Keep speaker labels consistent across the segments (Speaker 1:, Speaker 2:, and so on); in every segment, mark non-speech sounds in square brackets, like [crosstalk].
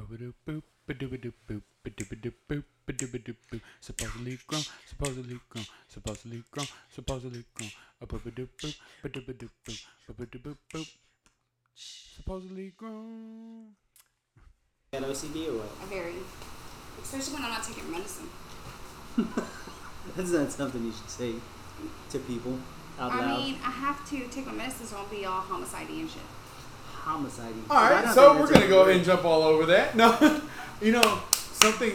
Speaker 1: doop boop, ba doop doop boop, ba doop doop boop, ba doop doop boop. Supposedly grown, supposedly grown, supposedly grown, supposedly grown. A boop doop boop, ba doop doop boop, ba doop doop boop. Supposedly grown.
Speaker 2: Got OCD or what?
Speaker 3: Very. Especially when I'm not taking medicine.
Speaker 2: [laughs] That's not something you should say to people out
Speaker 3: I
Speaker 2: loud.
Speaker 3: mean, I have to take my medicine so I won't be all homicide and shit.
Speaker 2: Homicide.
Speaker 4: All right, so we're gonna go ahead and jump all over that. No, [laughs] you know something,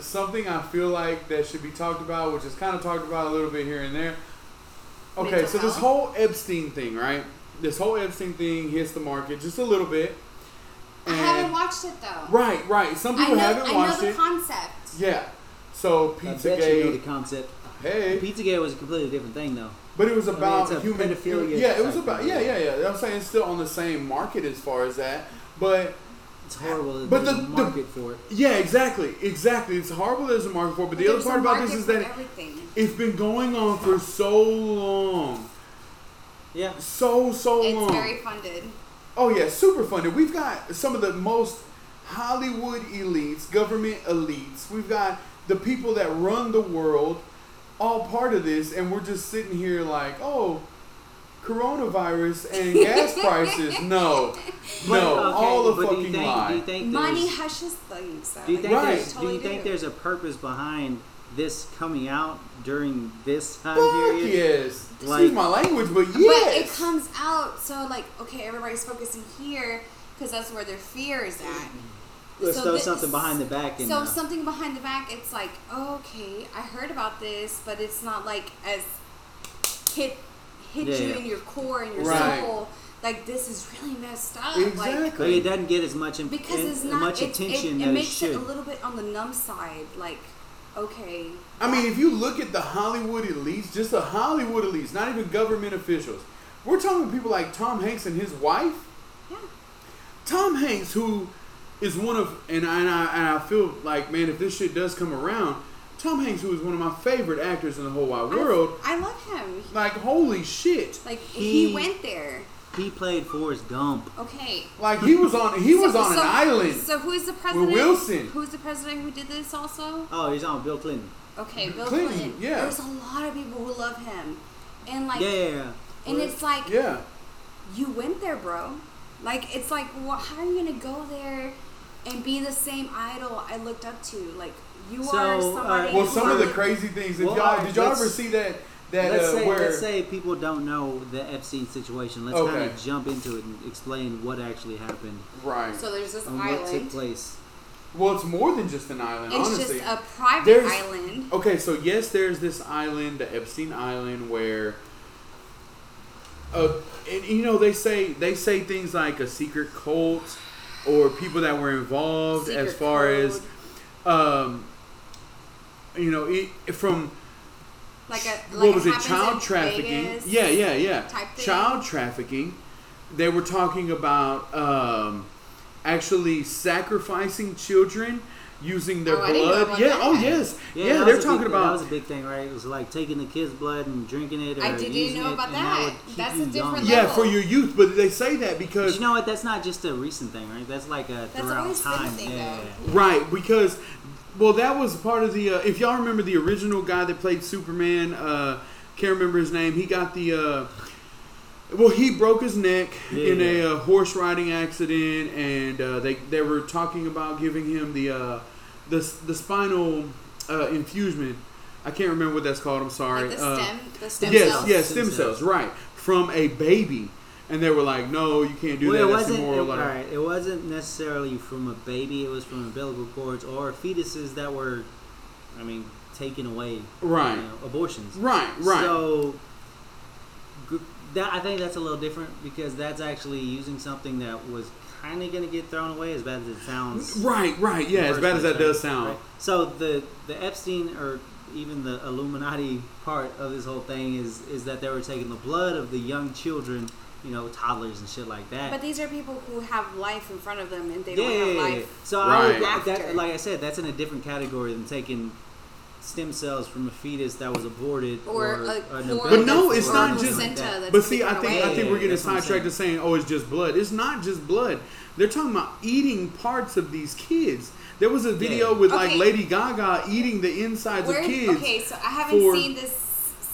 Speaker 4: something I feel like that should be talked about, which is kind of talked about a little bit here and there. Okay,
Speaker 3: Mental
Speaker 4: so this
Speaker 3: health?
Speaker 4: whole Epstein thing, right? This whole Epstein thing hits the market just a little bit.
Speaker 3: I haven't watched it though.
Speaker 4: Right, right. Some
Speaker 3: I
Speaker 4: people
Speaker 3: know,
Speaker 4: haven't
Speaker 3: I know
Speaker 4: watched
Speaker 3: the
Speaker 4: it.
Speaker 3: concept.
Speaker 4: yeah. So
Speaker 2: Pizza I bet you know the
Speaker 4: Pizzagate.
Speaker 2: concept.
Speaker 4: Hey.
Speaker 2: Pizzagate was a completely different thing, though.
Speaker 4: But it was
Speaker 2: mean,
Speaker 4: about
Speaker 2: it's a
Speaker 4: human
Speaker 2: pedophilia
Speaker 4: Yeah, it was
Speaker 2: type
Speaker 4: about
Speaker 2: thing.
Speaker 4: yeah, yeah, yeah. I'm saying it's still on the same market as far as that. But
Speaker 2: It's horrible. that
Speaker 4: But
Speaker 2: there's
Speaker 4: the-
Speaker 2: a
Speaker 4: the-
Speaker 2: market for it.
Speaker 4: yeah, exactly, exactly. It's horrible there's a market for. It. But the
Speaker 3: There's
Speaker 4: other
Speaker 3: a
Speaker 4: part about this
Speaker 3: market
Speaker 4: is
Speaker 3: for
Speaker 4: that it,
Speaker 3: everything.
Speaker 4: it's been going on for so long,
Speaker 2: Yeah.
Speaker 4: so so long.
Speaker 3: It's very funded.
Speaker 4: Oh yeah, super funded. We've got some of the most Hollywood elites, government elites. We've got the people that run the world, all part of this, and we're just sitting here like, oh,
Speaker 3: [laughs]
Speaker 4: coronavirus and gas prices. No,
Speaker 2: But,
Speaker 4: no,
Speaker 2: okay,
Speaker 4: all a
Speaker 2: but
Speaker 4: fucking
Speaker 2: do you think, Do you
Speaker 4: lie.
Speaker 2: think
Speaker 3: Money
Speaker 2: there's-
Speaker 3: hushes things. so,
Speaker 2: Do you
Speaker 3: like,
Speaker 2: think,
Speaker 4: Right.
Speaker 2: there's, do
Speaker 3: totally
Speaker 2: you think
Speaker 3: do.
Speaker 2: there's a purpose behind this coming out during this time
Speaker 4: Fuck
Speaker 2: period?
Speaker 4: yes.
Speaker 2: Like-
Speaker 4: Excuse my language, but
Speaker 3: But it
Speaker 4: yes.
Speaker 3: comes out, so like, okay, everybody's focusing here because that's where their fear is at.
Speaker 2: Let's
Speaker 3: So
Speaker 2: throw
Speaker 3: this-
Speaker 2: something behind the back in
Speaker 3: So
Speaker 2: there.
Speaker 3: something behind the back, it's like, oh, okay, I heard about this, but it's not like as hit hit
Speaker 2: Yeah,
Speaker 3: you
Speaker 2: yeah.
Speaker 3: in your core and your
Speaker 4: Right.
Speaker 3: soul. Like this is really messed up. Like
Speaker 2: But it
Speaker 4: exactly.
Speaker 2: doesn't get as much in,
Speaker 3: because
Speaker 2: in-
Speaker 3: it's not
Speaker 2: much
Speaker 3: it,
Speaker 2: attention
Speaker 3: It, it,
Speaker 2: that
Speaker 3: makes
Speaker 2: should.
Speaker 3: it a little bit on the numb side. Like, okay,
Speaker 4: I mean, if you look at the Hollywood elites, just the Hollywood elites, not even government officials, we're talking people like Tom Hanks and his wife.
Speaker 3: yeah,
Speaker 4: Tom Hanks, who is one of, and I, and I, and I feel like, man, if this shit does come around, Tom Hanks, who is one of my favorite actors in the whole wide
Speaker 3: I-
Speaker 4: world,
Speaker 3: I, love him.
Speaker 4: like, holy shit.
Speaker 3: Like he,
Speaker 2: He-
Speaker 3: went there.
Speaker 2: he played Forrest Gump.
Speaker 3: Okay.
Speaker 4: Like, he was on, he was
Speaker 3: So-
Speaker 4: on an
Speaker 3: so-
Speaker 4: island.
Speaker 3: So who's the president?
Speaker 4: Wilson.
Speaker 3: Who's the president who did this also?
Speaker 2: Oh, he's on Bill Clinton.
Speaker 3: Okay, Bill
Speaker 4: Clinton,
Speaker 3: Clinton.
Speaker 4: yeah.
Speaker 3: There's a lot of people who love him, and like,
Speaker 2: yeah, yeah, yeah.
Speaker 3: and
Speaker 2: Well,
Speaker 3: it's like
Speaker 4: yeah.
Speaker 3: you went there, bro. Like it's like, well, how are you gonna go there and be the same idol I looked up to? Like you
Speaker 2: So, uh,
Speaker 3: are
Speaker 2: all
Speaker 3: somebody.
Speaker 2: right.
Speaker 4: Well,
Speaker 3: who
Speaker 4: some of the
Speaker 3: I-
Speaker 4: crazy things, if
Speaker 2: Well,
Speaker 4: y'all, did y'all
Speaker 2: let's-
Speaker 4: ever see that, that,
Speaker 2: let's,
Speaker 4: uh,
Speaker 2: say,
Speaker 4: where,
Speaker 2: let's say people don't know the Epstein situation. Let's kind
Speaker 4: Okay.
Speaker 2: of jump into it and explain what actually happened
Speaker 4: right.
Speaker 3: So there's this
Speaker 2: and what took
Speaker 3: island.
Speaker 2: place.
Speaker 4: Well, it's more than just an island,
Speaker 3: It's
Speaker 4: honestly.
Speaker 3: just a private
Speaker 4: There's-
Speaker 3: island.
Speaker 4: Okay, so yes, there's this island, the Epstein Island, where, uh, and you know they say they say things like a secret cult, or people that were involved as
Speaker 3: Secret
Speaker 4: far as,
Speaker 3: code.
Speaker 4: um, you know, it, from
Speaker 3: like a like
Speaker 4: what was it,
Speaker 3: happens in
Speaker 4: child trafficking?
Speaker 3: Vegas.
Speaker 4: yeah, yeah, yeah.
Speaker 3: type thing.
Speaker 4: Child trafficking. They were talking about um, actually sacrificing children using their
Speaker 3: Oh, I didn't know
Speaker 4: blood.
Speaker 3: about
Speaker 4: Yeah.
Speaker 3: that.
Speaker 4: Oh, yes.
Speaker 2: Yeah,
Speaker 4: Yeah.
Speaker 2: that
Speaker 4: they're
Speaker 2: was a
Speaker 4: talking
Speaker 2: big, that
Speaker 4: about
Speaker 2: was a big thing, right? It was like taking the kid's blood and drinking it. Or
Speaker 3: I didn't
Speaker 2: using
Speaker 3: know
Speaker 2: it,
Speaker 3: about
Speaker 2: and that.
Speaker 3: that.
Speaker 2: would keep
Speaker 3: That's
Speaker 2: you
Speaker 3: a different
Speaker 2: young.
Speaker 3: level.
Speaker 4: yeah for your youth, but they say that
Speaker 2: But
Speaker 4: because
Speaker 2: you know what? That's not just a recent thing, right? That's like a
Speaker 3: That's
Speaker 2: throughout
Speaker 3: always been a
Speaker 2: time.
Speaker 3: thing,
Speaker 2: yeah, yeah,
Speaker 3: though.
Speaker 2: yeah.
Speaker 4: right because well that was part of the uh, if y'all remember the original guy that played Superman uh, can't remember his name he got the uh, well he broke his neck
Speaker 2: Yeah,
Speaker 4: in
Speaker 2: yeah.
Speaker 4: a uh, horse riding accident and uh, they they were talking about giving him the uh, the the spinal uh, infusion I can't remember what that's called I'm sorry
Speaker 3: Like the
Speaker 4: Uh,
Speaker 3: stem, the stem
Speaker 4: yes,
Speaker 3: cells.
Speaker 4: yes,
Speaker 2: Stem
Speaker 4: stem cells,
Speaker 2: cells.
Speaker 4: right? From a baby, and they were like, "No, you can't do
Speaker 2: well,
Speaker 4: that.
Speaker 2: it
Speaker 4: That's
Speaker 2: wasn't. It,
Speaker 4: immoral."
Speaker 2: all right, it wasn't necessarily from a baby. It was from umbilical cords or fetuses that were, I mean, taken away.
Speaker 4: Right.
Speaker 2: You know, abortions.
Speaker 4: right, right,
Speaker 2: So g- that I think that's a little different because that's actually using something that was kind of going to get thrown away, as bad as it sounds.
Speaker 4: right, right. Yeah, as bad as that does sound.
Speaker 2: Right. So the the Epstein or even the Illuminati part of this whole thing is is that they were taking the blood of the young children, you know, toddlers and shit like that.
Speaker 3: But these are people who have life in front of them and they
Speaker 2: yeah,
Speaker 3: don't have
Speaker 2: yeah, yeah.
Speaker 3: life.
Speaker 2: So I would,
Speaker 4: Right.
Speaker 2: that,
Speaker 3: After.
Speaker 2: like I said, that's in a different category than taking stem cells from a fetus that was aborted
Speaker 3: Or a
Speaker 2: an
Speaker 3: cord
Speaker 2: umbilical
Speaker 4: But no,
Speaker 2: cord
Speaker 4: it's
Speaker 2: or
Speaker 4: not
Speaker 2: something
Speaker 4: just-
Speaker 2: like that.
Speaker 3: placenta that's
Speaker 4: But see, I
Speaker 3: taken
Speaker 4: think I
Speaker 3: away.
Speaker 4: think we're getting
Speaker 2: That's what I'm
Speaker 4: sidetracked to saying, "Oh, it's just blood." It's not just blood. They're talking about eating parts of these kids. There was a video with like
Speaker 3: Okay.
Speaker 4: Lady Gaga eating the insides
Speaker 3: Where,
Speaker 4: of kids.
Speaker 3: okay, so I haven't
Speaker 4: for-
Speaker 3: seen this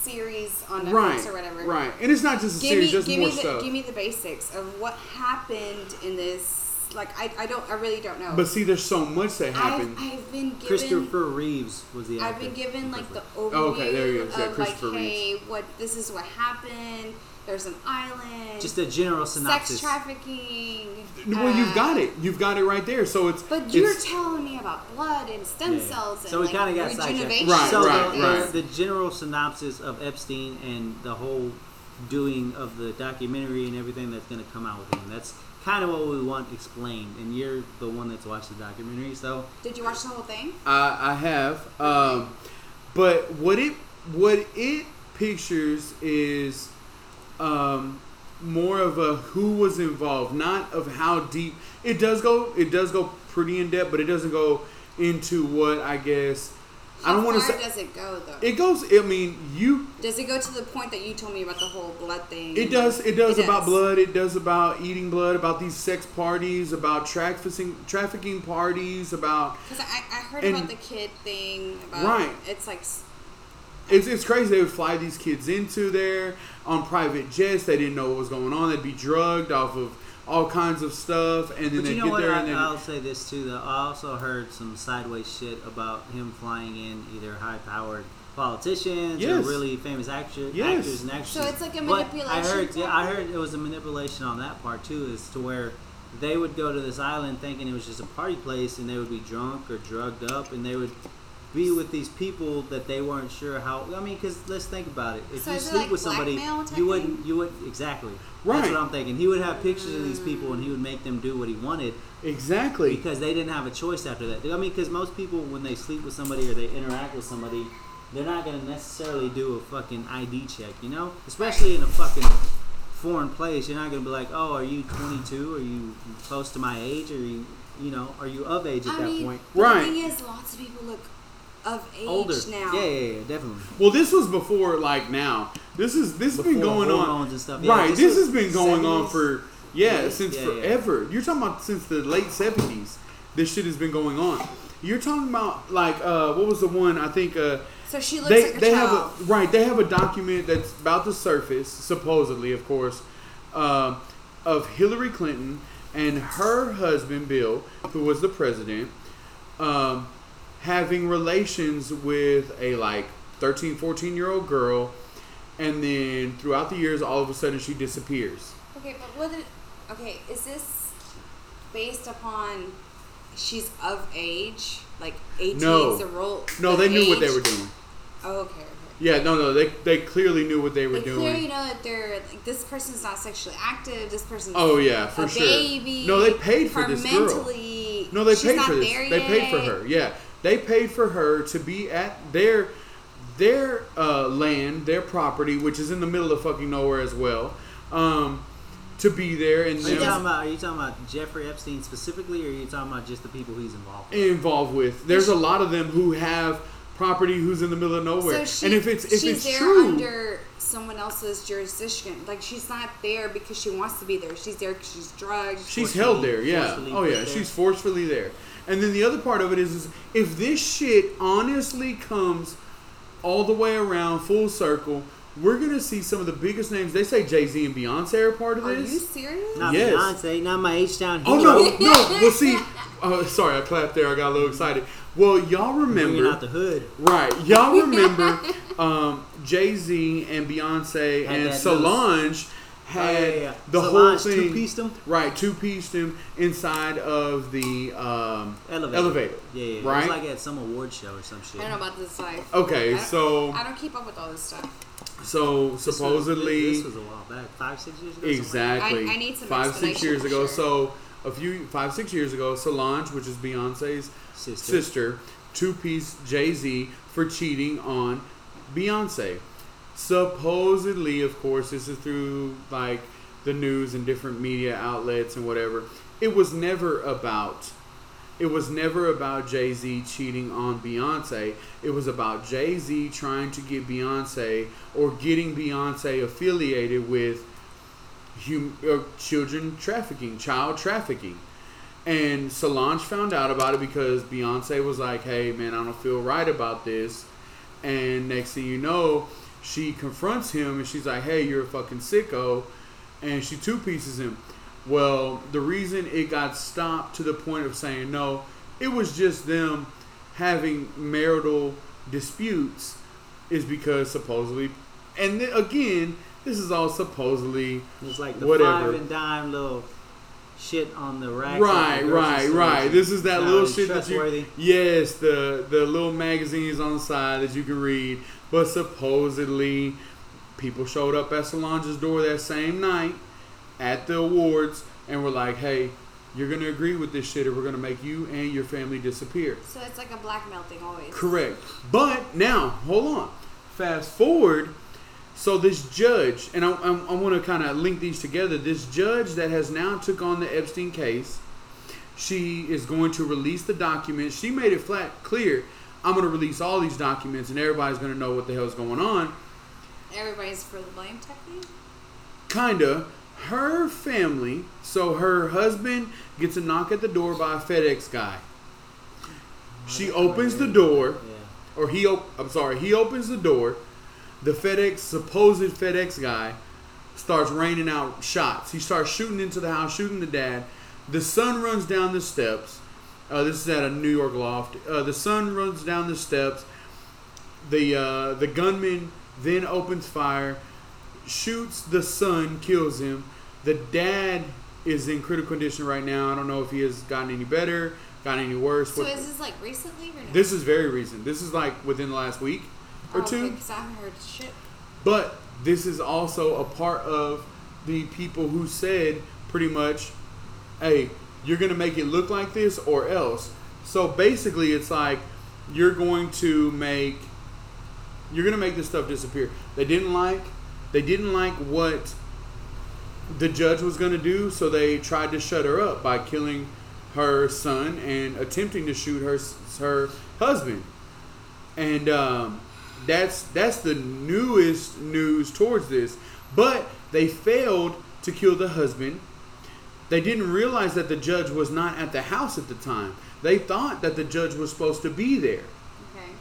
Speaker 3: series on Netflix
Speaker 4: right,
Speaker 3: or whatever.
Speaker 4: right, and it's not just a
Speaker 3: Give
Speaker 4: series,
Speaker 3: me,
Speaker 4: just
Speaker 3: give
Speaker 4: more
Speaker 3: me the,
Speaker 4: stuff.
Speaker 3: give me the basics of what happened in this. Like, I, I don't, I really don't know.
Speaker 4: but see, there's so much that happened.
Speaker 3: I've, I've been given.
Speaker 2: Christopher Reeves was the.
Speaker 3: I've
Speaker 2: actor.
Speaker 3: been given like the overview
Speaker 4: Oh, okay, there you go. Yeah,
Speaker 3: of like,
Speaker 4: Christopher
Speaker 3: hey, what this is what happened. There's an island.
Speaker 2: just a general synopsis.
Speaker 3: sex trafficking.
Speaker 4: well, you've
Speaker 3: uh,
Speaker 4: got it. You've got it right there. So it's
Speaker 3: But you're
Speaker 4: it's-
Speaker 3: telling me about blood and stem
Speaker 2: Yeah.
Speaker 3: cells and
Speaker 2: So we
Speaker 3: like,
Speaker 2: kind of got sidetracked.
Speaker 3: regeneration.
Speaker 4: Right,
Speaker 2: so
Speaker 4: right,
Speaker 2: the,
Speaker 4: right.
Speaker 2: The, the general synopsis of Epstein and the whole doing of the documentary and everything that's going to come out with him. That's kind of what we want explained. And you're the one that's watched the documentary, so
Speaker 3: Did you watch the whole thing?
Speaker 4: I, I have. Um, but what it what it pictures is um, more of a who was involved, not of how deep. It does go. It does go pretty in depth, but it doesn't go into what I guess. I don't
Speaker 3: How
Speaker 4: want to
Speaker 3: far
Speaker 4: say
Speaker 3: Does it go though?
Speaker 4: it goes. I mean, you
Speaker 3: does it go to the point that you told me about the whole blood thing?
Speaker 4: It does. It does
Speaker 3: It
Speaker 4: about
Speaker 3: does.
Speaker 4: blood. It does about eating blood. About these sex parties. About trafficking trafficking parties. About
Speaker 3: Because I, I heard
Speaker 4: And-
Speaker 3: about the kid thing. About,
Speaker 4: Right.
Speaker 3: It's like s-
Speaker 4: it's, it's crazy. They would fly these kids into there on private jets. They didn't know what was going on. They'd be drugged off of all kinds of stuff, and then
Speaker 2: But
Speaker 4: they
Speaker 2: you know
Speaker 4: would get
Speaker 2: what? uh,
Speaker 4: there
Speaker 2: I,
Speaker 4: and
Speaker 2: I'll
Speaker 4: then
Speaker 2: say this too. Though I also heard some sideways shit about him flying in either high-powered politicians
Speaker 4: Yes.
Speaker 2: or really famous actors,
Speaker 4: Yes.
Speaker 2: actors and actresses.
Speaker 3: So it's like a
Speaker 2: But I
Speaker 3: manipulation
Speaker 2: heard, yeah, I
Speaker 3: part?
Speaker 2: heard it was a manipulation on that part too, is to where they would go to this island thinking it was just a party place, and they would be drunk or drugged up, and they would be with these people that they weren't sure how. I mean, because let's think about it. If
Speaker 3: So
Speaker 2: you
Speaker 3: is it
Speaker 2: sleep
Speaker 3: like
Speaker 2: with somebody,
Speaker 3: blackmail type
Speaker 2: you
Speaker 3: thing?
Speaker 2: wouldn't you would exactly.
Speaker 4: Right.
Speaker 2: That's what I'm thinking. He would have pictures of these people, and he would make them do what he wanted
Speaker 4: exactly.
Speaker 2: because they didn't have a choice after that. I mean, because most people, when they sleep with somebody or they interact with somebody, they're not going to necessarily do a fucking ID check, you know? Especially in a fucking foreign place, you're not going to be like, oh, are you 22? Are you close to my age? Are you, you know, are you of age at
Speaker 3: I
Speaker 2: that
Speaker 3: mean,
Speaker 2: point?
Speaker 3: the
Speaker 4: Right.
Speaker 3: thing is, lots of people look of age
Speaker 2: Older.
Speaker 3: now.
Speaker 2: Yeah, yeah, yeah, definitely.
Speaker 4: Well, this was before like now. This is this has been
Speaker 2: Before
Speaker 4: going on.
Speaker 2: hormones and stuff. Yeah,
Speaker 4: Right. This,
Speaker 2: was
Speaker 4: has been going on
Speaker 2: 70s.
Speaker 4: for yeah,
Speaker 2: Yeah,
Speaker 4: since
Speaker 2: yeah, yeah.
Speaker 4: forever. You're talking about since the late seventies. This shit has been going on. You're talking about like uh, what was the one? I think uh,
Speaker 3: So she looks
Speaker 4: they
Speaker 3: like a
Speaker 4: they
Speaker 3: child.
Speaker 4: have a, right. They have a document that's about to surface, supposedly, of course, um, of Hillary Clinton and her husband Bill, who was the president, um, having relations with a like 13, 14 year old girl, and then throughout the years, all of a sudden, she disappears.
Speaker 3: Okay, but what? Did, okay, is this based upon she's of age, like eighteen
Speaker 4: No.
Speaker 3: is the role?
Speaker 4: No,
Speaker 3: the
Speaker 4: they knew what
Speaker 3: age?
Speaker 4: they were doing.
Speaker 3: Oh, okay. okay.
Speaker 4: Yeah, no, no, they they clearly knew what they were
Speaker 3: They
Speaker 4: doing.
Speaker 3: clearly know that they're like this person's not sexually active. This person's
Speaker 4: Oh yeah, for
Speaker 3: a
Speaker 4: sure.
Speaker 3: baby.
Speaker 4: No, they paid for
Speaker 3: her
Speaker 4: this girl.
Speaker 3: mentally,
Speaker 4: No, they
Speaker 3: she's
Speaker 4: paid
Speaker 3: not
Speaker 4: for this.
Speaker 3: there
Speaker 4: They paid for
Speaker 3: yet.
Speaker 4: her. Yeah, they paid for her to be at their their uh, land, their property, which is in the middle of fucking nowhere as well. Um, to be there and
Speaker 2: Are you,
Speaker 4: them
Speaker 3: um,
Speaker 2: talking about, are you talking about Jeffrey Epstein specifically, or are you talking about just the people he's involved with?
Speaker 4: involved with. There's a lot of them who have property who's in the middle of
Speaker 3: So
Speaker 4: nowhere.
Speaker 3: she,
Speaker 4: and if it's if
Speaker 3: she's
Speaker 4: it's
Speaker 3: there
Speaker 4: true,
Speaker 3: under someone else's jurisdiction, like she's not there because she wants to be there. She's there because she's drugged.
Speaker 4: She's
Speaker 2: Forcefully-
Speaker 4: held there, yeah.
Speaker 2: forcefully
Speaker 4: Oh
Speaker 2: put
Speaker 4: yeah,
Speaker 2: there.
Speaker 4: she's forcefully there. And then the other part of it is, is if this shit honestly comes all the way around full circle, we're gonna see some of the biggest names. They say Jay Z and Beyonce are part of
Speaker 3: Are you
Speaker 4: this.
Speaker 3: serious?
Speaker 2: Not
Speaker 4: Yes.
Speaker 2: Beyonce, not my H Town
Speaker 4: Oh
Speaker 2: hero.
Speaker 4: no, no. Well, see, uh, sorry, I clapped there. I got a little excited. Well, y'all
Speaker 2: Bringing out
Speaker 4: remember,
Speaker 2: the hood.
Speaker 4: right? Y'all remember, um, Jay Z and Beyonce
Speaker 2: Had
Speaker 4: and
Speaker 2: that
Speaker 4: Solange
Speaker 2: Oh,
Speaker 4: had
Speaker 2: yeah, yeah, yeah.
Speaker 4: the
Speaker 2: Solange
Speaker 4: whole thing.
Speaker 2: two-pieced him.
Speaker 4: Right, two pieced him inside of the um,
Speaker 2: Elevator.
Speaker 4: elevator.
Speaker 2: Yeah, yeah.
Speaker 4: Right?
Speaker 2: It was like at some award show or some shit.
Speaker 3: I don't know about this life. I
Speaker 4: Okay,
Speaker 3: don't-
Speaker 4: so
Speaker 3: I don't keep up with all this stuff.
Speaker 4: so
Speaker 2: This was-
Speaker 4: supposedly
Speaker 2: this was a while back, five, six years ago. something
Speaker 4: exactly
Speaker 3: I- I need some
Speaker 4: five six
Speaker 3: explanation
Speaker 4: years
Speaker 3: for
Speaker 4: ago.
Speaker 3: sure.
Speaker 4: So a few five six years ago, Solange, which is Beyonce's
Speaker 2: Sister.
Speaker 4: sister, two piece Jay Z for cheating on Beyonce. Supposedly, of course, this is through like the news and different media outlets and whatever. It was never about. It was never about Jay Z cheating on Beyonce. It was about Jay Z trying to get Beyonce or getting Beyonce affiliated with hum- uh, children trafficking, child trafficking. And Solange found out about it because Beyonce was like, hey, man, I don't feel right about this. And next thing you know, she confronts him and she's like, hey, you're a fucking sicko. And she two pieces him. Well, the reason it got stopped to the point of saying no, it was just them having marital disputes is because supposedly, and then again, this is all supposedly
Speaker 2: It's like the
Speaker 4: Whatever.
Speaker 2: five and dime little shit on the rack.
Speaker 4: right, right, right. This is that little shit that
Speaker 2: trustworthy.
Speaker 4: you yes, the the little magazines on the side that you can read, but supposedly people showed up at Solange's door that same night at the awards and were like, "Hey, you're gonna agree with this shit, or we're gonna make you and your family disappear."
Speaker 3: So it's like a blackmail thing always.
Speaker 4: Correct. But now, hold on. Fast forward. So this judge, and I, I, I want to kind of link these together. This judge that has now took on the Epstein case, she is going to release the documents. She made it flat clear. I'm going to release all these documents, and everybody's going to know what the hell's going on.
Speaker 3: Everybody's for the blame technique.
Speaker 4: Kinda. Her family. So her husband gets a knock at the door by a FedEx guy. She opens the door.
Speaker 2: Yeah.
Speaker 4: or he op- I'm sorry, he opens the door. The FedEx supposed FedEx guy starts raining out shots. He starts shooting into the house, shooting the dad. The son runs down the steps. Uh, this is at a New York loft. Uh, the son runs down the steps. The uh, the gunman then opens fire, shoots the son, kills him. The dad is in critical condition right now. I don't know if he has gotten any better, gotten any worse.
Speaker 3: So
Speaker 4: what-
Speaker 3: is this like recently or no?
Speaker 4: this is very recent. This is like within the last week
Speaker 3: Oh,
Speaker 4: or two.
Speaker 3: Because I haven't heard shit.
Speaker 4: But this is also a part of the people who said pretty much, hey, you're going to make it look like this or else. So basically, it's like you're going to make you're going to make this stuff disappear. They didn't like they didn't like what the judge was going to do, so they tried to shut her up by killing her son and attempting to shoot her her husband. And um, that's that's the newest news towards this. But they failed to kill the husband. They didn't realize that the judge was not at the house at the time. They thought that the judge was supposed to be there.
Speaker 3: Okay.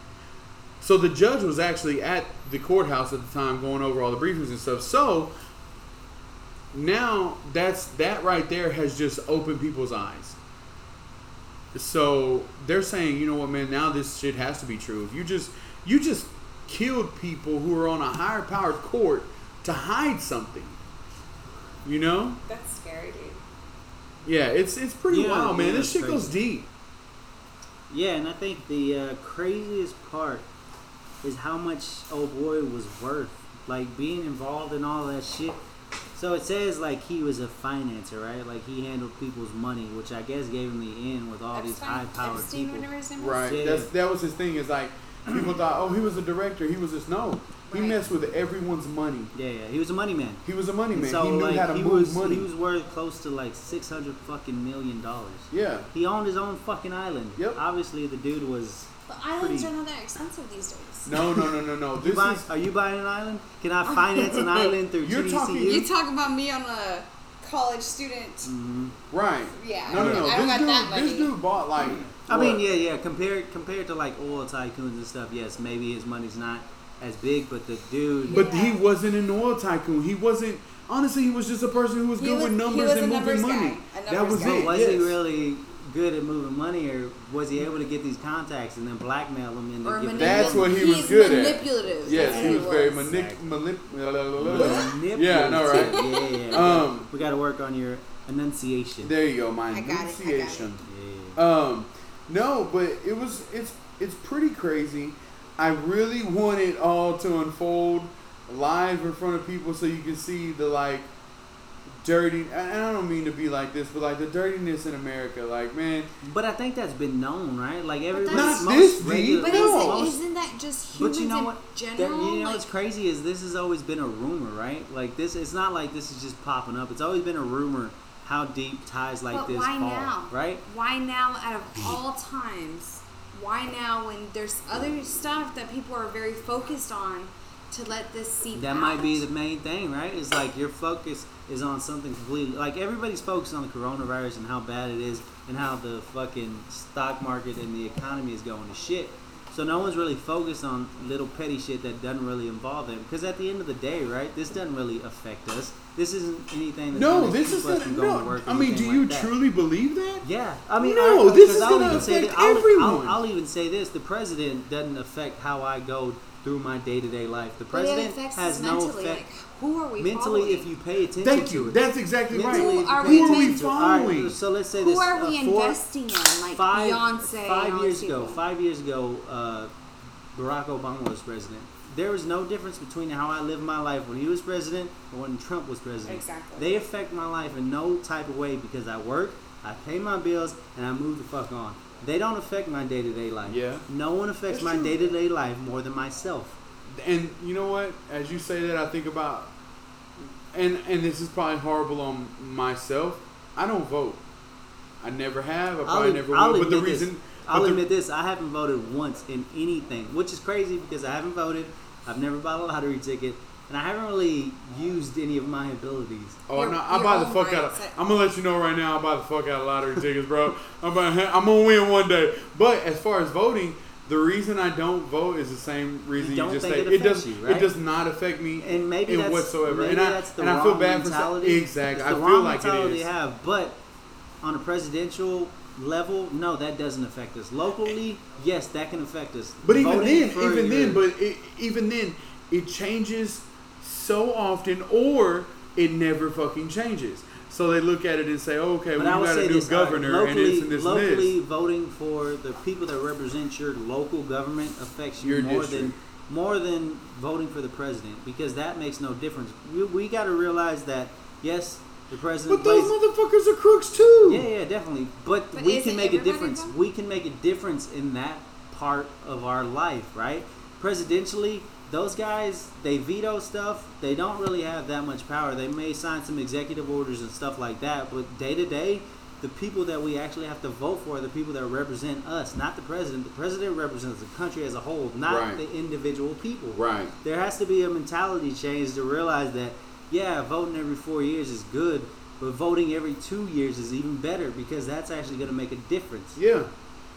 Speaker 4: So the judge was actually at the courthouse at the time going over all the briefings and stuff. So now that's that right there has just opened people's eyes. So they're saying, you know what, man, now this shit has to be true. If you just you just killed people who are on a higher powered court to hide something. You know?
Speaker 3: That's scary, dude.
Speaker 4: Yeah, it's it's pretty
Speaker 2: Yeah,
Speaker 4: wild, man.
Speaker 2: yeah,
Speaker 4: this
Speaker 2: it's
Speaker 4: shit goes
Speaker 2: crazy.
Speaker 4: deep.
Speaker 2: Yeah, and I think the uh, craziest part is how much old boy was worth. Like being involved in all that shit. So it says like he was a financer, right? Like he handled people's money, which I guess gave him the end with all these
Speaker 3: Epstein-
Speaker 2: high-powered
Speaker 3: Epstein,
Speaker 2: people.
Speaker 3: whatever his name was?
Speaker 4: Right.
Speaker 2: Yeah.
Speaker 4: That's that was his thing. Is like people thought, oh, he was a director. He was just no. He
Speaker 3: Right.
Speaker 4: messed with everyone's money.
Speaker 2: Yeah, yeah, he was a money man.
Speaker 4: He was a money man.
Speaker 2: So
Speaker 4: he knew
Speaker 2: like
Speaker 4: how to
Speaker 2: he
Speaker 4: move
Speaker 2: was
Speaker 4: money.
Speaker 2: he was worth close to like six hundred fucking million dollars.
Speaker 4: yeah.
Speaker 2: He owned his own fucking island.
Speaker 4: Yep.
Speaker 2: Obviously, the dude was.
Speaker 3: But islands
Speaker 2: Pretty-
Speaker 3: are not that expensive these days.
Speaker 4: No, no, no,
Speaker 2: [laughs]
Speaker 4: no, no.
Speaker 2: You
Speaker 4: This
Speaker 2: buy,
Speaker 4: is
Speaker 2: are you buying an island? Can I finance an island through E?"
Speaker 4: You're
Speaker 2: GDCU?
Speaker 4: talking-
Speaker 3: You talk about me on a college student.
Speaker 4: Mm, right.
Speaker 3: Yeah,
Speaker 4: No, no, no.
Speaker 3: I don't
Speaker 4: this
Speaker 3: got
Speaker 4: dude,
Speaker 3: that
Speaker 4: this
Speaker 3: money.
Speaker 4: dude bought like.
Speaker 2: I
Speaker 4: what?
Speaker 2: mean, yeah, yeah. Compared compared to like oil tycoons and stuff, yes, maybe his money's not as big, but the dude.
Speaker 4: But
Speaker 3: Yeah.
Speaker 4: he wasn't an oil tycoon. He wasn't. Honestly, he was just a person who was
Speaker 3: He
Speaker 4: good
Speaker 3: was-
Speaker 4: with
Speaker 3: he
Speaker 4: numbers
Speaker 3: was
Speaker 4: and
Speaker 3: a
Speaker 4: moving
Speaker 3: numbers
Speaker 4: money.
Speaker 3: guy, a
Speaker 4: That
Speaker 3: numbers
Speaker 4: was
Speaker 3: guy.
Speaker 4: it.
Speaker 2: was he
Speaker 4: yes.
Speaker 2: really good at moving money, or was he able to get these contacts and then blackmail them into
Speaker 3: Or
Speaker 2: giving?
Speaker 3: manipulative.
Speaker 4: That's what he was
Speaker 3: He's
Speaker 4: good at.
Speaker 3: manipulative.
Speaker 4: Yes,
Speaker 3: That's
Speaker 4: he
Speaker 3: what
Speaker 4: was very
Speaker 3: was.
Speaker 4: manip- manip- la- la- la- la- la.
Speaker 2: Manipulative.
Speaker 4: Yeah, I know, right?
Speaker 2: Yeah, yeah, yeah.
Speaker 4: Um,
Speaker 2: we got to work on your enunciation.
Speaker 4: There you go, my
Speaker 3: I got it, I got it.
Speaker 4: enunciation.
Speaker 2: yeah.
Speaker 4: Um, no, but it was it's it's pretty crazy. I really want it all to unfold live in front of people so you can see the like dirty. And and I don't mean to be like this, but like the dirtiness in America. Like man,
Speaker 2: But I think that's been known, right? Like every
Speaker 3: But that's-
Speaker 2: most
Speaker 4: Not this
Speaker 2: regular-
Speaker 3: But
Speaker 4: deep. No.
Speaker 3: isn't, isn't that just humans
Speaker 2: But you know
Speaker 3: in
Speaker 2: what? That-
Speaker 3: general?
Speaker 2: you know
Speaker 3: Like,
Speaker 2: what's crazy is this has always been a rumor, right? Like this, it's not like this is just popping up. It's always been a rumor how deep ties like
Speaker 3: but
Speaker 2: this
Speaker 3: why
Speaker 2: fall,
Speaker 3: now?
Speaker 2: right?
Speaker 3: Why now? Out of all times, why now? When there's other stuff that people are very focused on, to let this seep
Speaker 2: That
Speaker 3: out?
Speaker 2: might be the main thing, right? It's like you're focused. is on something completely like everybody's focused on the coronavirus and how bad it is and how the fucking stock market and the economy is going to shit. So no one's really focused on little petty shit that doesn't really involve them. Because at the end of the day, right, this doesn't really affect us. This isn't anything that's
Speaker 4: No,
Speaker 2: gonna
Speaker 4: this
Speaker 2: keep
Speaker 4: is
Speaker 2: us
Speaker 4: not.
Speaker 2: from going to
Speaker 4: No,
Speaker 2: work or
Speaker 4: I mean, do
Speaker 2: anything
Speaker 4: you
Speaker 2: like that.
Speaker 4: truly believe that?
Speaker 2: Yeah, I mean,
Speaker 4: No,
Speaker 2: I,
Speaker 4: this
Speaker 2: because
Speaker 4: is
Speaker 2: I'll
Speaker 4: gonna
Speaker 2: even say
Speaker 4: affect
Speaker 2: that- I'll-
Speaker 4: everyone.
Speaker 2: I'll, I'll even say this: the president doesn't affect how I go through my day-to-day life. The
Speaker 3: But it
Speaker 2: president
Speaker 3: affects
Speaker 2: has
Speaker 3: us
Speaker 2: no
Speaker 3: mentally.
Speaker 2: effect
Speaker 3: Like, who are we
Speaker 2: mentally
Speaker 3: following?
Speaker 2: if you pay attention.
Speaker 4: Thank
Speaker 2: to
Speaker 4: you.
Speaker 2: it.
Speaker 4: That's exactly right.
Speaker 2: Mentally,
Speaker 3: Who
Speaker 2: if
Speaker 3: are
Speaker 2: you pay
Speaker 3: we
Speaker 2: attention
Speaker 3: men-
Speaker 2: to it. All right,
Speaker 4: following?
Speaker 2: so let's say
Speaker 3: who
Speaker 2: this:
Speaker 3: are
Speaker 2: uh,
Speaker 3: we
Speaker 2: four-
Speaker 3: investing in? Like
Speaker 2: five,
Speaker 3: Beyonce. and
Speaker 2: Five
Speaker 3: all
Speaker 2: years
Speaker 3: these
Speaker 2: ago,
Speaker 3: people.
Speaker 2: five years ago, uh, Barack Obama was president. There was no difference between how I lived my life when he was president and when Trump was president.
Speaker 3: Exactly.
Speaker 2: They affect my life in no type of way because I work, I pay my bills, and I move the fuck on. They don't affect my day to day life.
Speaker 4: Yeah.
Speaker 2: No one affects
Speaker 4: That's
Speaker 2: my
Speaker 4: true.
Speaker 2: day to day life more than myself.
Speaker 4: And you know what? As you say that, I think about, and and this is probably horrible on myself. I don't vote. I never have. I
Speaker 2: I'll,
Speaker 4: probably never
Speaker 2: I'll
Speaker 4: will. But
Speaker 2: admit
Speaker 4: the reason,
Speaker 2: this.
Speaker 4: but
Speaker 2: I'll
Speaker 4: the-
Speaker 2: admit this. I haven't voted once in anything, which is crazy because I haven't voted. I've never bought a lottery ticket, and I haven't really used any of my abilities.
Speaker 4: Oh
Speaker 3: Your-
Speaker 4: no! I
Speaker 3: your
Speaker 4: buy the
Speaker 3: own
Speaker 4: fuck out
Speaker 3: rights.
Speaker 4: of. I'm gonna let you know right now. I buy the fuck out of lottery tickets, bro. I'm gonna, I'm gonna win one day. But as far as voting, the reason I don't vote is the same reason you,
Speaker 2: don't
Speaker 4: just
Speaker 2: think
Speaker 4: say
Speaker 2: it
Speaker 4: it
Speaker 2: affects
Speaker 4: does.
Speaker 2: you, right?
Speaker 4: It does not affect me
Speaker 2: And maybe
Speaker 4: in
Speaker 2: that's
Speaker 4: whatsoever.
Speaker 2: Maybe
Speaker 4: and I
Speaker 2: that's the
Speaker 4: and
Speaker 2: wrong
Speaker 4: I feel bad
Speaker 2: mentality.
Speaker 4: for exactly.
Speaker 2: It's the
Speaker 4: I
Speaker 2: wrong
Speaker 4: feel like it
Speaker 2: mentality
Speaker 4: is.
Speaker 2: to have, but on a presidential level, no, that doesn't affect us. Locally, yes, that can affect us.
Speaker 4: But even
Speaker 2: Voting
Speaker 4: then,
Speaker 2: for
Speaker 4: even
Speaker 2: your-
Speaker 4: then, but it, even then, it changes so often, or it never fucking changes. So they look at it and say, "Oh, "Okay,
Speaker 2: But
Speaker 4: we
Speaker 2: I would
Speaker 4: got
Speaker 2: say
Speaker 4: a new
Speaker 2: this, all right,
Speaker 4: governor
Speaker 2: locally,
Speaker 4: and this and this
Speaker 2: locally
Speaker 4: and this."
Speaker 2: voting for the people that represent your local government affects you
Speaker 4: Your
Speaker 2: more
Speaker 4: district.
Speaker 2: than more than voting for the president because that makes no difference. We, we got to realize that yes, the president
Speaker 4: But those
Speaker 2: plays.
Speaker 4: motherfuckers are crooks too.
Speaker 2: Yeah, yeah, definitely. But,
Speaker 3: But
Speaker 2: we
Speaker 3: isn't
Speaker 2: can make a
Speaker 3: everybody
Speaker 2: difference.
Speaker 3: voting?
Speaker 2: We can make a difference in that part of our life, right? Presidentially, those guys they veto stuff. They don't really have that much power. They may sign some executive orders and stuff like that, but day to day, the people that we actually have to vote for are the people that represent us, not the president. The president represents the country as a whole, not
Speaker 4: Right.
Speaker 2: the individual people.
Speaker 4: Right.
Speaker 2: There has to be a mentality change to realize that, yeah, voting every four years is good, but voting every two years is even better because that's actually going to make a difference.
Speaker 4: Yeah,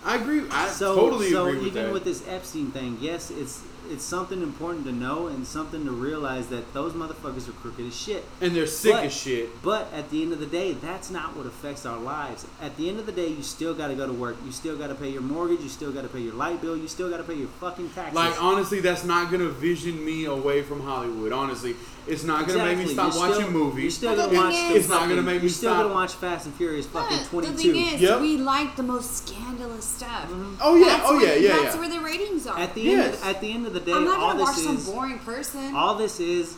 Speaker 4: I agree. I
Speaker 2: so,
Speaker 4: totally
Speaker 2: so
Speaker 4: agree with
Speaker 2: even
Speaker 4: that.
Speaker 2: with this Epstein thing, yes, it's it's something important to know and something to realize that those motherfuckers are crooked as shit.
Speaker 4: and they're sick
Speaker 2: But-
Speaker 4: as shit.
Speaker 2: But at the end of the day, that's not what affects our lives. At the end of the day, you still got to go to work. You still got to pay your mortgage. You still got to pay your light bill. You still got to pay your fucking taxes.
Speaker 4: Like honestly, that's not gonna vision me away from Hollywood. Honestly, it's not gonna make me
Speaker 2: Exactly.
Speaker 4: stop
Speaker 2: You're
Speaker 4: watching
Speaker 2: still- You're
Speaker 4: movies.
Speaker 2: still
Speaker 3: But
Speaker 2: gonna
Speaker 3: the
Speaker 2: watch.
Speaker 3: thing
Speaker 2: the
Speaker 3: is-
Speaker 4: It's not gonna
Speaker 2: fucking-
Speaker 4: make me
Speaker 2: You're still
Speaker 4: stop.
Speaker 2: gonna watch Fast and Furious fucking
Speaker 3: But
Speaker 2: twenty
Speaker 3: the
Speaker 2: two.
Speaker 3: thing is,
Speaker 4: Yep.
Speaker 3: we like the most scandalous stuff.
Speaker 4: Oh yeah,
Speaker 3: That's
Speaker 4: oh yeah,
Speaker 3: where-
Speaker 4: yeah,
Speaker 3: That's
Speaker 4: yeah.
Speaker 3: where the ratings are.
Speaker 2: Mm-hmm. At the end,
Speaker 4: Yes.
Speaker 2: of, at the end of the day,
Speaker 3: I'm not
Speaker 2: all
Speaker 3: gonna watch
Speaker 2: this
Speaker 3: some
Speaker 2: is
Speaker 3: boring person.
Speaker 2: all this is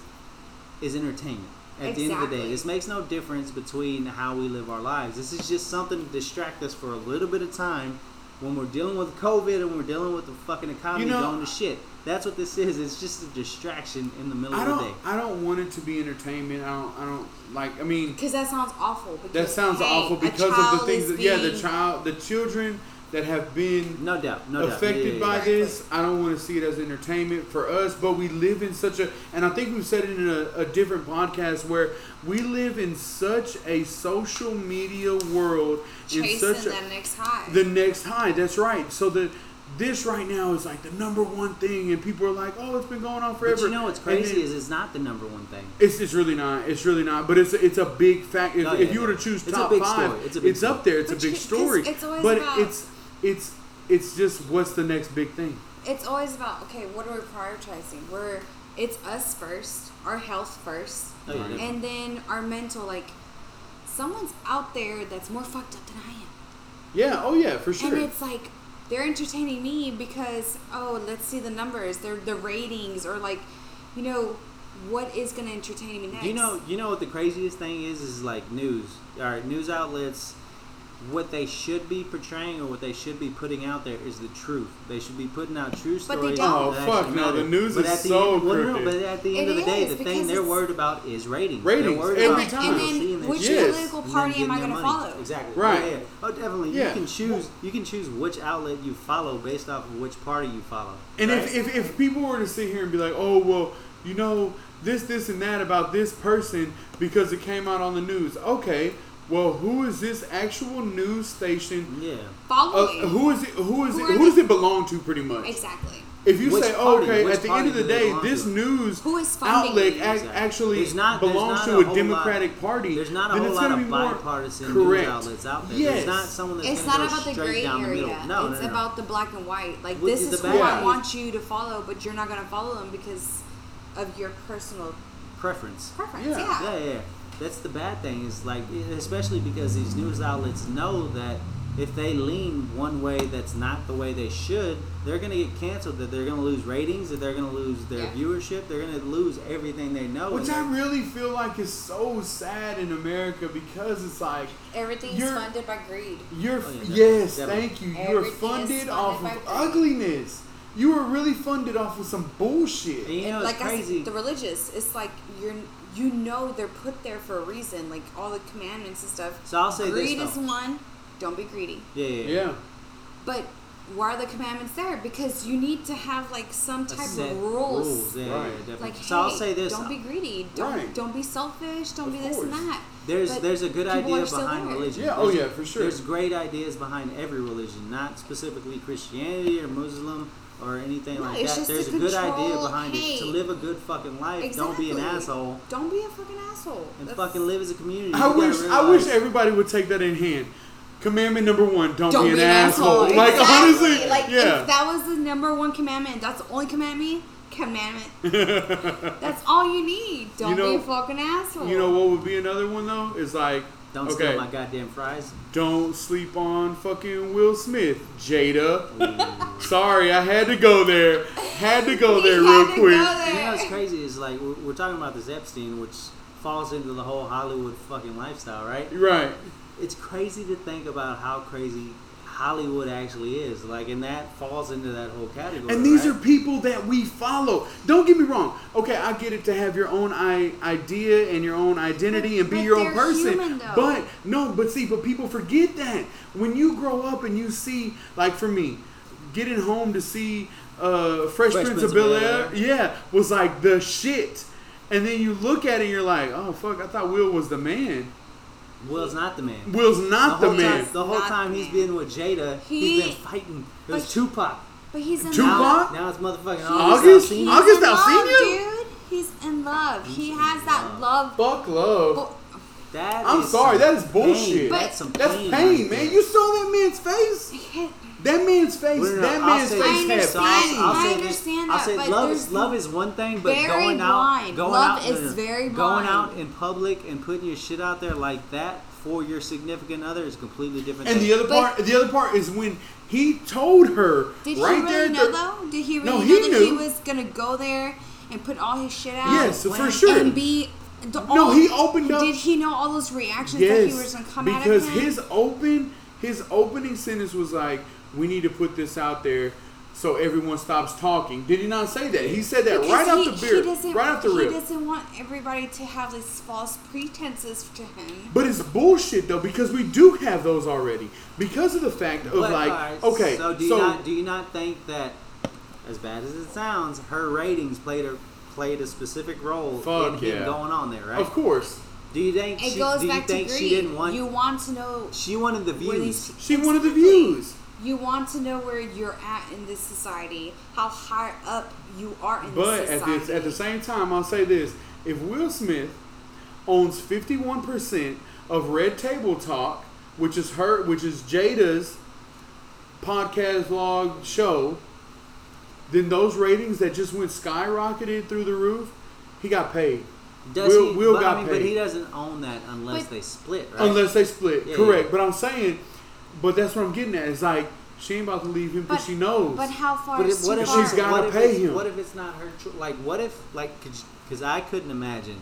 Speaker 2: is entertainment. At the end of the day,
Speaker 3: Exactly.
Speaker 2: this makes no difference between how we live our lives. This is just something to distract us for a little bit of time when we're dealing with COVID and we're dealing with the fucking economy
Speaker 4: You know-
Speaker 2: going to shit. That's what this is. It's just a distraction in the middle
Speaker 4: I
Speaker 2: of the day.
Speaker 4: don't. I don't want it to be entertainment. I don't. I don't like. I mean,
Speaker 3: Because that sounds awful. Because,
Speaker 4: that sounds
Speaker 3: hey,
Speaker 4: awful
Speaker 3: a
Speaker 4: because of
Speaker 3: child
Speaker 4: the things.
Speaker 3: is
Speaker 4: That, yeah, the
Speaker 3: being-
Speaker 4: child, the children that have been
Speaker 2: No doubt. No doubt. Yeah,
Speaker 4: affected
Speaker 2: yeah,
Speaker 4: by
Speaker 2: yeah.
Speaker 4: this. I don't want to see it as entertainment for us, but we live in such a, and I think we've said it in a, a different podcast where we live in such a social media world, in
Speaker 3: chasing
Speaker 4: such a,
Speaker 3: that next high.
Speaker 4: the next high. That's right. So the this right now is like the number one thing, and people are like, "Oh, it's been going on forever."
Speaker 2: But you know what's
Speaker 4: And then-
Speaker 2: crazy is it's not the number one thing.
Speaker 4: It's, it's really not. It's really not. But it's a, it's a big fact. If,
Speaker 2: Oh,
Speaker 4: if
Speaker 2: yeah,
Speaker 4: you were
Speaker 2: yeah.
Speaker 4: to choose
Speaker 2: It's a
Speaker 4: top
Speaker 2: big
Speaker 4: five,
Speaker 2: story. It's
Speaker 4: it's,
Speaker 2: a big
Speaker 4: up there. It's
Speaker 3: But
Speaker 4: a
Speaker 3: you-
Speaker 4: big
Speaker 3: 'cause
Speaker 4: story.
Speaker 3: it's always
Speaker 4: but
Speaker 3: about-
Speaker 4: it's it's it's just what's the next big thing.
Speaker 3: it's always about okay, what are we prioritizing? We're it's us first, our health first,
Speaker 2: Oh, yeah,
Speaker 4: Right.
Speaker 2: definitely.
Speaker 3: and then our mental. Like someone's out there that's more fucked up than I am.
Speaker 4: Yeah. Oh yeah. For sure.
Speaker 3: And it's like they're entertaining me because oh, let's see the numbers, they're the ratings, or like, you know, what is gonna entertain me next?
Speaker 2: You know, you know what the craziest thing is is like news. All right, news outlets, what they should be portraying or what they should be putting out there is the truth. They should be putting out true
Speaker 3: But
Speaker 2: stories.
Speaker 3: they
Speaker 2: that
Speaker 3: don't.
Speaker 4: Oh,
Speaker 2: actually
Speaker 4: fuck, no, the
Speaker 2: matter.
Speaker 4: news
Speaker 2: But
Speaker 4: is
Speaker 2: at the
Speaker 4: so
Speaker 2: end, well, no,
Speaker 4: crooked.
Speaker 2: but at the end
Speaker 3: It
Speaker 2: of the day,
Speaker 3: is,
Speaker 2: the
Speaker 3: because
Speaker 2: thing they're
Speaker 3: it's-
Speaker 2: worried about is ratings. They're
Speaker 4: Ratings,
Speaker 2: worried
Speaker 4: every
Speaker 2: about
Speaker 4: time.
Speaker 3: And then
Speaker 2: seeing their
Speaker 3: which
Speaker 2: shit.
Speaker 4: Yes.
Speaker 3: political
Speaker 2: And then
Speaker 3: party am
Speaker 2: getting
Speaker 3: I
Speaker 2: their
Speaker 3: going to
Speaker 2: money.
Speaker 3: follow?
Speaker 2: Exactly.
Speaker 4: Right.
Speaker 2: Yeah, yeah. Oh, definitely. You
Speaker 4: Yeah.
Speaker 2: can choose. You can choose which outlet you follow based off of which party you follow.
Speaker 4: And
Speaker 2: Right?
Speaker 4: if, if, if people were to sit here and be like, oh, well, you know, this, this, and that about this person because it came out on the news. Okay, well, who is this actual news station?
Speaker 2: Yeah.
Speaker 4: Uh,
Speaker 3: Following.
Speaker 4: who is it? Who is it?
Speaker 3: Who are
Speaker 4: Who does
Speaker 3: they-
Speaker 4: it belong to? Pretty much.
Speaker 3: Exactly.
Speaker 4: If you
Speaker 2: Which
Speaker 4: say, oh,
Speaker 2: party?
Speaker 4: okay,
Speaker 2: Which
Speaker 4: at the end
Speaker 2: party
Speaker 4: of the
Speaker 2: do they
Speaker 4: day,
Speaker 2: belong
Speaker 4: this
Speaker 2: to?
Speaker 4: news
Speaker 3: Who is funding
Speaker 4: outlet
Speaker 3: these?
Speaker 4: ac-
Speaker 2: Exactly.
Speaker 4: actually
Speaker 2: There's not- there's
Speaker 4: belongs
Speaker 2: not
Speaker 4: to
Speaker 2: a
Speaker 4: a,
Speaker 2: whole
Speaker 4: Democratic
Speaker 2: lot-
Speaker 4: party.
Speaker 2: There's not a
Speaker 4: then
Speaker 2: whole
Speaker 4: it's
Speaker 2: lot
Speaker 4: gonna
Speaker 2: of
Speaker 4: be more
Speaker 2: bipartisan
Speaker 4: correct.
Speaker 2: news outlets out there.
Speaker 4: Yes.
Speaker 2: There's not someone that's
Speaker 3: It's
Speaker 2: gonna
Speaker 3: not
Speaker 2: go
Speaker 3: about the
Speaker 2: straight
Speaker 3: gray
Speaker 2: down the middle.
Speaker 3: area.
Speaker 2: No, no,
Speaker 3: it's
Speaker 2: no, no.
Speaker 3: about the black and white. Like
Speaker 2: Which
Speaker 3: this
Speaker 2: is
Speaker 3: is
Speaker 2: the
Speaker 3: who
Speaker 4: bad.
Speaker 3: I want you to follow, but you're not gonna follow them because of your personal
Speaker 2: preference.
Speaker 3: preference.
Speaker 4: Yeah.
Speaker 3: Yeah.
Speaker 2: Yeah, yeah. That's the bad thing is like, e, especially because these news outlets know that if they lean one way that's not the way they should, they're going to get canceled. That they're going to lose ratings. That they're going to lose their
Speaker 3: Yeah.
Speaker 2: viewership. They're going to lose everything they know.
Speaker 4: Which
Speaker 2: and
Speaker 4: I really feel like is so sad in America because it's like
Speaker 3: Everything's
Speaker 4: You're-
Speaker 3: funded by greed.
Speaker 2: Oh,
Speaker 4: you're
Speaker 2: yeah, definitely,
Speaker 4: yes,
Speaker 2: definitely.
Speaker 4: thank you. You are
Speaker 3: Everything is
Speaker 4: funded
Speaker 3: funded
Speaker 4: off
Speaker 3: by
Speaker 4: of
Speaker 3: greed.
Speaker 4: ugliness. You were really funded off of some bullshit.
Speaker 2: And you know,
Speaker 3: And like
Speaker 2: it's crazy.
Speaker 3: I said, the religious, it's like you're you know they're put there for a reason. Like all the commandments and stuff.
Speaker 2: So I'll say this,
Speaker 3: greed
Speaker 2: though.
Speaker 3: is one. Don't be greedy.
Speaker 2: yeah, yeah, yeah.
Speaker 4: Yeah.
Speaker 3: But why are the commandments there? Because you need to have like some
Speaker 2: A
Speaker 3: type
Speaker 2: set
Speaker 3: of rules.
Speaker 2: Yeah, yeah,
Speaker 4: Right.
Speaker 2: yeah, definitely.
Speaker 3: Like, hey,
Speaker 2: so I'll say this. uh,
Speaker 3: don't be greedy. Don't
Speaker 4: Right.
Speaker 3: don't be selfish. Don't
Speaker 4: Of
Speaker 3: be this and
Speaker 4: course.
Speaker 3: that.
Speaker 2: There's
Speaker 3: But
Speaker 2: there's a good
Speaker 3: people
Speaker 2: idea
Speaker 3: are still
Speaker 2: behind
Speaker 3: there.
Speaker 2: religion.
Speaker 4: Yeah, oh
Speaker 2: There's-
Speaker 4: yeah, for sure.
Speaker 2: There's great ideas behind every religion, not specifically Christianity or Muslim or anything
Speaker 3: No,
Speaker 2: like
Speaker 3: it's
Speaker 2: that.
Speaker 3: just
Speaker 2: there's
Speaker 3: to
Speaker 2: a good idea
Speaker 3: control
Speaker 2: behind it. To
Speaker 3: hate.
Speaker 2: live a good fucking life, don't be an
Speaker 3: Exactly.
Speaker 2: asshole,
Speaker 3: Don't be a fucking asshole.
Speaker 2: and
Speaker 3: That's-
Speaker 2: fucking live as a community. You
Speaker 4: I
Speaker 2: gotta
Speaker 4: wish I wish
Speaker 2: realize-
Speaker 4: everybody would take that in hand. Commandment number one: Don't,
Speaker 3: Don't
Speaker 4: be an, asshole. Like
Speaker 3: Exactly.
Speaker 4: honestly,
Speaker 3: like if
Speaker 4: yeah.
Speaker 3: that was the number one commandment, that's the only commandment. Commandment. that's all you need. Don't
Speaker 4: know-
Speaker 3: be a fucking asshole.
Speaker 4: You know what would be another one though? Is like
Speaker 2: Don't
Speaker 4: okay,
Speaker 2: steal my goddamn fries.
Speaker 4: Don't sleep on fucking Will Smith, Jada. Sorry, I had to go there. Had to go
Speaker 3: We had
Speaker 4: there real
Speaker 3: to go
Speaker 4: quick.
Speaker 3: there.
Speaker 2: You know what's crazy is like we're, we're talking about this Epstein, which falls into the whole Hollywood fucking lifestyle, right?
Speaker 4: Right.
Speaker 2: it's crazy to think about how crazy Hollywood actually is. Like, and that falls into that whole category.
Speaker 4: And these
Speaker 2: right?
Speaker 4: are people that we follow. Don't get me wrong. Okay, I get it to have your own I- idea and your own identity and be
Speaker 3: But
Speaker 4: your own
Speaker 3: they're
Speaker 4: person.
Speaker 3: human, though.
Speaker 4: but no, but see, but people forget that when you grow up and you see, like for me, getting home to see uh, Fresh,
Speaker 2: Fresh
Speaker 4: Prince, of Bel Air,
Speaker 2: Bel-Air.
Speaker 4: yeah, was like the shit. And then you look at it, and you're like, oh fuck, I thought Will was the man.
Speaker 2: Will's not the man.
Speaker 4: Will's not the,
Speaker 2: whole
Speaker 4: man.
Speaker 2: Time, the whole
Speaker 3: Not
Speaker 2: time
Speaker 3: the
Speaker 2: he's
Speaker 3: man.
Speaker 2: been with Jada,
Speaker 3: He-
Speaker 2: he's been fighting. It was
Speaker 3: but-
Speaker 2: Tupac.
Speaker 3: but he's in
Speaker 4: Tupac?
Speaker 3: love.
Speaker 2: Now, now it's motherfucking
Speaker 4: August?
Speaker 2: August.
Speaker 4: August?
Speaker 3: He's in
Speaker 4: I've seen
Speaker 3: love,
Speaker 4: you.
Speaker 3: dude. He's in love. He
Speaker 2: in
Speaker 3: has that love.
Speaker 4: Fuck love.
Speaker 3: Oh,
Speaker 2: That
Speaker 4: I'm
Speaker 2: is
Speaker 4: sorry,
Speaker 2: some
Speaker 4: that is bullshit.
Speaker 2: Pain.
Speaker 3: But-
Speaker 2: That's some
Speaker 4: That's
Speaker 2: pain,
Speaker 4: pain,
Speaker 2: right
Speaker 4: man.
Speaker 2: there.
Speaker 4: You saw that man's face.
Speaker 3: he-
Speaker 4: That man's face.
Speaker 2: No, no, no,
Speaker 4: that
Speaker 2: I'll
Speaker 4: man's
Speaker 2: say this,
Speaker 4: face had
Speaker 2: so I'll-
Speaker 4: pain.
Speaker 2: I'll
Speaker 3: I
Speaker 2: say
Speaker 3: understand
Speaker 2: this.
Speaker 3: that,
Speaker 2: I'll say
Speaker 3: but
Speaker 2: love
Speaker 3: there's
Speaker 2: is love is one thing, but
Speaker 3: very
Speaker 2: going out,
Speaker 3: blind.
Speaker 2: going
Speaker 3: Love
Speaker 2: out, no,
Speaker 3: is
Speaker 2: no, no.
Speaker 3: very
Speaker 2: going
Speaker 3: blind.
Speaker 2: out in public and putting your shit out there like that for your significant other is a completely different.
Speaker 4: and
Speaker 2: thing.
Speaker 4: the other
Speaker 3: But-
Speaker 4: part, the other part is when he told her
Speaker 3: Did
Speaker 4: right
Speaker 3: he
Speaker 4: there.
Speaker 3: really
Speaker 4: at
Speaker 3: know
Speaker 4: the-
Speaker 3: though? Did he really
Speaker 4: No,
Speaker 3: know
Speaker 4: he
Speaker 3: that he
Speaker 4: knew.
Speaker 3: was gonna go there and put all his shit out?
Speaker 4: Yes, for
Speaker 3: when-
Speaker 4: sure.
Speaker 3: And be the,
Speaker 4: No,
Speaker 3: all-
Speaker 4: he opened up-
Speaker 3: Did he know all those reactions that he was
Speaker 4: yes,
Speaker 3: gonna come at
Speaker 4: because
Speaker 3: him?
Speaker 4: his open, his opening sentence was like, "We need to put this out there." So everyone stops talking. Did he not say that? He said that
Speaker 3: Because
Speaker 4: right
Speaker 3: he-
Speaker 4: off
Speaker 3: he
Speaker 4: the beer,
Speaker 3: doesn't-
Speaker 4: right off the
Speaker 3: He
Speaker 4: rip.
Speaker 3: doesn't want everybody to have these false pretenses to him.
Speaker 4: But it's bullshit though because we do have those already because of the fact of
Speaker 2: But,
Speaker 4: like
Speaker 2: alright,
Speaker 4: okay
Speaker 2: So do you not do you not think that, as bad as it sounds, her ratings played a played a specific role
Speaker 4: Fuck
Speaker 2: in
Speaker 4: yeah.
Speaker 2: him going on there, right?
Speaker 4: of course
Speaker 2: Do you think
Speaker 3: It
Speaker 2: she,
Speaker 3: goes
Speaker 2: do you
Speaker 3: back
Speaker 2: think
Speaker 3: to
Speaker 2: she
Speaker 3: greed.
Speaker 2: didn't want
Speaker 3: you want to know
Speaker 2: she wanted the
Speaker 3: where
Speaker 2: views?
Speaker 3: these
Speaker 4: she wanted the
Speaker 3: Exactly.
Speaker 4: views.
Speaker 3: You want to know where you're at in this society, how high up you are in
Speaker 4: But
Speaker 3: this
Speaker 4: at
Speaker 3: society.
Speaker 4: the, at the same time, I'll say this: if Will Smith owns fifty-one percent of Red Table Talk, which is her, which is Jada's podcast vlog show, then those ratings that just went skyrocketed through the roof, he got paid.
Speaker 2: Does
Speaker 4: Will-
Speaker 2: he,
Speaker 4: Will
Speaker 2: but,
Speaker 4: got
Speaker 2: I mean, but
Speaker 4: paid.
Speaker 2: he doesn't own that unless
Speaker 3: But-
Speaker 2: they split, right?
Speaker 4: Unless they split,
Speaker 2: Yeah,
Speaker 4: correct.
Speaker 2: yeah.
Speaker 4: But I'm saying, but that's what I'm getting at. It's like she ain't about to leave him
Speaker 3: but,
Speaker 4: because she knows.
Speaker 3: But how far
Speaker 2: But
Speaker 3: is
Speaker 2: if,
Speaker 3: too
Speaker 2: what if
Speaker 3: far?
Speaker 4: She's gotta
Speaker 2: what if
Speaker 4: pay
Speaker 2: it's-
Speaker 4: him.
Speaker 2: What if it's not her? Cho- like, what if like because I couldn't imagine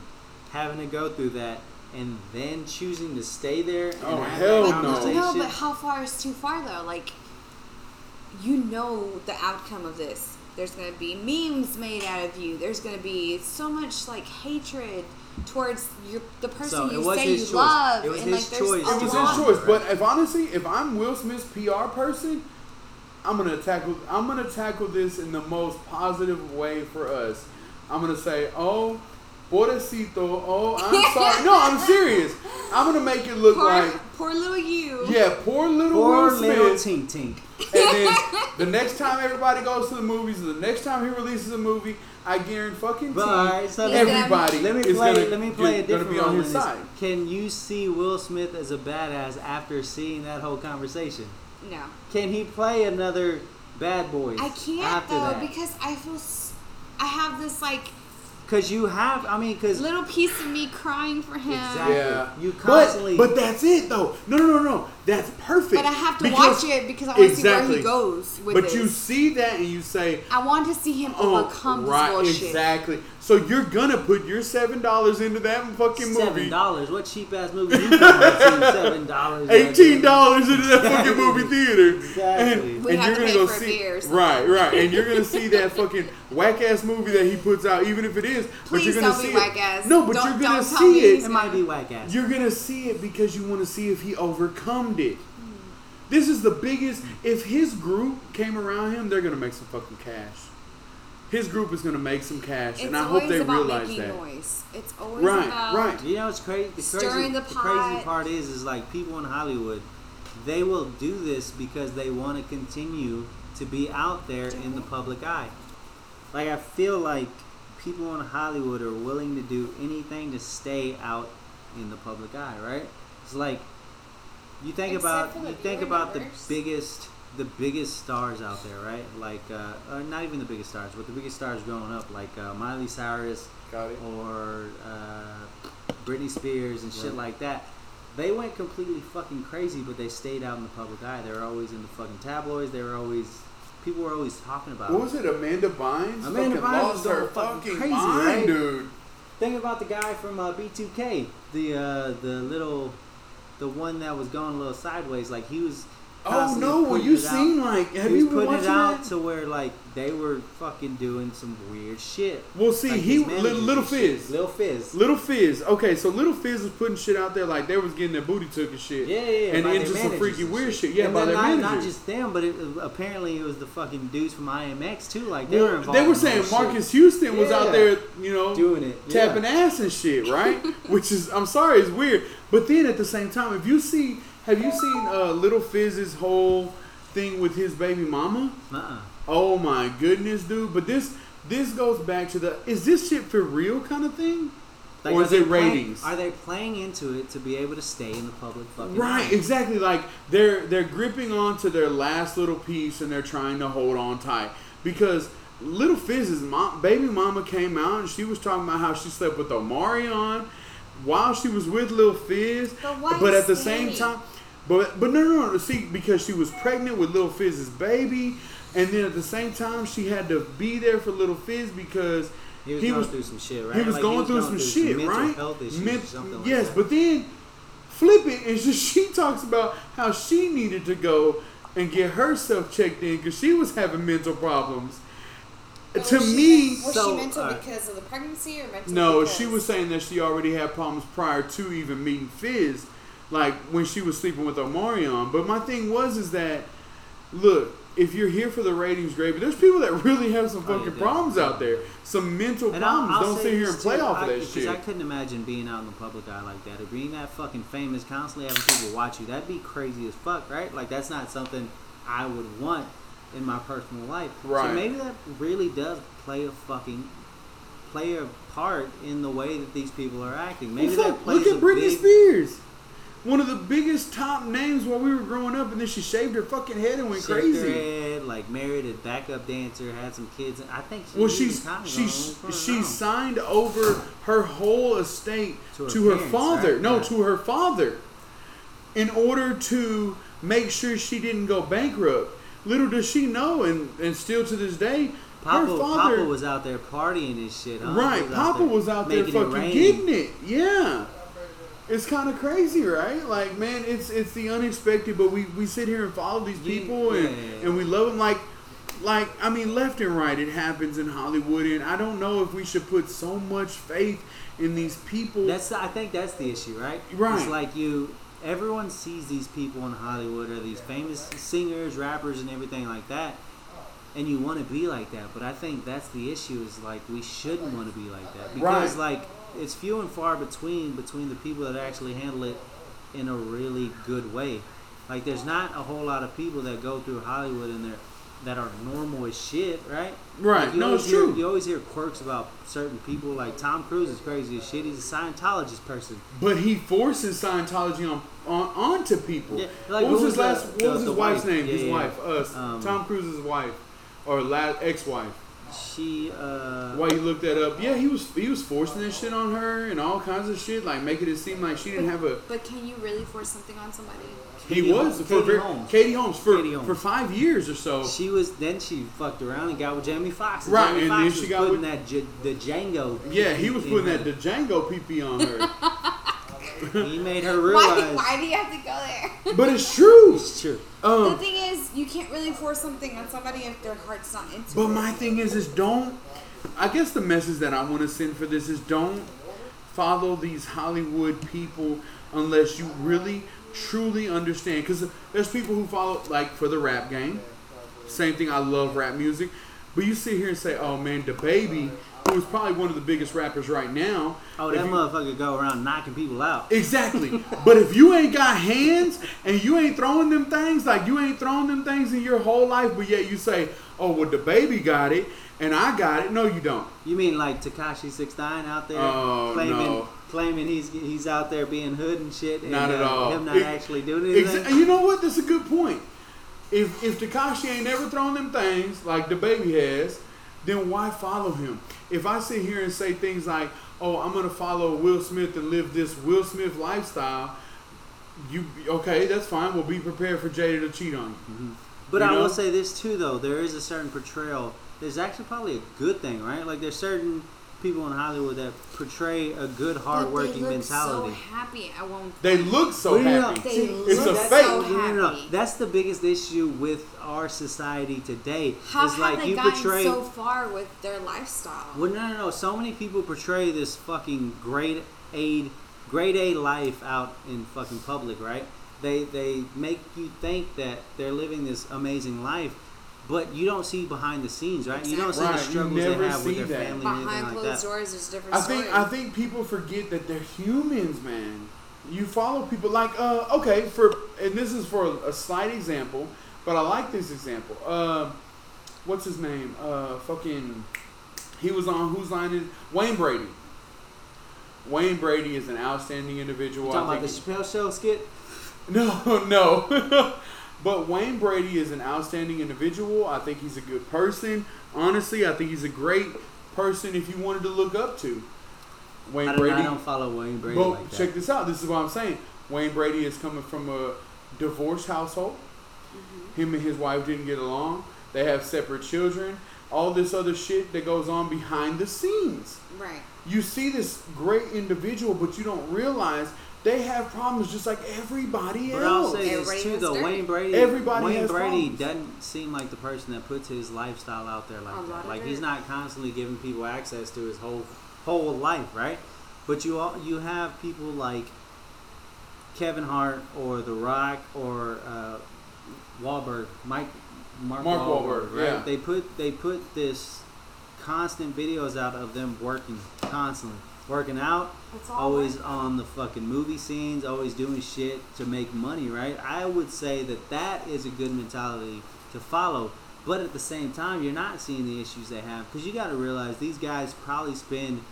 Speaker 2: having to go through that and then choosing to stay there. And
Speaker 4: Oh,
Speaker 2: have
Speaker 4: hell
Speaker 2: that
Speaker 4: no.
Speaker 2: conversation.
Speaker 3: No, but how far is too far though? Like, you know the outcome of this. There's gonna be memes made out of you. There's gonna be so much like hatred towards your the person
Speaker 2: it
Speaker 3: you
Speaker 2: was
Speaker 3: say you
Speaker 2: his choice.
Speaker 3: love.
Speaker 2: It was
Speaker 3: and,
Speaker 2: his
Speaker 3: like, there's
Speaker 2: choice
Speaker 3: a
Speaker 4: it was
Speaker 3: lot.
Speaker 4: his choice. But if honestly, if I'm Will Smith's PR person, I'm gonna tackle. I'm gonna tackle this in the most positive way for us. I'm gonna say, oh, pobrecito, oh,
Speaker 2: [laughs]
Speaker 4: I'm sorry. no, I'm serious. I'm gonna make it look
Speaker 3: Poor,
Speaker 4: like,
Speaker 3: poor little you.
Speaker 4: yeah, poor little
Speaker 2: Poor
Speaker 4: Will
Speaker 2: little
Speaker 4: Smith.
Speaker 2: tink tink.
Speaker 4: And then the next time everybody goes to the movies, the next time he releases a movie, I guarantee fucking
Speaker 2: Right, so
Speaker 3: He's
Speaker 2: let-
Speaker 4: everybody
Speaker 2: let me
Speaker 4: is
Speaker 2: play.
Speaker 4: gonna,
Speaker 2: let me play a
Speaker 4: is gonna
Speaker 2: different
Speaker 4: be
Speaker 2: role
Speaker 4: on
Speaker 2: in
Speaker 4: his
Speaker 2: this.
Speaker 4: side.
Speaker 2: Can you see Will Smith as a badass after seeing that whole conversation?
Speaker 3: No.
Speaker 2: Can he play another bad boy?
Speaker 3: I can't
Speaker 2: after
Speaker 3: though
Speaker 2: that?
Speaker 3: because I feel s- I have this like
Speaker 2: because you have. I mean, because
Speaker 3: little piece of me crying for him.
Speaker 2: Exactly.
Speaker 4: Yeah.
Speaker 2: You
Speaker 4: but,
Speaker 2: constantly-
Speaker 4: but that's it though. No, no, no, no. That's perfect.
Speaker 3: But I have to
Speaker 4: Because-
Speaker 3: watch it because I want to see where
Speaker 4: Exactly.
Speaker 3: he goes with
Speaker 4: But
Speaker 3: this.
Speaker 4: you see that and you say,
Speaker 3: I want to see him
Speaker 4: "Oh,
Speaker 3: overcome
Speaker 4: right,
Speaker 3: this bullshit.
Speaker 4: exactly." So you're gonna put your seven dollars into that fucking
Speaker 2: seven
Speaker 4: movie,
Speaker 2: dollars. What cheap ass movie? You can see seven dollars.
Speaker 4: eighteen dollars into that fucking movie theater,
Speaker 2: Exactly.
Speaker 4: and,
Speaker 3: We
Speaker 4: and
Speaker 3: have
Speaker 4: you're
Speaker 3: to
Speaker 4: gonna
Speaker 3: pay
Speaker 4: go
Speaker 3: for a
Speaker 4: see
Speaker 3: beer or something.
Speaker 4: right, right, and you're gonna
Speaker 3: [laughs]
Speaker 4: see that fucking whack ass movie that he puts out, even if it is. but
Speaker 3: Please
Speaker 4: you're gonna
Speaker 3: don't be
Speaker 4: see it.
Speaker 3: whack-ass.
Speaker 4: No, but
Speaker 3: Don't-
Speaker 4: you're gonna
Speaker 3: don't tell
Speaker 4: see
Speaker 3: me
Speaker 4: it.
Speaker 2: It might be whack ass.
Speaker 4: You're gonna see it because you want to see if he overcome it. This is the biggest. If his group came around him, they're gonna make some fucking cash. His group is gonna make some cash,
Speaker 3: It's
Speaker 4: and I
Speaker 3: always
Speaker 4: hope they
Speaker 3: about
Speaker 4: realize
Speaker 3: making
Speaker 4: that.
Speaker 3: noise. It's always
Speaker 4: Right,
Speaker 3: about
Speaker 4: right.
Speaker 2: You know, it's crazy. The crazy,
Speaker 3: Stirring the
Speaker 2: the crazy
Speaker 3: pot.
Speaker 2: part is, is like people in Hollywood, they will do this because they want to continue to be out there in the public eye. Like I feel like people in Hollywood are willing to do anything to stay out in the public eye. Right? It's like you think
Speaker 3: Except
Speaker 2: about
Speaker 3: for the
Speaker 2: you think
Speaker 3: viewer
Speaker 2: about the
Speaker 3: numbers.
Speaker 2: biggest the biggest stars out there, right? Like uh, uh, not even the biggest stars, but the biggest stars growing up, like uh, Miley Cyrus
Speaker 4: Got it.
Speaker 2: or uh, Britney Spears and shit
Speaker 4: Right.
Speaker 2: like that. They went completely fucking crazy, but they stayed out in the public eye. They were always in the fucking tabloids. They were always people were always talking about.
Speaker 4: What
Speaker 2: them.
Speaker 4: was it? Amanda Bynes.
Speaker 2: Amanda
Speaker 4: fucking
Speaker 2: Bynes
Speaker 4: lost
Speaker 2: was going
Speaker 4: her
Speaker 2: fucking
Speaker 4: fucking
Speaker 2: crazy,
Speaker 4: mind,
Speaker 2: right?
Speaker 4: dude.
Speaker 2: Think about the guy from uh, B2K, the uh, the little, the one that was going a little sideways. Like he was.
Speaker 4: Oh
Speaker 2: constantly
Speaker 4: no! Well,
Speaker 2: putting
Speaker 4: you
Speaker 2: it out.
Speaker 4: seen like? Have
Speaker 2: he was
Speaker 4: you been
Speaker 2: putting
Speaker 4: watching
Speaker 2: it out
Speaker 4: that?
Speaker 2: to where like they were fucking doing some weird shit.
Speaker 4: Well, see,
Speaker 2: Like,
Speaker 4: he
Speaker 2: his managers
Speaker 4: little, little
Speaker 2: and shit.
Speaker 4: Fizz,
Speaker 2: Lil Fizz.
Speaker 4: Little Fizz. Okay, so Little Fizz was putting shit out there like they was getting their booty took and shit.
Speaker 2: Yeah, yeah, yeah.
Speaker 4: And
Speaker 2: by
Speaker 4: then
Speaker 2: their
Speaker 4: just some
Speaker 2: managers
Speaker 4: freaky
Speaker 2: and
Speaker 4: weird shit. Yeah,
Speaker 2: and
Speaker 4: by
Speaker 2: then
Speaker 4: their
Speaker 2: not,
Speaker 4: managers.
Speaker 2: not just them, but it, apparently it was the fucking dudes from IMX too. Like they were
Speaker 4: Well,
Speaker 2: involved.
Speaker 4: they were
Speaker 2: in all
Speaker 4: saying
Speaker 2: this
Speaker 4: Marcus Houston was out
Speaker 2: Yeah.
Speaker 4: there, you know,
Speaker 2: shit. doing it, yeah.
Speaker 4: tapping ass and
Speaker 2: [laughs]
Speaker 4: shit, right? Which is, I'm sorry, it's weird. But then at the same time, if you see, have you seen uh, Little Fizz's whole thing with his baby mama?
Speaker 2: Uh-uh.
Speaker 4: Oh my goodness, dude! But this this goes back to the is this shit for real kind of thing,
Speaker 2: Like,
Speaker 4: or
Speaker 2: are
Speaker 4: is
Speaker 2: they
Speaker 4: it
Speaker 2: playing-
Speaker 4: ratings?
Speaker 2: Are they playing into it to be able to stay in the public fucking?
Speaker 4: Right,
Speaker 2: eye?
Speaker 4: exactly. Like they're they're gripping onto their last little piece and they're trying to hold on tight because Little Fizz's mom, baby mama came out and she was talking about how she slept with Omarion while she was with Little Fizz,
Speaker 3: But why
Speaker 4: at the
Speaker 3: stay?
Speaker 4: same time, but but no, no no see because she was pregnant with Little Fizz's baby, and then at the same time she had to be there for Little Fizz because
Speaker 2: He was
Speaker 4: he
Speaker 2: going
Speaker 4: was
Speaker 2: through some shit, right?
Speaker 4: he was
Speaker 2: Like,
Speaker 4: going through some shit,
Speaker 2: mental
Speaker 4: right?
Speaker 2: Health issues or
Speaker 4: Men-
Speaker 2: something like
Speaker 4: yes,
Speaker 2: that.
Speaker 4: but then flip it, and she, [laughs] she talks about how she needed to go and get herself checked in because she was having mental problems.
Speaker 3: But
Speaker 4: to
Speaker 3: was she-
Speaker 4: me, uh,
Speaker 3: was
Speaker 2: So,
Speaker 3: she mental
Speaker 2: alright.
Speaker 3: because of the pregnancy or mental?
Speaker 4: no,
Speaker 3: because-
Speaker 4: she was saying that she already had problems prior to even meeting Fizz, like when she was sleeping with Omarion. But my thing was is that, look, if you're here for the ratings, great, but there's people that [laughs] really have some
Speaker 2: Oh, yeah,
Speaker 4: fucking
Speaker 2: they-
Speaker 4: problems out there, some mental
Speaker 2: And I'll-
Speaker 4: problems.
Speaker 2: I'll
Speaker 4: Don't
Speaker 2: say
Speaker 4: sit here
Speaker 2: this
Speaker 4: and play
Speaker 2: too,
Speaker 4: off
Speaker 2: I,
Speaker 4: of that
Speaker 2: because
Speaker 4: shit.
Speaker 2: I couldn't imagine being out in the public eye like that or being that fucking famous, constantly having people watch you. That'd be crazy as fuck, right? Like that's not something I would want in my personal life.
Speaker 4: Right.
Speaker 2: So maybe that really does play a fucking play a part in the way that these people are acting. Maybe
Speaker 4: Well,
Speaker 2: that
Speaker 4: fuck,
Speaker 2: plays
Speaker 4: look at
Speaker 2: a
Speaker 4: Britney
Speaker 2: big,
Speaker 4: Spears. One of the biggest top names while we were growing up, and then she shaved her fucking head and went
Speaker 2: Shook
Speaker 4: crazy.
Speaker 2: Her head, like married a backup dancer, had some kids, and I think she
Speaker 4: Well,
Speaker 2: even
Speaker 4: she's
Speaker 2: commented on
Speaker 4: she's
Speaker 2: it. I don't
Speaker 4: she
Speaker 2: know.
Speaker 4: signed over her whole estate to
Speaker 2: To
Speaker 4: her,
Speaker 2: her parents,
Speaker 4: father.
Speaker 2: right?
Speaker 4: No,
Speaker 2: Yeah.
Speaker 4: to her father, in order to make sure she didn't go bankrupt. Little does she know, and and still to this day,
Speaker 2: Papa,
Speaker 4: her father.
Speaker 2: Papa was out there partying and shit. Huh? He
Speaker 4: right,
Speaker 2: was out
Speaker 4: Papa
Speaker 2: there
Speaker 4: was out there
Speaker 2: making it
Speaker 4: fucking
Speaker 2: rain.
Speaker 4: getting it. Yeah. It's kind of crazy, right? Like, man, it's it's the unexpected, but we, we sit here and follow these
Speaker 2: Yeah,
Speaker 4: people and,
Speaker 2: yeah.
Speaker 4: and we love them. Like, like I mean, left and right, it happens in Hollywood, and I don't know if we should put so much faith in these people.
Speaker 2: That's I think that's the issue, right?
Speaker 4: Right.
Speaker 2: It's like you. Everyone sees these people in Hollywood or these famous singers, rappers, and everything like that. and you want to be like that but i think that's the issue is like we shouldn't want to be like that because like it's few and far between between the people that actually handle it in a really good way like there's not a whole lot of people that go through hollywood and they're that are normal as shit, right?
Speaker 4: Right.
Speaker 2: Like, you
Speaker 4: No,
Speaker 2: always
Speaker 4: it's
Speaker 2: hear-
Speaker 4: true.
Speaker 2: You always hear quirks about certain people. Like Tom Cruise is crazy as shit. He's a Scientologist person.
Speaker 4: But he forces Scientology on, on onto people.
Speaker 2: Yeah, like,
Speaker 4: what was
Speaker 2: who was
Speaker 4: his last?
Speaker 2: the-
Speaker 4: what
Speaker 2: the-
Speaker 4: was his
Speaker 2: the
Speaker 4: wife's
Speaker 2: wife?
Speaker 4: name?
Speaker 2: Yeah,
Speaker 4: his
Speaker 2: yeah,
Speaker 4: wife, us,
Speaker 2: Um,
Speaker 4: Tom Cruise's wife, or la ex-wife.
Speaker 2: She. uh...
Speaker 4: Why you look that up? Yeah, he was he was forcing that shit on her and all kinds of shit, like making it seem like she didn't have a.
Speaker 3: But can you really force something on somebody?
Speaker 4: He
Speaker 2: Katie
Speaker 4: was
Speaker 2: Holmes-
Speaker 4: for
Speaker 2: Katie
Speaker 4: very-
Speaker 2: Holmes.
Speaker 4: Katie Holmes for
Speaker 2: Katie Holmes.
Speaker 4: for five years or so.
Speaker 2: She was then she fucked around and got with Jamie Foxx.
Speaker 4: Right,
Speaker 2: Jamie
Speaker 4: and
Speaker 2: Foxx
Speaker 4: then
Speaker 2: was
Speaker 4: she got
Speaker 2: putting
Speaker 4: with-
Speaker 2: that J- the Django.
Speaker 4: yeah, he was
Speaker 2: in
Speaker 4: putting that
Speaker 2: her.
Speaker 4: Django PP on her.
Speaker 2: he made her realize.
Speaker 3: Why, [laughs] why do you have to go
Speaker 4: [laughs]
Speaker 3: there?
Speaker 4: but it's true.
Speaker 2: It's true.
Speaker 3: the
Speaker 4: Um,
Speaker 3: thing is, you can't really force something on somebody if their heart's not into
Speaker 4: But
Speaker 3: it.
Speaker 4: my thing is, is don't. I guess the message that I want to send for this is don't follow these Hollywood people unless you really, truly understand. Because there's people who follow, like, for the rap game. Same thing. I love rap music, but you sit here and say, "Oh man, the baby, who is probably one of the biggest rappers right now."
Speaker 2: Oh,
Speaker 4: if
Speaker 2: that
Speaker 4: you-
Speaker 2: motherfucker go around knocking people out.
Speaker 4: Exactly. but if you ain't got hands and you ain't throwing them things, like you ain't throwing them things in your whole life, but yet you say, oh, well, the baby got it and I got it. No, you don't.
Speaker 2: You mean like Takashi Six Nine out there
Speaker 4: Oh,
Speaker 2: claiming
Speaker 4: no.
Speaker 2: claiming he's he's out there being hood and shit? And,
Speaker 4: Not at
Speaker 2: uh,
Speaker 4: all.
Speaker 2: Him not
Speaker 4: Ex-
Speaker 2: actually doing
Speaker 4: Exa-
Speaker 2: anything.
Speaker 4: and you know what? That's a good point. If if Takashi ain't ever thrown them things like the baby has, then why follow him? If I sit here and say things like, "Oh, I'm gonna follow Will Smith and live this Will Smith lifestyle," you okay? That's fine. We'll be prepared for Jada to cheat on
Speaker 2: Mm-hmm.
Speaker 4: you.
Speaker 2: But
Speaker 4: You
Speaker 2: I
Speaker 4: know?
Speaker 2: will say this too, though. There is a certain portrayal. There's actually probably a good thing, right? Like there's certain people in Hollywood that portray a good,
Speaker 3: But
Speaker 2: hard-working
Speaker 3: they look
Speaker 2: mentality.
Speaker 3: so happy at one point.
Speaker 4: They look so
Speaker 2: Well, you know,
Speaker 4: happy.
Speaker 3: They
Speaker 2: See,
Speaker 3: look
Speaker 4: it's
Speaker 3: so
Speaker 4: a fake.
Speaker 2: No,
Speaker 3: happy.
Speaker 2: no, no, no. That's the biggest issue with our society today.
Speaker 3: How
Speaker 2: is
Speaker 3: have
Speaker 2: like
Speaker 3: they
Speaker 2: you
Speaker 3: gotten
Speaker 2: portray.
Speaker 3: so far with their lifestyle?
Speaker 2: well, no, no, no. So many people portray this fucking grade A, grade A life out in fucking public, right? They they make you think that they're living this amazing life, but you don't see behind the scenes, right? You don't see
Speaker 4: Right,
Speaker 2: the
Speaker 4: you
Speaker 2: struggles
Speaker 4: never
Speaker 2: they have with
Speaker 4: see
Speaker 2: their
Speaker 4: that.
Speaker 2: family and
Speaker 3: Behind
Speaker 2: anything
Speaker 3: closed
Speaker 2: like that.
Speaker 3: doors, there's a different
Speaker 4: I think I
Speaker 3: story.
Speaker 4: think people forget that they're humans, man. You follow people like uh okay for and this is for a, slight example, but I like this example. Uh, what's his name? Uh, fucking, he was on whose line is Wayne Brady. Wayne Brady is an outstanding individual.
Speaker 2: You
Speaker 4: I
Speaker 2: talking about the
Speaker 4: think-
Speaker 2: Chappelle Show skit?
Speaker 4: no, [laughs] no. but Wayne Brady is an outstanding individual. I think he's a good person. Honestly, I think he's a great person if you wanted to look up to. Wayne
Speaker 2: I don't,
Speaker 4: Brady.
Speaker 2: I don't follow Wayne Brady
Speaker 4: but
Speaker 2: like that.
Speaker 4: check this out. This is what I'm saying. Wayne Brady is coming from a divorced household.
Speaker 2: Mm-hmm.
Speaker 4: Him and his wife didn't get along. They have separate children. All this other shit that goes on behind the scenes
Speaker 3: right.
Speaker 4: you see this great individual, but you don't realize they have problems just like everybody
Speaker 2: But I'll
Speaker 4: else.
Speaker 2: say this
Speaker 3: Everybody
Speaker 2: too,
Speaker 3: has
Speaker 2: though
Speaker 3: dirt.
Speaker 2: Wayne Brady.
Speaker 4: Everybody
Speaker 2: Wayne
Speaker 4: has
Speaker 2: Brady
Speaker 4: problems.
Speaker 2: doesn't seem like the person that puts his lifestyle out there like
Speaker 3: A lot
Speaker 2: that.
Speaker 3: of
Speaker 2: Like he's
Speaker 3: dirt.
Speaker 2: not constantly giving people access to his whole whole life, right? But you all you have people like Kevin Hart or The Rock or uh, Wahlberg, Mike Mark,
Speaker 4: Mark
Speaker 2: Wahlberg,
Speaker 4: Wahlberg,
Speaker 2: right?
Speaker 4: yeah.
Speaker 2: They put they put this constant videos out of them working constantly, working out,
Speaker 3: It's all
Speaker 2: always
Speaker 3: work.
Speaker 2: on the fucking movie scenes, always doing shit to make money, right? I would say that that is a good mentality to follow. But at the same time, you're not seeing the issues they have because you got to realize these guys probably spend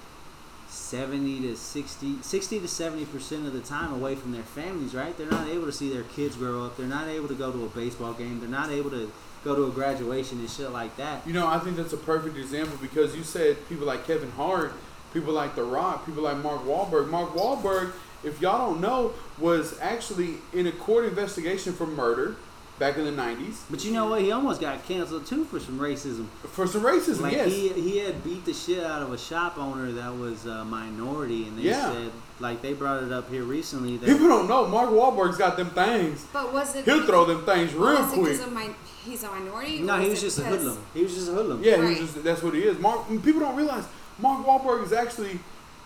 Speaker 2: 70 to 60, 60 to 70 percent of the time away from their families, right? They're not able to see their kids grow up. They're not able to go to a baseball game. They're not able to go to a graduation and shit like that.
Speaker 4: You know, I think that's a perfect example because you said people like Kevin Hart, people like The Rock, people like Mark Wahlberg. Mark Wahlberg, if y'all don't know, was actually in a court investigation for murder back in the 90s
Speaker 2: But you know what? He almost got canceled too for some racism.
Speaker 4: for some racism,
Speaker 2: Like
Speaker 4: yes.
Speaker 2: he he had beat the shit out of a shop owner that was a minority, and they
Speaker 4: Yeah.
Speaker 2: said like they brought it up here recently that
Speaker 4: people don't know. Mark Wahlberg's got them things.
Speaker 3: But was it?
Speaker 4: He'll throw them things real
Speaker 3: was
Speaker 4: quick.
Speaker 3: It 'cause of my, he's a minority. or
Speaker 2: no, he was
Speaker 3: it
Speaker 2: just a
Speaker 3: because-
Speaker 2: hoodlum. He was just a hoodlum.
Speaker 4: Yeah, he was
Speaker 3: Right.
Speaker 4: just, that's what he is. Mark people don't realize Mark Wahlberg is actually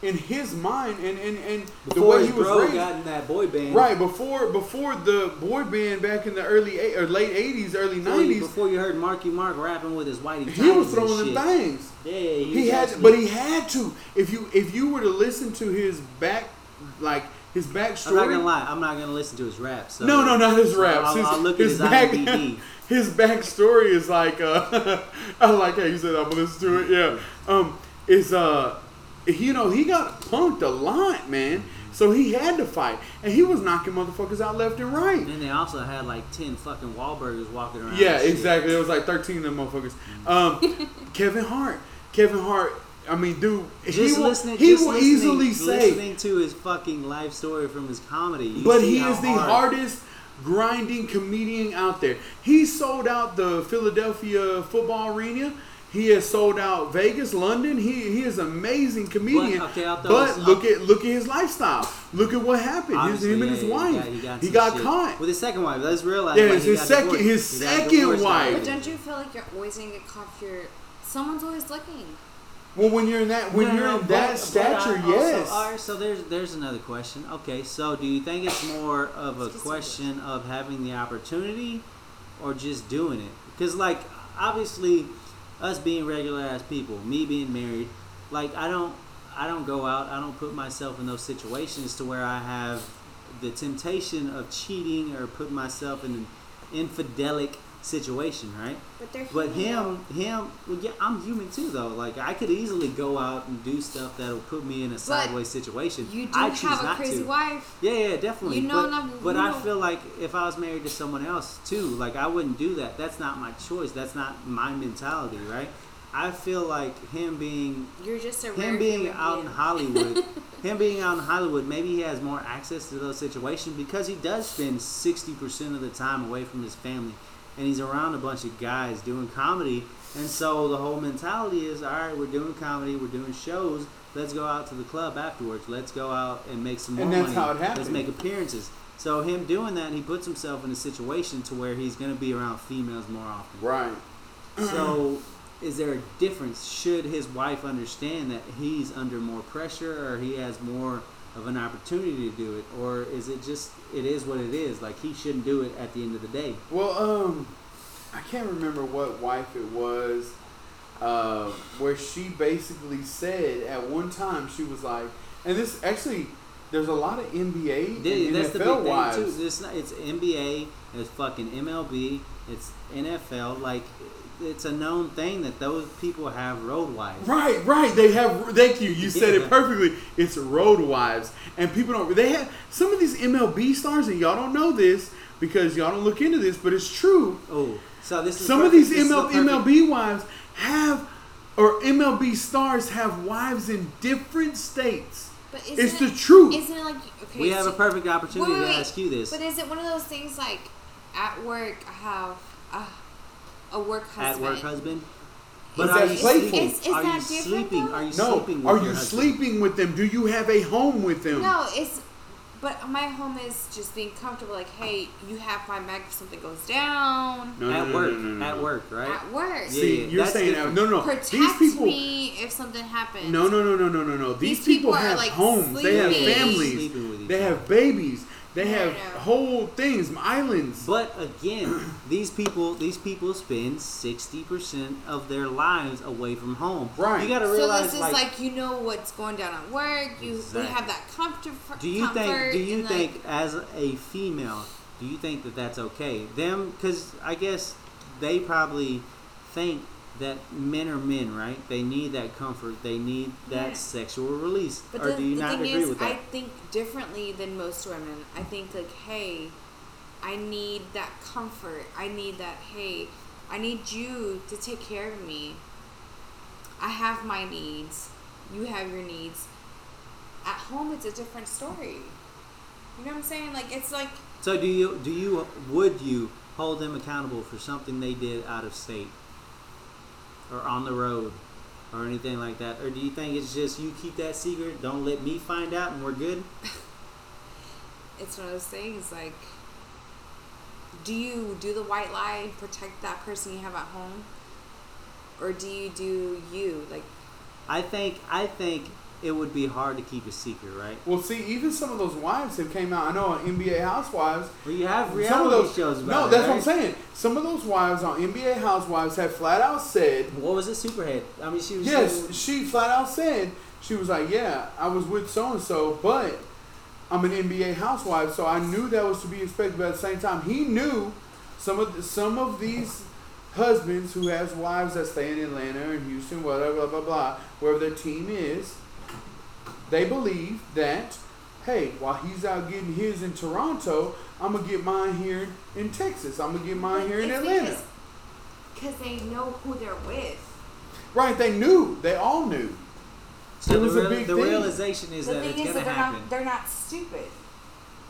Speaker 4: in his mind and and and
Speaker 2: Before
Speaker 4: the way
Speaker 2: his
Speaker 4: he was
Speaker 2: bro
Speaker 4: raised.
Speaker 2: got in that boy band,
Speaker 4: Right before before the boy band back in the early eight, or late eighties, early
Speaker 2: Before you,
Speaker 4: nineties,
Speaker 2: before you heard Marky Mark rapping with his whitey,
Speaker 4: he was
Speaker 2: Tights and
Speaker 4: throwing
Speaker 2: shit.
Speaker 4: them things.
Speaker 2: Yeah, he,
Speaker 4: He
Speaker 2: was
Speaker 4: had,
Speaker 2: actually-
Speaker 4: but he had to. If you if you were to listen to his back, like his backstory,
Speaker 2: I'm not gonna lie, I'm not gonna listen to his rap. So
Speaker 4: No, no, not his raps.
Speaker 2: I'll,
Speaker 4: his,
Speaker 2: I'll look at
Speaker 4: his
Speaker 2: his
Speaker 4: back,
Speaker 2: IMDb.
Speaker 4: [laughs] His backstory is like uh, [laughs] I like how you said I'm gonna listen to it. Yeah, um, is uh, you know he got punked a lot, man. So he had to fight, and he was knocking motherfuckers out left and right.
Speaker 2: And then they also had like ten fucking Wahlburgers walking around.
Speaker 4: Yeah,
Speaker 2: and shit.
Speaker 4: exactly. It was like 13 of them motherfuckers. Um, Kevin Hart. Kevin Hart. I mean, dude,
Speaker 2: Just
Speaker 4: he will,
Speaker 2: listening,
Speaker 4: he
Speaker 2: just
Speaker 4: will
Speaker 2: listening-
Speaker 4: easily say,
Speaker 2: listening to his fucking life story from his comedy. you
Speaker 4: but
Speaker 2: see
Speaker 4: he
Speaker 2: how
Speaker 4: is the
Speaker 2: hard-
Speaker 4: hardest grinding comedian out there. He sold out the Philadelphia football arena. He has sold out Vegas, London. He he is an amazing comedian. But,
Speaker 2: okay, I'll throw this-
Speaker 4: look
Speaker 2: I'll-
Speaker 4: at look at his lifestyle. Look at what happened. His,
Speaker 2: Obviously,
Speaker 4: him and
Speaker 2: yeah,
Speaker 4: his
Speaker 2: yeah,
Speaker 4: wife.
Speaker 2: yeah,
Speaker 4: he got,
Speaker 2: some shit.
Speaker 4: caught.
Speaker 2: with his second wife. Let's realize.
Speaker 4: Yeah,
Speaker 2: why
Speaker 4: it's
Speaker 2: he
Speaker 4: his
Speaker 2: got
Speaker 4: second-
Speaker 2: divorced.
Speaker 4: his
Speaker 2: He got
Speaker 4: second
Speaker 2: divorced
Speaker 4: wife.
Speaker 2: already.
Speaker 3: But don't you feel like you're always gonna get caught for your? Someone's always looking.
Speaker 4: Well, when you're in that when
Speaker 2: No,
Speaker 4: you're
Speaker 2: no,
Speaker 4: in
Speaker 2: but-
Speaker 4: that
Speaker 2: but
Speaker 4: stature,
Speaker 2: I also-
Speaker 4: yes.
Speaker 2: all right, so there's there's another question. Okay, so do you think it's more of a
Speaker 3: Excuse me.
Speaker 2: question of having the opportunity, or just doing it? Because like obviously, us being regular ass people, me being married, like I don't I don't go out. I don't put myself in those situations to where I have the temptation of cheating or put myself in an infidelic situation, right?
Speaker 3: But they're.
Speaker 2: But
Speaker 3: human.
Speaker 2: him, him, well, yeah, I'm human too, though. Like I could easily go out and do stuff that'll put me in a sideways situation.
Speaker 3: You do
Speaker 2: I choose
Speaker 3: have a
Speaker 2: not
Speaker 3: crazy
Speaker 2: to.
Speaker 3: wife.
Speaker 2: Yeah, yeah, definitely.
Speaker 3: You know
Speaker 2: but
Speaker 3: not-
Speaker 2: but
Speaker 3: you
Speaker 2: I
Speaker 3: know-
Speaker 2: feel like if I was married to someone else too, like I wouldn't do that. That's not my choice. That's not my mentality, right? I feel like him being
Speaker 3: You're just a rare
Speaker 2: him being
Speaker 3: human
Speaker 2: out in
Speaker 3: being.
Speaker 2: Hollywood, him being out in Hollywood, maybe he has more access to those situations because he does spend sixty percent of the time away from his family, and he's around a bunch of guys doing comedy, and so the whole mentality is, all right, we're doing comedy, we're doing shows. Let's go out to the club afterwards. Let's go out and make some more
Speaker 4: And
Speaker 2: money.
Speaker 4: that's how it
Speaker 2: Let's
Speaker 4: happened.
Speaker 2: make appearances. So him doing that, he puts himself in a situation to where he's going to be around females more often.
Speaker 4: Right.
Speaker 2: So, is there a difference? Should his wife understand that he's under more pressure, or he has more of an opportunity to do it, or is it just it is what it is? Like he shouldn't do it at the end of the day.
Speaker 4: Well, um, I can't remember what wife it was, uh, where she basically said at one time she was like, and this actually, there's a lot of NBA
Speaker 2: Th-
Speaker 4: and
Speaker 2: That's the big
Speaker 4: NFL wives.
Speaker 2: thing too. It's, not, it's NBA, it's fucking MLB, it's NFL. Like it's a known thing that those people have road wives.
Speaker 4: Right, right. They have. Thank you. You said
Speaker 2: Yeah.
Speaker 4: it perfectly. It's road wives, and people don't. They have some of these MLB stars, and y'all don't know this because y'all don't look into this, but it's true.
Speaker 2: Oh, so this is
Speaker 4: Some of
Speaker 2: perfect.
Speaker 4: these
Speaker 2: This is the
Speaker 4: ML,
Speaker 2: perfect-
Speaker 4: MLB wives have, or MLB stars have wives in different states.
Speaker 3: But
Speaker 4: It's
Speaker 3: isn't
Speaker 4: the
Speaker 3: it-
Speaker 4: truth.
Speaker 3: Isn't it like okay?
Speaker 2: We have
Speaker 3: so-
Speaker 2: a perfect opportunity
Speaker 3: Wait, wait,
Speaker 2: to
Speaker 3: wait.
Speaker 2: ask you this.
Speaker 3: But is it one of those things like at work I have a, a work
Speaker 2: at
Speaker 3: husband?
Speaker 2: work husband.
Speaker 4: But
Speaker 2: are
Speaker 4: that's
Speaker 2: you
Speaker 4: playful.
Speaker 2: sleeping?
Speaker 3: Is- is
Speaker 2: are you
Speaker 3: that different,
Speaker 2: sleeping?
Speaker 3: though?
Speaker 2: Are you
Speaker 4: No,
Speaker 2: sleeping? With
Speaker 4: are
Speaker 2: your
Speaker 4: you
Speaker 2: husband?
Speaker 4: sleeping with them? Do you have a home with them?
Speaker 3: No, it's. But my home is just being comfortable. Like, hey, you have my back if something goes down
Speaker 4: No, no,
Speaker 2: at
Speaker 4: no,
Speaker 2: work.
Speaker 4: no, no, no.
Speaker 2: At work, right?
Speaker 3: at work.
Speaker 2: Yeah,
Speaker 4: See,
Speaker 2: yeah,
Speaker 4: you're
Speaker 2: that's
Speaker 4: saying
Speaker 2: different.
Speaker 4: no, no, no.
Speaker 3: Protect
Speaker 4: These people.
Speaker 3: me if something happens.
Speaker 4: No, no, no, no, no, no, no. These,
Speaker 3: These
Speaker 4: people,
Speaker 3: people are,
Speaker 4: have
Speaker 3: like,
Speaker 4: homes. They have
Speaker 3: sleeping.
Speaker 4: families.
Speaker 2: Sleeping with each
Speaker 4: They
Speaker 2: other.
Speaker 4: have babies. They
Speaker 3: No,
Speaker 4: have
Speaker 3: no.
Speaker 4: whole things, islands.
Speaker 2: But again, [clears throat] these people, these people spend sixty percent of their lives away from home.
Speaker 4: Right.
Speaker 2: You got to
Speaker 3: So
Speaker 2: realize,
Speaker 3: this is
Speaker 2: like,
Speaker 3: like, you know what's going down at work. You we
Speaker 2: Exactly.
Speaker 3: have that comfort.
Speaker 2: do you
Speaker 3: comfort
Speaker 2: think? Do you
Speaker 3: and,
Speaker 2: think,
Speaker 3: Like,
Speaker 2: as a female, do you think that that's okay? Them, because I guess they probably think that men are men, right? They need that comfort. They need that
Speaker 3: Yeah.
Speaker 2: sexual release.
Speaker 3: But
Speaker 2: or
Speaker 3: the,
Speaker 2: do you
Speaker 3: the
Speaker 2: not
Speaker 3: thing
Speaker 2: agree
Speaker 3: is,
Speaker 2: with that?
Speaker 3: I think differently than most women. I think like, hey, I need that comfort. I need that. Hey, I need you to take care of me. I have my needs. You have your needs. At home, it's a different story. You know what I'm saying? Like it's like
Speaker 2: So do you do you would you hold them accountable for something they did out of state or on the road or anything like that? Or do you think it's just you keep that secret, don't let me find out and we're good?
Speaker 3: it's one of those things. Like, do you do the white lie and protect that person you have at home, or do you do you like?
Speaker 2: I think I think it would be hard to keep a secret, right?
Speaker 4: Well, see, even some of those wives have came out. I know on NBA Housewives,
Speaker 2: Well, you have reality
Speaker 4: some of those
Speaker 2: shows about
Speaker 4: No,
Speaker 2: it,
Speaker 4: that's
Speaker 2: right?
Speaker 4: what I'm saying. Some of those wives on NBA Housewives have flat out said,
Speaker 2: What was it, Superhead? I mean, she was
Speaker 4: yes,
Speaker 2: she was-
Speaker 4: she flat out said she was like, yeah, I was with so and so, but I'm an NBA housewife, so I knew that was to be expected. But at the same time, he knew some of the, some of these husbands who has wives that stay in Atlanta or Houston, whatever, blah blah blah, wherever their team is. They believe that, hey, while he's out getting his in Toronto, I'm gonna get mine here in Texas. I'm gonna get mine here in Atlanta.
Speaker 3: Because they know who they're with.
Speaker 4: Right? They knew. They all knew.
Speaker 2: so
Speaker 4: it was
Speaker 2: the,
Speaker 4: a
Speaker 2: real-
Speaker 4: big
Speaker 2: the
Speaker 4: thing.
Speaker 2: realization is
Speaker 3: the
Speaker 2: that
Speaker 3: thing
Speaker 2: it's
Speaker 3: is
Speaker 2: gonna
Speaker 3: that they're
Speaker 2: happen.
Speaker 3: not, they're not stupid.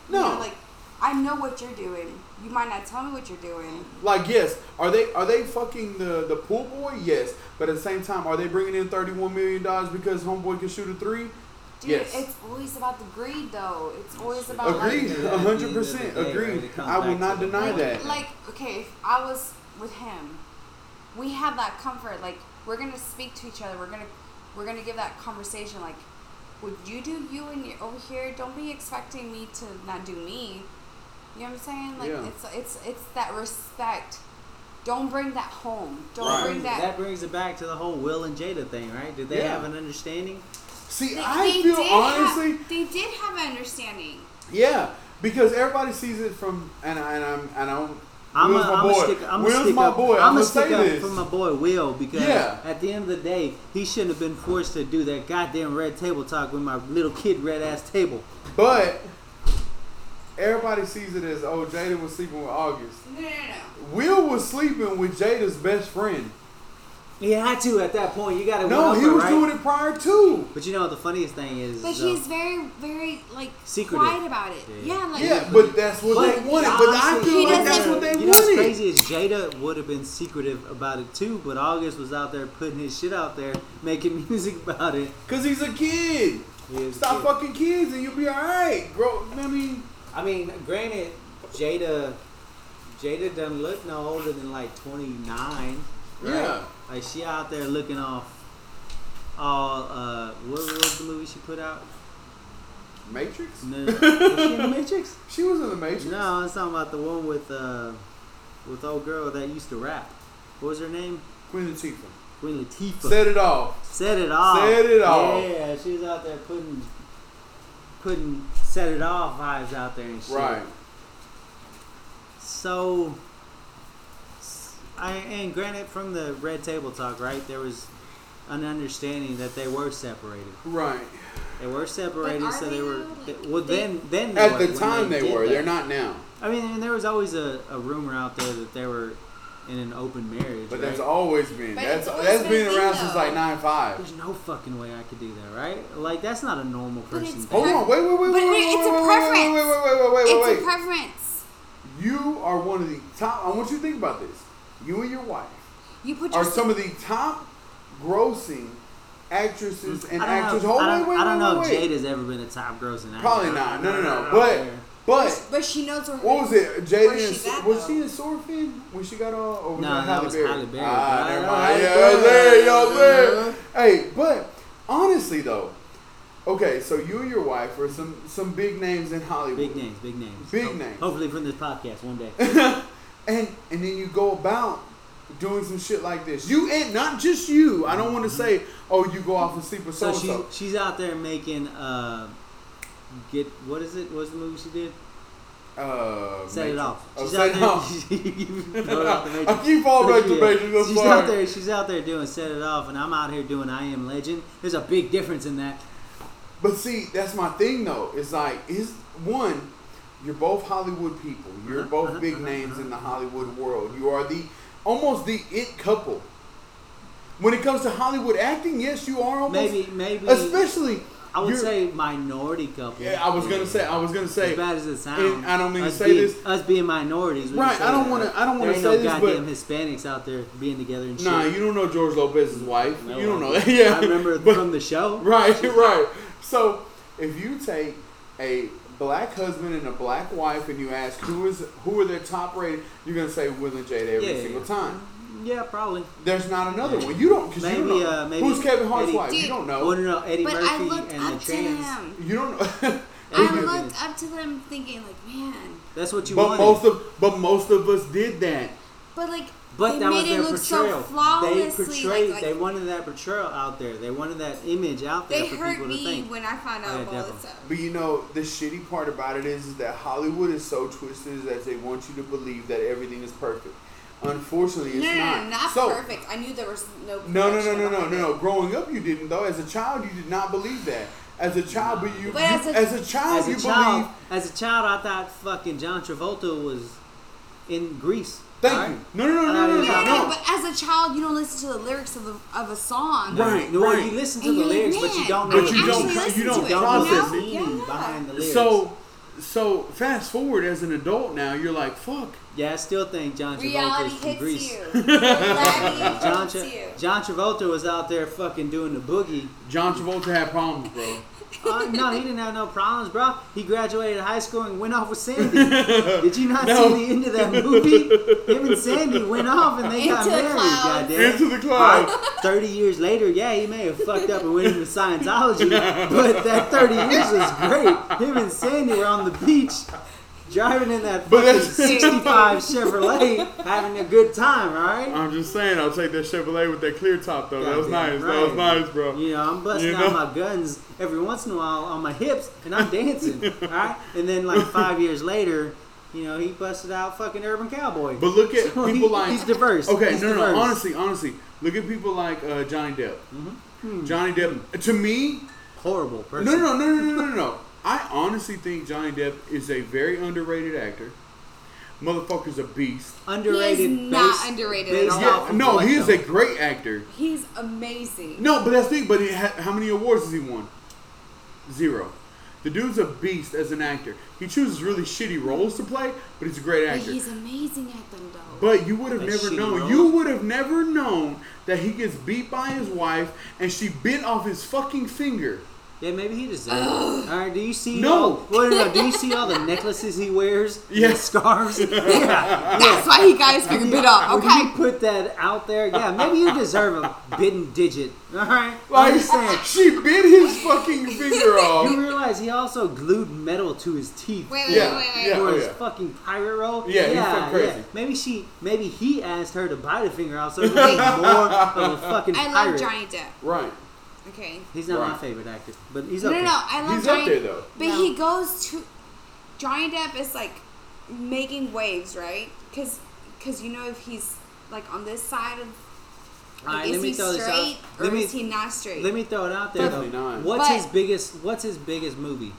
Speaker 4: No.
Speaker 3: You know, like, I know what you're doing. You might not tell me what you're doing.
Speaker 4: Like yes, are they are they fucking the the pool boy? Yes, but at the same time, are they bringing in thirty one million dollars because homeboy can shoot a three?
Speaker 3: Dude,
Speaker 4: Yes.
Speaker 3: it's always about the greed, though. It's always about
Speaker 2: Oh,
Speaker 4: Agreed,
Speaker 3: like,
Speaker 2: Agreed.
Speaker 4: a hundred percent agreed. I will not deny
Speaker 3: like,
Speaker 4: that.
Speaker 3: like, okay, if I was with him, we have that comfort. Like, we're gonna speak to each other. We're gonna, we're gonna give that conversation. Like, would you do you and you over here? Don't be expecting me to not do me. You know what I'm saying? Like,
Speaker 4: Yeah.
Speaker 3: it's it's it's that respect. Don't bring that home. Don't
Speaker 4: Right.
Speaker 3: bring that.
Speaker 2: That brings it back to the whole Will and Jada thing, right? Did they
Speaker 4: Yeah.
Speaker 2: have an understanding?
Speaker 4: See,
Speaker 3: They-
Speaker 4: I
Speaker 3: they
Speaker 4: feel
Speaker 3: did
Speaker 4: honestly,
Speaker 3: have, they did have an understanding.
Speaker 4: yeah, because everybody sees it from and I, and I'm and I'm.
Speaker 2: I'm
Speaker 4: Will's
Speaker 2: a,
Speaker 4: my
Speaker 2: I'm
Speaker 4: boy.
Speaker 2: A stick, I'm
Speaker 4: Will's
Speaker 2: a stick
Speaker 4: my
Speaker 2: up,
Speaker 4: boy. I'm,
Speaker 2: a
Speaker 4: gonna
Speaker 2: stick
Speaker 4: say
Speaker 2: up
Speaker 4: this.
Speaker 2: for my boy Will because
Speaker 4: Yeah.
Speaker 2: at the end of the day, he shouldn't have been forced to do that goddamn red table talk with my little kid red ass table.
Speaker 4: But everybody sees it as oh Jada was sleeping with August.
Speaker 3: No, no, no.
Speaker 4: Will was sleeping with Jada's best friend.
Speaker 2: He had to at that point. You got to.
Speaker 4: No, he was
Speaker 2: right?
Speaker 4: doing it prior to.
Speaker 2: But you know what the funniest thing is?
Speaker 3: But
Speaker 2: though,
Speaker 3: he's very, very like
Speaker 2: Secretive.
Speaker 3: quiet about it.
Speaker 2: Yeah.
Speaker 3: Yeah, like
Speaker 4: Yeah, but that's what
Speaker 2: But
Speaker 4: they wanted. But I
Speaker 2: honestly,
Speaker 4: feel
Speaker 3: He
Speaker 4: like that's
Speaker 3: doesn't-
Speaker 4: what they
Speaker 2: you know what's
Speaker 4: wanted.
Speaker 2: crazy is Jada would have been secretive about it too, but August was out there putting his shit out there, making [laughs] music about it.
Speaker 4: Cause he's a kid.
Speaker 2: He is
Speaker 4: Stop
Speaker 2: too.
Speaker 4: fucking kids and you'll be alright, bro. I mean,
Speaker 2: I mean, granted, Jada, Jada doesn't look no older than like 29. Right?
Speaker 4: Yeah.
Speaker 2: Like she out there looking off all uh what was the movie she put out?
Speaker 4: Matrix. [laughs]
Speaker 2: No, was she in the Matrix?
Speaker 4: She was in the Matrix.
Speaker 2: No, I was talking about the one with uh with old girl that used to rap. What was her name?
Speaker 4: Queen Latifah.
Speaker 2: Queen Latifah.
Speaker 4: Set it off.
Speaker 2: Set it off.
Speaker 4: Set it off.
Speaker 2: Yeah, she was out there putting putting set it off vibes out there and shit.
Speaker 4: Right.
Speaker 2: So, s- I and granted, from the red table talk, right, there was an understanding that they were separated.
Speaker 4: Right.
Speaker 2: They were separated,
Speaker 3: are
Speaker 2: so they,
Speaker 3: they
Speaker 2: were.
Speaker 3: though? Like,
Speaker 2: th- well,
Speaker 3: they-
Speaker 2: then, then they
Speaker 4: At
Speaker 2: were,
Speaker 4: the
Speaker 2: when
Speaker 4: time they,
Speaker 2: did
Speaker 4: were.
Speaker 2: that.
Speaker 4: They're not now.
Speaker 2: I mean, and there was always a, a rumor out there that they were in an open marriage.
Speaker 4: But
Speaker 2: right?
Speaker 4: that's always been.
Speaker 3: But
Speaker 4: that's
Speaker 3: it's always
Speaker 4: that's
Speaker 3: been
Speaker 4: been
Speaker 3: a thing,
Speaker 4: around since
Speaker 3: though.
Speaker 4: like nine five.
Speaker 2: There's no fucking way I could do that, right? Like that's not a normal
Speaker 3: But
Speaker 2: person.
Speaker 3: it's
Speaker 2: thing.
Speaker 4: Hold on. Wait. Wait. Wait.
Speaker 3: But
Speaker 4: wait,
Speaker 3: wait,
Speaker 4: wait,
Speaker 3: it's a
Speaker 4: wait, wait,
Speaker 3: preference.
Speaker 4: Wait. Wait. Wait. Wait. Wait.
Speaker 3: it's
Speaker 4: Wait.
Speaker 3: a
Speaker 4: Wait.
Speaker 3: preference.
Speaker 4: You are one of the top. I want you to think about this. You and your wife
Speaker 3: You put
Speaker 4: are
Speaker 3: your
Speaker 4: some of the top grossing actresses and
Speaker 2: I don't
Speaker 4: actors.
Speaker 2: know.
Speaker 4: Hold
Speaker 2: I
Speaker 4: on.
Speaker 2: don't,
Speaker 4: Wait. Wait.
Speaker 2: I don't know
Speaker 4: wait,
Speaker 2: if
Speaker 4: wait.
Speaker 2: Jada's ever been a top grossing actor.
Speaker 4: Probably not. No, no, no. But but
Speaker 3: but she knows where.
Speaker 4: what was it? Jada
Speaker 3: Where
Speaker 4: and-
Speaker 3: she's at, though.
Speaker 4: was she in Swordfin when she got uh, all? Or was
Speaker 2: No,
Speaker 4: that
Speaker 2: that
Speaker 4: Halle
Speaker 2: was
Speaker 4: Berry?
Speaker 2: Halle Berry.
Speaker 4: Ah,
Speaker 2: Right,
Speaker 4: never
Speaker 2: right,
Speaker 4: mind. Yeah, I was there, yeah, I was there.
Speaker 2: right.
Speaker 4: Hey, but honestly though, okay, so you and your wife are some some big names in Hollywood.
Speaker 2: Big names, big names.
Speaker 4: Big
Speaker 2: Ho-
Speaker 4: names.
Speaker 2: Hopefully from this podcast one
Speaker 4: [laughs]
Speaker 2: day.
Speaker 4: and and then you go about doing some shit like this. You and not just you. I don't want to say, oh, you go off and sleep with so
Speaker 2: Mm-hmm. so
Speaker 4: and
Speaker 2: she's
Speaker 4: so.
Speaker 2: she's out there making uh get what is it? What's the movie she did?
Speaker 4: Uh,
Speaker 2: Set it
Speaker 4: Matrix.
Speaker 2: off.
Speaker 4: Oh,
Speaker 2: She's
Speaker 4: set
Speaker 2: [laughs]
Speaker 4: it
Speaker 2: out
Speaker 4: off.
Speaker 2: there.
Speaker 4: [laughs]
Speaker 2: You know about the
Speaker 4: I
Speaker 2: Matrix.
Speaker 4: keep all back to
Speaker 2: Yeah.
Speaker 4: Matrix. I'm
Speaker 2: She's
Speaker 4: sorry.
Speaker 2: out there. She's out there doing set it off, and I'm out here doing I am legend. There's a big difference in that.
Speaker 4: But see, that's my thing though. It's like is one, you're both Hollywood people. You're
Speaker 2: Uh-huh,
Speaker 4: both
Speaker 2: uh-huh,
Speaker 4: big
Speaker 2: uh-huh,
Speaker 4: names
Speaker 2: uh-huh.
Speaker 4: in the Hollywood world. You are the almost the it couple. When it comes to Hollywood acting, yes, you are almost
Speaker 2: Maybe maybe
Speaker 4: especially
Speaker 2: I would
Speaker 4: you're-
Speaker 2: say minority couple.
Speaker 4: Yeah, I was gonna say I was gonna
Speaker 2: As
Speaker 4: say
Speaker 2: bad as it
Speaker 4: and
Speaker 2: sounds,
Speaker 4: I don't mean to
Speaker 2: us
Speaker 4: say
Speaker 2: being,
Speaker 4: this-
Speaker 2: Us being minorities, we
Speaker 4: Right,
Speaker 2: Say
Speaker 4: I don't
Speaker 2: that.
Speaker 4: wanna- I don't
Speaker 2: There
Speaker 4: wanna
Speaker 2: ain't
Speaker 4: say
Speaker 2: no
Speaker 4: this,
Speaker 2: goddamn Hispanics out there being together and shit.
Speaker 4: Nah, you don't know George Lopez's wife.
Speaker 2: No,
Speaker 4: you don't
Speaker 2: I-
Speaker 4: know that. [laughs] Yeah.
Speaker 2: I remember
Speaker 4: but,
Speaker 2: from the show.
Speaker 4: Right, [laughs] right. So if you take a black husband and a black wife and you ask who is who are their top rated, you're gonna say Will and Jada every
Speaker 2: Yeah,
Speaker 4: single
Speaker 2: yeah.
Speaker 4: time.
Speaker 2: Yeah, probably.
Speaker 4: There's not another one. You don't because you don't
Speaker 2: Maybe,
Speaker 4: know
Speaker 2: uh, maybe
Speaker 4: who's Kevin Hart's
Speaker 2: Eddie-
Speaker 4: wife. You
Speaker 3: Dude.
Speaker 4: don't
Speaker 2: I want
Speaker 4: know.
Speaker 2: to know Oh, Eddie
Speaker 3: But
Speaker 2: Murphy
Speaker 3: I looked
Speaker 2: and
Speaker 3: up
Speaker 2: the
Speaker 3: to
Speaker 2: trans.
Speaker 4: [laughs]
Speaker 3: him.
Speaker 4: You don't know. [laughs]
Speaker 2: Eddie
Speaker 3: I
Speaker 2: Murphy.
Speaker 3: looked up to them thinking like, man,
Speaker 2: That's what you
Speaker 4: but
Speaker 2: wanted.
Speaker 4: most of but most of us did that.
Speaker 3: but like
Speaker 2: but
Speaker 3: they
Speaker 2: that was
Speaker 3: made
Speaker 2: their
Speaker 3: it look
Speaker 2: portrayal.
Speaker 3: so flawlessly.
Speaker 2: they portrayed.
Speaker 3: like,
Speaker 2: they
Speaker 3: like,
Speaker 2: wanted that portrayal out there. They wanted that image out there
Speaker 3: they
Speaker 2: for
Speaker 3: hurt
Speaker 2: people to
Speaker 3: me
Speaker 2: think.
Speaker 3: when I found
Speaker 2: Oh,
Speaker 3: out
Speaker 2: yeah,
Speaker 3: about all
Speaker 2: devil.
Speaker 3: this stuff.
Speaker 4: But you know, the shitty part about it is, is that Hollywood is so twisted is that they want you to believe that everything is perfect. Unfortunately,
Speaker 3: No,
Speaker 4: it's
Speaker 3: no,
Speaker 4: not.
Speaker 3: no, not
Speaker 4: so,
Speaker 3: perfect. I knew there was no.
Speaker 4: No, no, no,
Speaker 3: perfection
Speaker 4: no, no,
Speaker 3: about
Speaker 4: no,
Speaker 3: it.
Speaker 4: no. Growing up, you didn't though. As a child, you did not believe that. As a child, but you,
Speaker 3: But
Speaker 4: you-
Speaker 3: as a-
Speaker 4: as a child,
Speaker 2: as a
Speaker 4: you
Speaker 2: child,
Speaker 4: believe.
Speaker 2: as a child, I thought fucking John Travolta was in Greece.
Speaker 4: Thank
Speaker 2: alright?
Speaker 4: you. No, no, no,
Speaker 2: I
Speaker 4: no, no,
Speaker 2: was
Speaker 4: no,
Speaker 2: like,
Speaker 3: Yeah,
Speaker 4: no.
Speaker 3: but as a child, you don't listen to the lyrics of a, of a song.
Speaker 4: Right.
Speaker 2: No, well, you listen to
Speaker 3: And
Speaker 2: the
Speaker 3: you're like,
Speaker 2: lyrics, but you
Speaker 3: man,
Speaker 2: don't
Speaker 3: I
Speaker 2: know.
Speaker 4: But you
Speaker 2: the
Speaker 4: don't-
Speaker 2: meaning.
Speaker 4: you
Speaker 3: actually
Speaker 4: don't
Speaker 3: listened to it,
Speaker 4: process
Speaker 3: you know?
Speaker 4: it.
Speaker 2: meaning
Speaker 3: Yeah.
Speaker 2: behind the lyrics.
Speaker 4: So, so fast forward as an adult now, you're like, fuck.
Speaker 2: yeah, I still think John Travolta
Speaker 3: Reality
Speaker 2: is from
Speaker 3: hits
Speaker 2: Greece.
Speaker 3: you.
Speaker 2: [laughs]
Speaker 3: Reality
Speaker 2: John,
Speaker 3: hits
Speaker 2: Tra-
Speaker 3: you.
Speaker 2: John Travolta was out there fucking doing the boogie.
Speaker 4: John Travolta had problems, bro.
Speaker 2: Uh, no, he didn't have no problems, bro. He graduated high school and went off with
Speaker 4: [laughs]
Speaker 2: Sandy. Did you not
Speaker 4: No.
Speaker 2: see the end of that movie? Him and Sandy went off and they got
Speaker 3: Into the
Speaker 2: married.
Speaker 3: clouds.
Speaker 2: Goddamn.
Speaker 4: Into the cloud.
Speaker 2: Thirty years later, yeah, he may have fucked up and went into Scientology, but that thirty years was great. Him and Sandy were on the beach, driving in that
Speaker 4: But
Speaker 2: fucking
Speaker 4: that's-
Speaker 2: '65 Chevrolet, having a good time. All right.
Speaker 4: I'm just saying, I'll take that Chevrolet with that clear top though. that was
Speaker 2: Goddamn
Speaker 4: nice. That was
Speaker 2: right.
Speaker 4: nice, bro.
Speaker 2: You know, I'm busting
Speaker 4: You know?
Speaker 2: out my guns every once in a while on my hips, and I'm dancing.
Speaker 4: [laughs]
Speaker 2: all right, and then like five years later, you know, he busted out fucking Urban Cowboy.
Speaker 4: But look at
Speaker 2: So
Speaker 4: people
Speaker 2: he-
Speaker 4: like
Speaker 2: he's diverse.
Speaker 4: Okay,
Speaker 2: He's
Speaker 4: no, no,
Speaker 2: diverse.
Speaker 4: Honestly, honestly, look at people like uh, Johnny Depp.
Speaker 2: Mm-hmm.
Speaker 4: Johnny Depp. To me,
Speaker 2: horrible person.
Speaker 4: no, no, no, no, no, no, no. I honestly think Johnny Depp is a very underrated actor. Motherfucker's a beast.
Speaker 2: underrated.
Speaker 3: He is not
Speaker 2: based-
Speaker 3: underrated
Speaker 2: based
Speaker 3: at all.
Speaker 2: off
Speaker 4: Yeah,
Speaker 2: of
Speaker 4: no,
Speaker 2: what,
Speaker 4: he is
Speaker 2: though?
Speaker 4: a great actor.
Speaker 3: He's amazing.
Speaker 4: No, but that's the thing. But it ha- how many awards has he won? Zero. The dude's a beast as an actor. He chooses really shitty roles to play, but he's a great
Speaker 3: but
Speaker 4: actor.
Speaker 3: he's amazing at them though.
Speaker 4: But you would have
Speaker 2: Like
Speaker 4: never
Speaker 2: she
Speaker 4: known.
Speaker 2: knows.
Speaker 4: You would have never known that he gets beat by his wife and she bit off his fucking finger.
Speaker 2: Yeah, maybe he deserves
Speaker 3: [gasps]
Speaker 2: it. All right, do you see?
Speaker 4: No.
Speaker 2: all- well, no, no, do you see all the necklaces he
Speaker 4: [laughs]
Speaker 2: wears?
Speaker 4: Yeah.
Speaker 2: Yeah, the
Speaker 4: [laughs]
Speaker 2: scarves. Yeah,
Speaker 3: That's why he got his finger bit off.
Speaker 2: Would you
Speaker 3: uh, Okay.
Speaker 2: put that out there? Yeah, maybe you deserve a bitten digit. All right, I'm
Speaker 4: Like
Speaker 2: just saying.
Speaker 4: she bit his fucking finger
Speaker 2: [laughs] You
Speaker 4: off.
Speaker 2: realize he also glued metal to his teeth.
Speaker 3: Wait, wait,
Speaker 4: Yeah,
Speaker 3: wait, wait, wait.
Speaker 4: yeah,
Speaker 2: For
Speaker 4: oh
Speaker 2: his
Speaker 4: yeah.
Speaker 2: fucking pirate roll.
Speaker 4: Yeah, he's fucking crazy.
Speaker 2: Maybe she, maybe he asked her to bite a finger out so he
Speaker 4: [laughs]
Speaker 2: was more of a fucking
Speaker 3: I love
Speaker 2: pirate.
Speaker 3: Johnny Depp.
Speaker 4: Right.
Speaker 3: Okay.
Speaker 2: He's not my
Speaker 4: Right.
Speaker 2: favorite actor, but he's
Speaker 3: No,
Speaker 2: up
Speaker 3: no,
Speaker 2: there.
Speaker 3: no. I love
Speaker 4: He's
Speaker 3: Johnny.
Speaker 4: up there though.
Speaker 3: But
Speaker 2: No.
Speaker 3: he goes to Johnny Depp is like making waves, right? Because you know if he's like on this side of
Speaker 2: All
Speaker 3: like,
Speaker 2: right,
Speaker 3: is
Speaker 2: let me
Speaker 3: he
Speaker 2: throw this out.
Speaker 3: straight or
Speaker 2: Let me-
Speaker 3: is he not straight?
Speaker 2: Let me throw it out there though.
Speaker 4: Definitely not.
Speaker 2: What's
Speaker 3: But-
Speaker 2: his biggest? What's his biggest movie?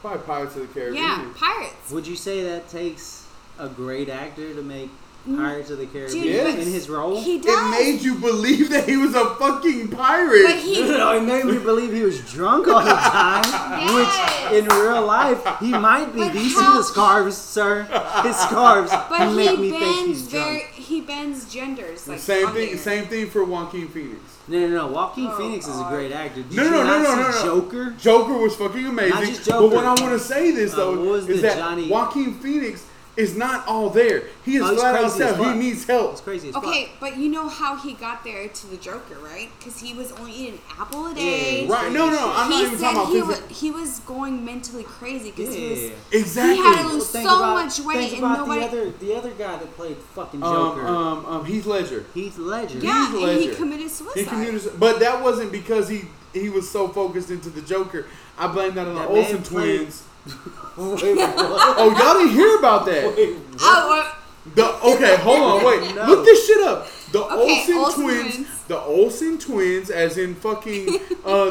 Speaker 4: Probably Pirates of the Caribbean.
Speaker 3: yeah, pirates.
Speaker 2: Would you say that takes a great actor to make
Speaker 3: Mm.
Speaker 2: Pirates of the Caribbean
Speaker 4: Yes.
Speaker 2: in his role?
Speaker 3: He does.
Speaker 4: It made you believe that he was a fucking pirate.
Speaker 2: [laughs]
Speaker 3: but he
Speaker 2: No, it made me believe he was drunk all the time,
Speaker 3: Yes.
Speaker 2: which in real life he might be.
Speaker 3: But
Speaker 2: Do you see
Speaker 3: how-
Speaker 2: the scarves, sir? His scarves
Speaker 3: but he
Speaker 2: make me think
Speaker 3: bends
Speaker 2: he's
Speaker 3: very
Speaker 2: drunk.
Speaker 3: he bends genders like
Speaker 4: same
Speaker 3: on
Speaker 4: thing.
Speaker 3: there.
Speaker 4: Same thing for Joaquin Phoenix.
Speaker 2: No, no, no. Joaquin
Speaker 3: Oh,
Speaker 2: Phoenix is a
Speaker 3: God.
Speaker 2: great actor. Did
Speaker 4: No,
Speaker 2: you
Speaker 4: no, no,
Speaker 2: not
Speaker 4: no,
Speaker 2: see
Speaker 4: no, no.
Speaker 2: Joker.
Speaker 4: Joker was fucking amazing.
Speaker 2: Not just Joker.
Speaker 4: But what I want to say this
Speaker 2: Uh,
Speaker 4: though
Speaker 2: what was
Speaker 4: is
Speaker 2: the
Speaker 4: that
Speaker 2: Johnny-
Speaker 4: Joaquin Phoenix is not all there. He is
Speaker 2: Oh, he's
Speaker 4: flat out
Speaker 2: crazy as
Speaker 4: self. He
Speaker 2: fuck.
Speaker 4: needs help.
Speaker 2: It's crazy as
Speaker 3: Okay, but you know how he got there to the Joker, right? Because he was only eating an apple a day.
Speaker 2: Yeah,
Speaker 4: Right? No, no. I'm not
Speaker 3: He
Speaker 4: even
Speaker 3: said
Speaker 4: talking about
Speaker 3: he
Speaker 4: physical.
Speaker 3: was, he was going mentally crazy
Speaker 2: fuck.
Speaker 3: because he was.
Speaker 2: Yeah.
Speaker 4: Exactly.
Speaker 3: He had to lose
Speaker 2: think
Speaker 3: so
Speaker 2: about-
Speaker 3: much weight,
Speaker 2: Think
Speaker 3: and
Speaker 2: about
Speaker 3: nobody.
Speaker 2: the other the other guy that played fucking
Speaker 4: um,
Speaker 2: Joker,
Speaker 4: um, um, Heath Ledger.
Speaker 2: Heath Ledger.
Speaker 3: yeah,
Speaker 4: Heath
Speaker 3: and
Speaker 4: Ledger.
Speaker 3: he committed suicide.
Speaker 4: He commuted, but that wasn't because he he was so focused into the Joker. I blame that on the
Speaker 2: That man
Speaker 4: Olsen
Speaker 2: played-
Speaker 4: twins.
Speaker 2: [laughs] Wait,
Speaker 4: [laughs]
Speaker 2: what?
Speaker 4: Oh, y'all didn't hear
Speaker 2: [laughs]
Speaker 4: about that.
Speaker 2: Wait,
Speaker 3: oh, well,
Speaker 4: The okay, hold
Speaker 3: [laughs]
Speaker 4: on, wait.
Speaker 2: No.
Speaker 4: Look this shit up. The
Speaker 3: Okay,
Speaker 4: Olsen,
Speaker 3: Olsen
Speaker 4: twins,
Speaker 3: twins.
Speaker 4: the Olsen twins, as in fucking uh,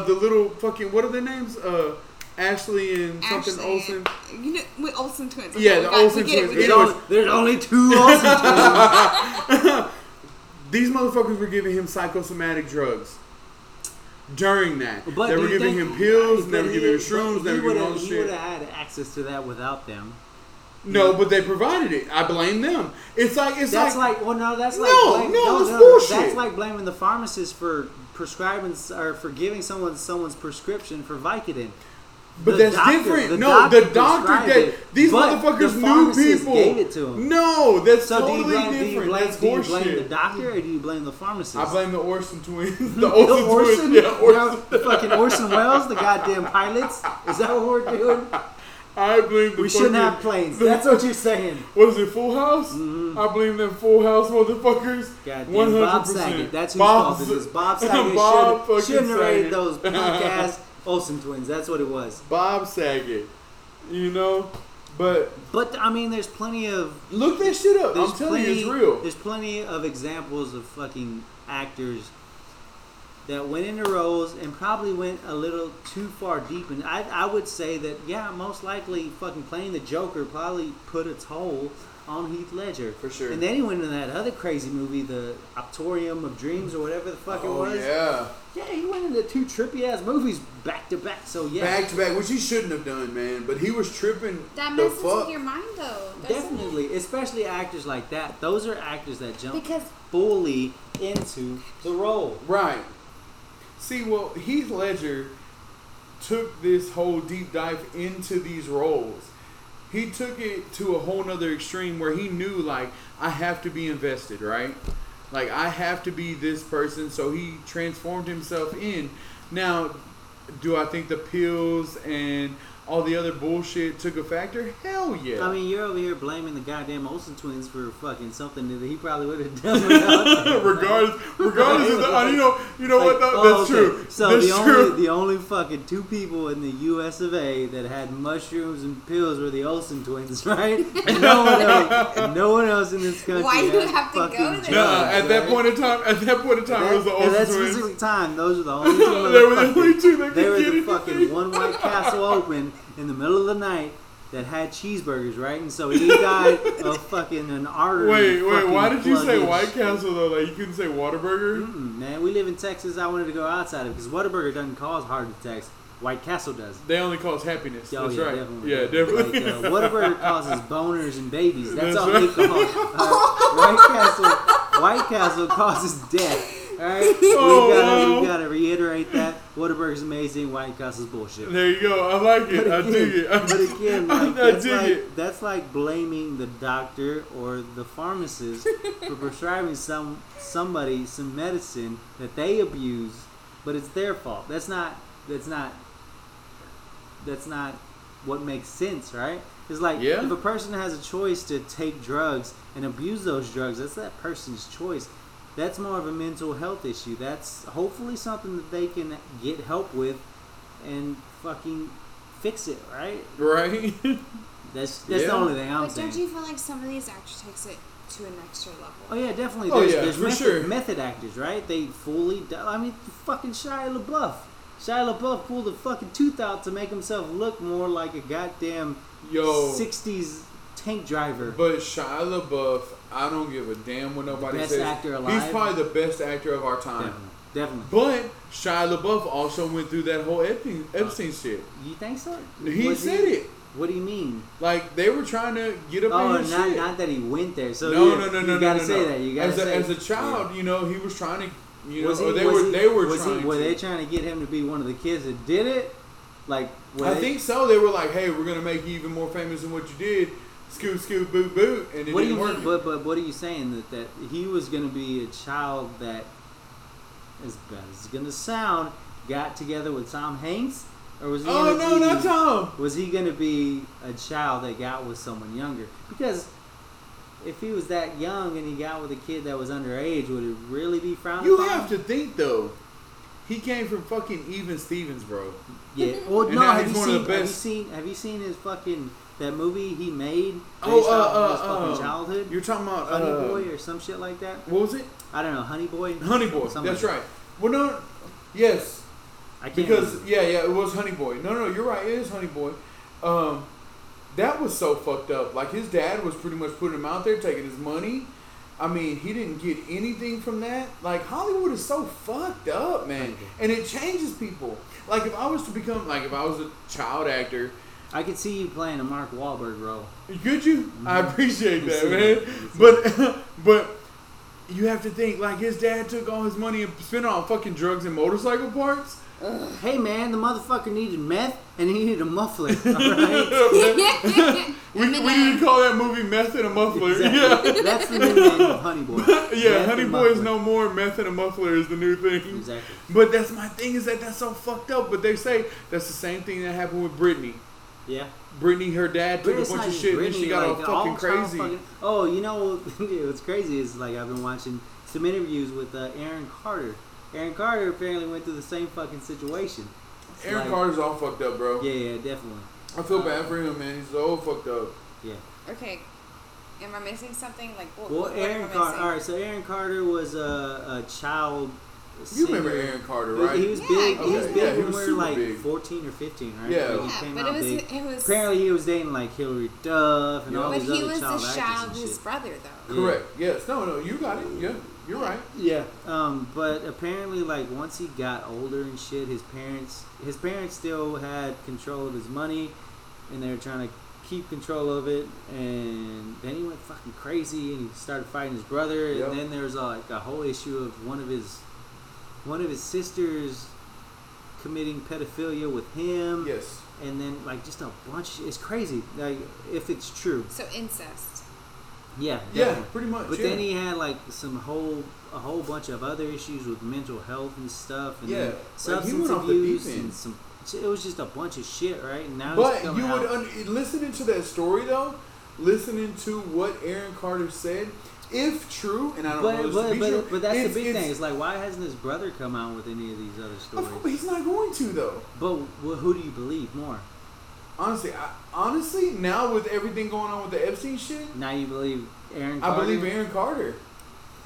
Speaker 3: [laughs]
Speaker 4: the little fucking what are their names? Uh, Ashley and something
Speaker 3: Ashley,
Speaker 4: Olsen.
Speaker 3: uh, You know, with Olsen twins.
Speaker 4: Yeah,
Speaker 3: we
Speaker 4: the
Speaker 3: got- we
Speaker 4: Olsen
Speaker 3: get it,
Speaker 4: twins.
Speaker 3: we
Speaker 2: there's,
Speaker 3: get it.
Speaker 2: only, there's only
Speaker 4: [laughs]
Speaker 2: two awesome twins.
Speaker 4: These motherfuckers were giving him psychosomatic drugs. During that, they
Speaker 2: do
Speaker 4: were
Speaker 2: you
Speaker 4: giving
Speaker 2: think-
Speaker 4: him pills,
Speaker 2: but
Speaker 4: they were
Speaker 2: he-
Speaker 4: giving him
Speaker 2: but
Speaker 4: shrooms, they
Speaker 2: he
Speaker 4: were giving him all
Speaker 2: would've-
Speaker 4: this
Speaker 2: He
Speaker 4: shit.
Speaker 2: would have had access to that without them.
Speaker 4: No, but they provided it. I blame them. It's like it's
Speaker 2: That's
Speaker 4: like,
Speaker 2: like, well, no, that's like
Speaker 4: No,
Speaker 2: blame-
Speaker 4: no, it's bullshit.
Speaker 2: That's like blaming the pharmacist for prescribing s- or for giving someone someone's prescription for Vicodin.
Speaker 4: But
Speaker 2: The
Speaker 4: that's
Speaker 2: doctor-
Speaker 4: different.
Speaker 2: the
Speaker 4: no, the
Speaker 2: doctor
Speaker 4: doctor
Speaker 2: prescribed
Speaker 4: did.
Speaker 2: it,
Speaker 4: These
Speaker 2: but
Speaker 4: motherfuckers
Speaker 2: the
Speaker 4: knew
Speaker 2: pharmacist
Speaker 4: people.
Speaker 2: gave it to 'em.
Speaker 4: No, that's
Speaker 2: So
Speaker 4: totally
Speaker 2: do you blame, do
Speaker 4: different.
Speaker 2: you blame,
Speaker 4: that's
Speaker 2: do you blame the
Speaker 4: horseshit.
Speaker 2: doctor or do you blame the pharmacist?
Speaker 4: I blame the Orson
Speaker 2: [laughs]
Speaker 4: twins. [laughs] The
Speaker 2: the
Speaker 4: Orson,
Speaker 2: Orson,
Speaker 4: twins. Yeah,
Speaker 2: you know,
Speaker 4: Orson.
Speaker 2: the fucking Orson Welles, the goddamn pilots. Is that what we're doing?
Speaker 4: I blame the
Speaker 2: We shouldn't
Speaker 4: fucking-
Speaker 2: have planes. That's what you're saying.
Speaker 4: [laughs] What is it, Full House? I blame them Full House motherfuckers.
Speaker 2: Goddamn,
Speaker 4: 100%.
Speaker 2: Bob Saget. That's who's
Speaker 4: Bob
Speaker 2: fault it
Speaker 4: Sa- [laughs]
Speaker 2: is. Bob Saget
Speaker 4: Bob
Speaker 2: should,
Speaker 4: fucking
Speaker 2: shouldn't have rated
Speaker 4: Saget.
Speaker 2: those punk
Speaker 4: [laughs]
Speaker 2: ass Olsen twins. That's what it was.
Speaker 4: Bob Saget. You know? But
Speaker 2: But I mean, there's plenty of
Speaker 4: look that shit up.
Speaker 2: there's
Speaker 4: I'm telling
Speaker 2: plenty
Speaker 4: you, it's real.
Speaker 2: there's plenty of examples of fucking actors that went into roles and probably went a little too far deep. And I I would say that yeah, most likely fucking playing the Joker probably put a toll on Heath Ledger.
Speaker 4: For sure.
Speaker 2: And then he went into that other crazy movie, the Optorium of Dreams or whatever the fuck it
Speaker 4: Oh,
Speaker 2: was.
Speaker 4: yeah.
Speaker 2: Yeah, he went into two trippy ass movies back to back. So yeah,
Speaker 4: Back to back, which he shouldn't have done, man. But he was tripping.
Speaker 3: That
Speaker 4: the
Speaker 3: messes
Speaker 4: fuck.
Speaker 3: with your mind, though. doesn't it?
Speaker 2: definitely, especially actors like that. Those are actors that jump
Speaker 3: Because
Speaker 2: fully into the role.
Speaker 4: Right. See, well, Heath Ledger took this whole deep dive into these roles. He took it to a whole nother extreme where he knew, like, I have to be invested, right? Like, I have to be this person. So he transformed himself in. Now, do I think the pills and all the other bullshit took a factor? Hell yeah.
Speaker 2: I mean, you're over here blaming the goddamn Olsen twins for fucking something that he probably would have [laughs]
Speaker 4: [laughs]
Speaker 2: done. without.
Speaker 4: regardless, regardless of the, uh, you know, you know
Speaker 2: Like,
Speaker 4: what? That,
Speaker 2: oh,
Speaker 4: that's
Speaker 2: okay.
Speaker 4: true.
Speaker 2: So
Speaker 4: that's
Speaker 2: the
Speaker 4: true. [laughs]
Speaker 2: only the only fucking two people in the U.S. of A. that had mushrooms and pills were the Olsen twins, [laughs] right? no one
Speaker 4: [laughs]
Speaker 2: else, no one else in this country.
Speaker 3: Why do you
Speaker 2: had
Speaker 3: have to go
Speaker 2: fucking
Speaker 3: there?
Speaker 2: drugs,
Speaker 4: Nah, at that
Speaker 2: right?
Speaker 4: point in time, at that point in time, it was the
Speaker 2: That-
Speaker 4: Olsen
Speaker 2: at that
Speaker 4: twins.
Speaker 2: specific time, those
Speaker 4: [laughs]
Speaker 2: are the only two.
Speaker 4: there were the
Speaker 2: motherfuckers-
Speaker 4: only two that
Speaker 2: They
Speaker 4: could
Speaker 2: were
Speaker 4: get
Speaker 2: the
Speaker 4: it.
Speaker 2: fucking one White Castle open in the middle of the night that had cheeseburgers, right? And so he
Speaker 4: [laughs]
Speaker 2: died of fucking an artery.
Speaker 4: Wait, wait,
Speaker 2: fucking
Speaker 4: why did you say
Speaker 2: pluggage.
Speaker 4: White Castle though? Like you couldn't say Whataburger?
Speaker 2: Mm, Man, we live in Texas. I wanted to go outside of because Whataburger doesn't cause heart attacks. White Castle does.
Speaker 4: They only cause happiness.
Speaker 2: Oh,
Speaker 4: That's
Speaker 2: yeah,
Speaker 4: right.
Speaker 2: definitely.
Speaker 4: Yeah, definitely.
Speaker 2: Like, uh, Whataburger causes
Speaker 4: [laughs]
Speaker 2: boners and babies. That's,
Speaker 4: That's
Speaker 2: all
Speaker 4: right.
Speaker 2: alcohol. All right, White Castle, White Castle causes death. All right,
Speaker 4: [laughs] Oh,
Speaker 2: we gotta,
Speaker 4: wow.
Speaker 2: we gotta reiterate that Whataburger's amazing. White Castle's bullshit.
Speaker 4: [laughs] there you go. I like it.
Speaker 2: But
Speaker 4: I
Speaker 2: again-
Speaker 4: dig it. I,
Speaker 2: But again,
Speaker 4: I
Speaker 2: like, that's,
Speaker 4: dig
Speaker 2: like,
Speaker 4: it.
Speaker 2: that's like blaming the doctor or the pharmacist for prescribing some somebody some medicine that they abuse, but it's their fault. That's not. That's not. That's not what makes sense, right? It's like
Speaker 4: Yeah.
Speaker 2: if a person has a choice to take drugs and abuse those drugs, that's that person's choice. That's more of a mental health issue. That's hopefully something that they can get help with and fucking fix it, right?
Speaker 4: [laughs] Right?
Speaker 2: That's that's
Speaker 4: Yeah.
Speaker 2: the only thing I'm
Speaker 3: but
Speaker 2: saying.
Speaker 3: don't you feel like some of these actors takes it to an extra level? [laughs]
Speaker 2: Oh yeah, definitely.
Speaker 4: Oh,
Speaker 2: There's,
Speaker 4: yeah, [laughs]
Speaker 2: there's
Speaker 4: for
Speaker 2: method,
Speaker 4: sure.
Speaker 2: method actors, right? They fully. di- I mean, fucking Shia LaBeouf. Shia LaBeouf pulled a fucking tooth out to make himself look more like a goddamn
Speaker 4: Yo.
Speaker 2: '60s tank driver.
Speaker 4: But Shia LaBeouf, I don't give a damn what nobody
Speaker 2: Best
Speaker 4: says.
Speaker 2: actor
Speaker 4: He's
Speaker 2: alive.
Speaker 4: probably the best actor of our time.
Speaker 2: definitely, definitely.
Speaker 4: But Shia LaBeouf also went through that whole Epstein, Epstein shit.
Speaker 2: You think so?
Speaker 4: He
Speaker 2: What do
Speaker 4: said
Speaker 2: you-
Speaker 4: it.
Speaker 2: What do you mean?
Speaker 4: Like they were trying to get up
Speaker 2: Oh,
Speaker 4: in his
Speaker 2: not,
Speaker 4: shit.
Speaker 2: not that he went there. So
Speaker 4: no,
Speaker 2: yeah,
Speaker 4: no, no,
Speaker 2: you
Speaker 4: no,
Speaker 2: gotta
Speaker 4: no, no,
Speaker 2: say
Speaker 4: no.
Speaker 2: that. You gotta
Speaker 4: as
Speaker 2: say
Speaker 4: a, as a child, you know, he was trying to, you know,
Speaker 2: Was he-
Speaker 4: or they
Speaker 2: was
Speaker 4: were
Speaker 2: he-
Speaker 4: they were
Speaker 2: was he-
Speaker 4: trying.
Speaker 2: Were
Speaker 4: to.
Speaker 2: they trying to get him to be one of the kids that did it? Like, were
Speaker 4: I
Speaker 2: they-
Speaker 4: think so. They were like, "Hey, we're gonna make you even more famous than what you did." Scoot, scoot, boot, boot, and it
Speaker 2: What do you
Speaker 4: didn't work.
Speaker 2: mean? But, but what are you saying that that he was going to be a child that, as bad as it's going to sound, got together with Tom Hanks, or was he?
Speaker 4: oh
Speaker 2: gonna
Speaker 4: no,
Speaker 2: be,
Speaker 4: not Tom.
Speaker 2: Was he going to be a child that got with someone younger? Because if he was that young and he got with a kid that was underage, would it really be frowned
Speaker 4: You
Speaker 2: upon?
Speaker 4: have to think though. He came from fucking Even Stevens, bro.
Speaker 2: Yeah. Well,
Speaker 4: And
Speaker 2: no.
Speaker 4: now
Speaker 2: Have you
Speaker 4: he's one of
Speaker 2: seen?
Speaker 4: the
Speaker 2: Have you
Speaker 4: best.
Speaker 2: seen? Have you seen his fucking that movie he made based
Speaker 4: Oh, uh,
Speaker 2: off of
Speaker 4: uh,
Speaker 2: his fucking
Speaker 4: uh,
Speaker 2: childhood?
Speaker 4: You're talking about
Speaker 2: Honey
Speaker 4: uh,
Speaker 2: Boy or some shit like that.
Speaker 4: What was it?
Speaker 2: I don't know, Honey Boy.
Speaker 4: Honey Boy.
Speaker 2: Something
Speaker 4: That's
Speaker 2: like
Speaker 4: right. Well, no, yes,
Speaker 2: that. I can't
Speaker 4: Because
Speaker 2: remember.
Speaker 4: yeah, yeah, it was Honey Boy. No, no, you're right. It is Honey Boy. Um, that was so fucked up. Like his dad was pretty much putting him out there, taking his money. I mean, he didn't get anything from that. Like Hollywood is so fucked up, man, and it changes people. Like if I was to become, like if I was a child actor,
Speaker 2: I could see you playing a Mark Wahlberg role. Mm-hmm.
Speaker 4: could you? I appreciate that,
Speaker 2: see
Speaker 4: man.
Speaker 2: that.
Speaker 4: [laughs] But but you have to think like his dad took all his money and spent it on fucking drugs and motorcycle parts.
Speaker 2: Hey man, the motherfucker needed meth and he needed a muffler. [laughs] Alright?
Speaker 4: We, we need to call that movie Meth and a Muffler. [laughs] Yeah.
Speaker 2: That's the new name of Honey Boy.
Speaker 4: [laughs] Yeah,
Speaker 2: Meth
Speaker 4: Honey
Speaker 2: and
Speaker 4: Boy is
Speaker 2: muffler.
Speaker 4: no more. Meth and a Muffler is the new thing.
Speaker 2: Exactly.
Speaker 4: But that's my thing is that that's so fucked up. But they say that's the same thing that happened with Britney.
Speaker 2: Yeah.
Speaker 4: Britney, her dad took
Speaker 2: But it's
Speaker 4: a bunch
Speaker 2: not
Speaker 4: of
Speaker 2: just
Speaker 4: shit and
Speaker 2: Britney,
Speaker 4: she got
Speaker 2: like,
Speaker 4: all fucking
Speaker 2: child
Speaker 4: crazy.
Speaker 2: fucking- oh, you know [laughs] what's crazy is like I've been watching some interviews with uh, Aaron Carter. Aaron Carter apparently went through the same fucking situation.
Speaker 4: Aaron
Speaker 2: like-
Speaker 4: Carter's all fucked up, bro.
Speaker 2: Yeah, Uh, yeah, definitely.
Speaker 4: I feel bad for him, man. He's all fucked up.
Speaker 2: Yeah.
Speaker 3: okay. Am I missing something? Like what?
Speaker 2: Well,
Speaker 3: what am I
Speaker 2: Aaron
Speaker 3: missing?
Speaker 2: Carter. All right, so Aaron Carter was uh, a, a child.
Speaker 4: You remember
Speaker 2: singer.
Speaker 4: Aaron Carter,
Speaker 2: But
Speaker 4: right?
Speaker 2: He was
Speaker 3: Yeah,
Speaker 2: big. He was
Speaker 4: Okay,
Speaker 2: big
Speaker 4: yeah, he
Speaker 2: when
Speaker 4: was
Speaker 2: we were
Speaker 4: super
Speaker 2: like
Speaker 4: big.
Speaker 2: 14 or 15, right?
Speaker 4: Yeah.
Speaker 2: Like, he
Speaker 3: Yeah,
Speaker 2: came
Speaker 3: but
Speaker 2: out
Speaker 3: it was
Speaker 2: big.
Speaker 3: it was.
Speaker 2: Apparently, he was dating like Hillary Duff and
Speaker 4: Yeah.
Speaker 2: all
Speaker 3: but
Speaker 2: these
Speaker 3: he
Speaker 2: other
Speaker 3: was
Speaker 2: child
Speaker 3: the
Speaker 2: actors
Speaker 3: child,
Speaker 2: and
Speaker 3: his
Speaker 2: shit.
Speaker 3: brother though.
Speaker 4: Correct. Yes. No, no, you got it. Yeah. You're right.
Speaker 2: Yeah. Um, but apparently, like once he got older and shit, his parents his parents still had control of his money, and they were trying to keep control of it. And then he went fucking crazy and he started fighting his brother. And
Speaker 4: Yep.
Speaker 2: then there was like a whole issue of one of his one of his sisters committing pedophilia with him.
Speaker 4: Yes.
Speaker 2: And then like just a bunch. It's crazy. Like if it's true.
Speaker 3: So incest.
Speaker 2: Yeah.
Speaker 4: Yeah,
Speaker 2: definitely.
Speaker 4: pretty much.
Speaker 2: But
Speaker 4: yeah.
Speaker 2: then he had like some whole a whole bunch of other issues with mental health and stuff, and
Speaker 4: Yeah,
Speaker 2: then
Speaker 4: like, he
Speaker 2: substance
Speaker 4: went off the deep
Speaker 2: abuse
Speaker 4: end.
Speaker 2: and some. It was just a bunch of shit, right? And now he's
Speaker 4: But
Speaker 2: coming
Speaker 4: you would
Speaker 2: out.
Speaker 4: un- listening to that story though, listening to what Aaron Carter said, if true, and I don't know
Speaker 2: but
Speaker 4: this to
Speaker 2: but,
Speaker 4: be true,
Speaker 2: but, but that's
Speaker 4: it's-
Speaker 2: the big
Speaker 4: it's-
Speaker 2: thing. It's like why hasn't his brother come out with any of these other
Speaker 4: Of
Speaker 2: stories?
Speaker 4: course, he's not going to though.
Speaker 2: But wh- who do you believe more?
Speaker 4: Honestly, I, honestly, now with everything going on with the Epstein shit,
Speaker 2: Now you believe Aaron?
Speaker 4: I
Speaker 2: Carter?
Speaker 4: believe Aaron Carter.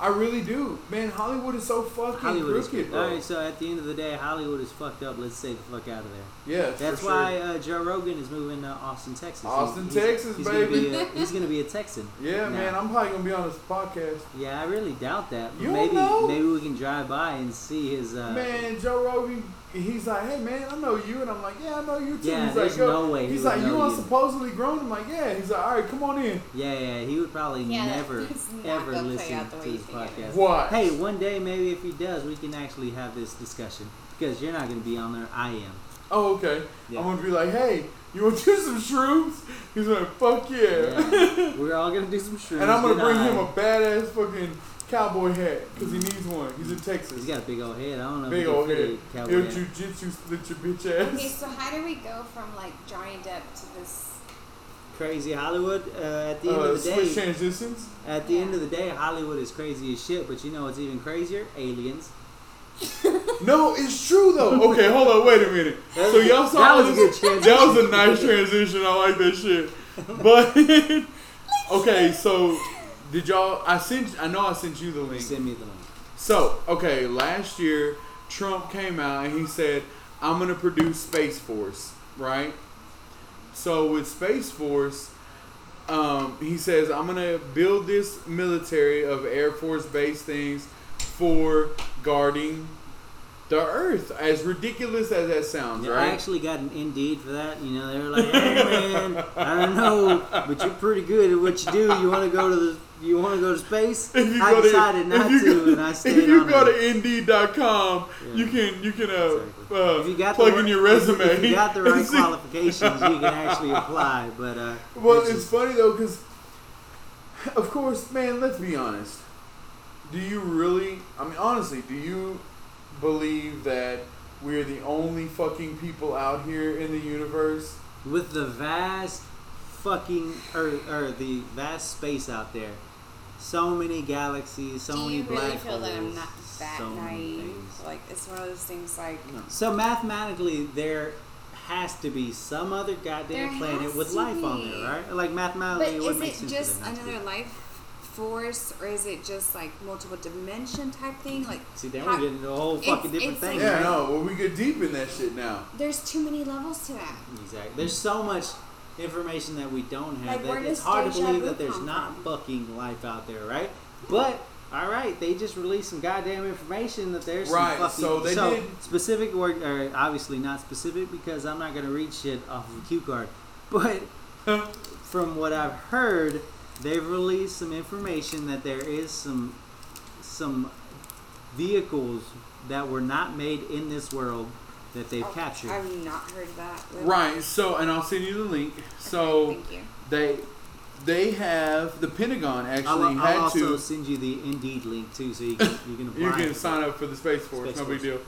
Speaker 4: I really do, man. Hollywood is so fucking
Speaker 2: Hollywood is
Speaker 4: crooked, bro.
Speaker 2: all right. So at the end of the day, Hollywood is fucked up. Let's stay the fuck out of there.
Speaker 4: Yes,
Speaker 2: That's
Speaker 4: for
Speaker 2: why
Speaker 4: Sure.
Speaker 2: uh, Joe Rogan is moving to Austin, Texas.
Speaker 4: Austin, Texas,
Speaker 2: he's gonna be
Speaker 4: baby.
Speaker 2: a- he's gonna be a Texan. now.
Speaker 4: Yeah, man. I'm probably gonna be on this podcast.
Speaker 2: Yeah, I really doubt that. But
Speaker 4: You don't
Speaker 2: maybe
Speaker 4: know?
Speaker 2: maybe we can drive by and see his. Uh,
Speaker 4: Man, Joe Rogan, he's like, hey man, I know you, and I'm like, yeah, I know you too.
Speaker 2: Yeah,
Speaker 4: he's
Speaker 2: there's
Speaker 4: like, "Yo,"
Speaker 2: no way he
Speaker 4: He's
Speaker 2: would
Speaker 4: like,
Speaker 2: know
Speaker 4: you on
Speaker 2: you.
Speaker 4: supposedly grown? I'm like, yeah. He's like, all right, come on in.
Speaker 2: Yeah, yeah, he would probably
Speaker 3: Yeah, that-
Speaker 2: never
Speaker 3: that's not
Speaker 2: ever
Speaker 3: gonna play
Speaker 2: listen
Speaker 3: out the
Speaker 2: to
Speaker 3: way
Speaker 2: this
Speaker 3: you think it
Speaker 2: podcast.
Speaker 3: is.
Speaker 4: What?
Speaker 2: Hey, one day maybe if he does, we can actually have this discussion because you're not going to be on there. I am.
Speaker 4: Oh, okay.
Speaker 2: Yeah.
Speaker 4: I'm gonna be like, hey, you want to do some shrooms? He's like, fuck yeah.
Speaker 2: Yeah. [laughs] We're all going to do some shrooms.
Speaker 4: and I'm gonna
Speaker 2: you
Speaker 4: bring
Speaker 2: know,
Speaker 4: him
Speaker 2: I-
Speaker 4: a badass fucking cowboy hat because he needs one. He's in Texas.
Speaker 2: He's got a big old head. I don't know.
Speaker 4: Big
Speaker 2: if he
Speaker 4: old
Speaker 2: can fit
Speaker 4: head.
Speaker 2: a
Speaker 4: He'll
Speaker 2: Cowboy hat.
Speaker 4: jujitsu split your bitch
Speaker 3: Okay,
Speaker 4: ass.
Speaker 3: so how do we go from like Johnny Depp to this?
Speaker 2: Crazy Hollywood. Uh, at the end
Speaker 4: Uh,
Speaker 2: of the day,
Speaker 4: switch transitions.
Speaker 2: at the end of the day, Hollywood is crazy as shit. But you know what's even crazier? Aliens.
Speaker 4: No, it's true though. Okay, hold on, wait a minute.
Speaker 2: That
Speaker 4: So
Speaker 2: was-
Speaker 4: y'all saw
Speaker 2: that was
Speaker 4: this-
Speaker 2: a good transition.
Speaker 4: That was a nice transition. I like that shit. But [laughs] okay, so did y'all? I sent. I know I sent you the link.
Speaker 2: Send me the link.
Speaker 4: So okay, last year Trump came out and he said, "I'm gonna produce Space Force." Right. So with Space Force, um, he says, "I'm gonna build this military of Air Force base things for guarding." The Earth, as ridiculous as that sounds,
Speaker 2: Yeah, I
Speaker 4: right?
Speaker 2: actually got an Indeed for that. You know, they were like, "Hey man, I don't know, but you're pretty good at what you do. You want to go to the, you want to go to space?
Speaker 4: [laughs] If you
Speaker 2: I
Speaker 4: go to-
Speaker 2: decided
Speaker 4: if
Speaker 2: not
Speaker 4: you
Speaker 2: to,
Speaker 4: go-
Speaker 2: and I stayed
Speaker 4: If you
Speaker 2: on
Speaker 4: go
Speaker 2: it.
Speaker 4: to Indeed.com, you
Speaker 2: Yeah.
Speaker 4: can you can uh,
Speaker 2: Exactly.
Speaker 4: uh,
Speaker 2: If you got
Speaker 4: plug
Speaker 2: the,
Speaker 4: in
Speaker 2: right-
Speaker 4: your resume.
Speaker 2: If you
Speaker 4: [laughs]
Speaker 2: got the
Speaker 4: and
Speaker 2: right
Speaker 4: see-
Speaker 2: qualifications, you can
Speaker 4: [laughs]
Speaker 2: actually apply. But uh,
Speaker 4: Well,
Speaker 2: it's
Speaker 4: it's,
Speaker 2: just-
Speaker 4: funny though, because of course, man. Let's be honest. Do you really? I mean, honestly, do you believe that we're the only fucking people out here in the universe?
Speaker 2: with the vast fucking earth or the vast space out there, so many galaxies, so
Speaker 3: do
Speaker 2: many
Speaker 3: you
Speaker 2: black
Speaker 3: really feel
Speaker 2: holes,
Speaker 3: that I'm not that
Speaker 2: so many
Speaker 3: naive?
Speaker 2: things.
Speaker 3: Like it's one of those things like
Speaker 2: So mathematically, there has to be some other
Speaker 3: There
Speaker 2: goddamn
Speaker 3: has
Speaker 2: planet with
Speaker 3: to
Speaker 2: life on
Speaker 3: be.
Speaker 2: there, right? Like
Speaker 3: But
Speaker 2: mathematically, it would make
Speaker 3: is it
Speaker 2: sense.
Speaker 3: just
Speaker 2: for there not to be.
Speaker 3: another life force, or is it just like multiple dimension type thing? Like,
Speaker 2: See, then
Speaker 3: how-
Speaker 2: we're getting into a whole fucking
Speaker 3: it's-
Speaker 2: different
Speaker 3: it's
Speaker 2: thing.
Speaker 3: like-
Speaker 4: Yeah,
Speaker 2: right?
Speaker 4: no. Well, we get deep in that shit now.
Speaker 3: there's too many levels to that.
Speaker 2: Exactly. There's so much information that we don't have
Speaker 3: Like, where
Speaker 2: that it's
Speaker 3: does
Speaker 2: hard to
Speaker 3: deja
Speaker 2: believe
Speaker 3: vu
Speaker 2: that there's
Speaker 3: come
Speaker 2: not
Speaker 3: from?
Speaker 2: fucking life out there, right? But all right, they just released some goddamn information that there's
Speaker 4: Right,
Speaker 2: some fucking
Speaker 4: so they did-
Speaker 2: specific or, or obviously not specific because I'm not gonna read shit off of a cue card,
Speaker 4: [laughs]
Speaker 2: but from what I've heard, they've released some information that there is some some vehicles that were not made in this world that they've
Speaker 3: Oh,
Speaker 2: captured.
Speaker 3: I've not heard that. really.
Speaker 4: Right. So, and I'll send you the link. So
Speaker 3: Thank you.
Speaker 4: they they have the Pentagon
Speaker 2: I'll,
Speaker 4: actually
Speaker 2: I'll
Speaker 4: had
Speaker 2: also
Speaker 4: to.
Speaker 2: send you the Indeed link too, so you can you can apply.
Speaker 4: [laughs] You can sign up for the Space Force.
Speaker 2: Space
Speaker 4: no big deal.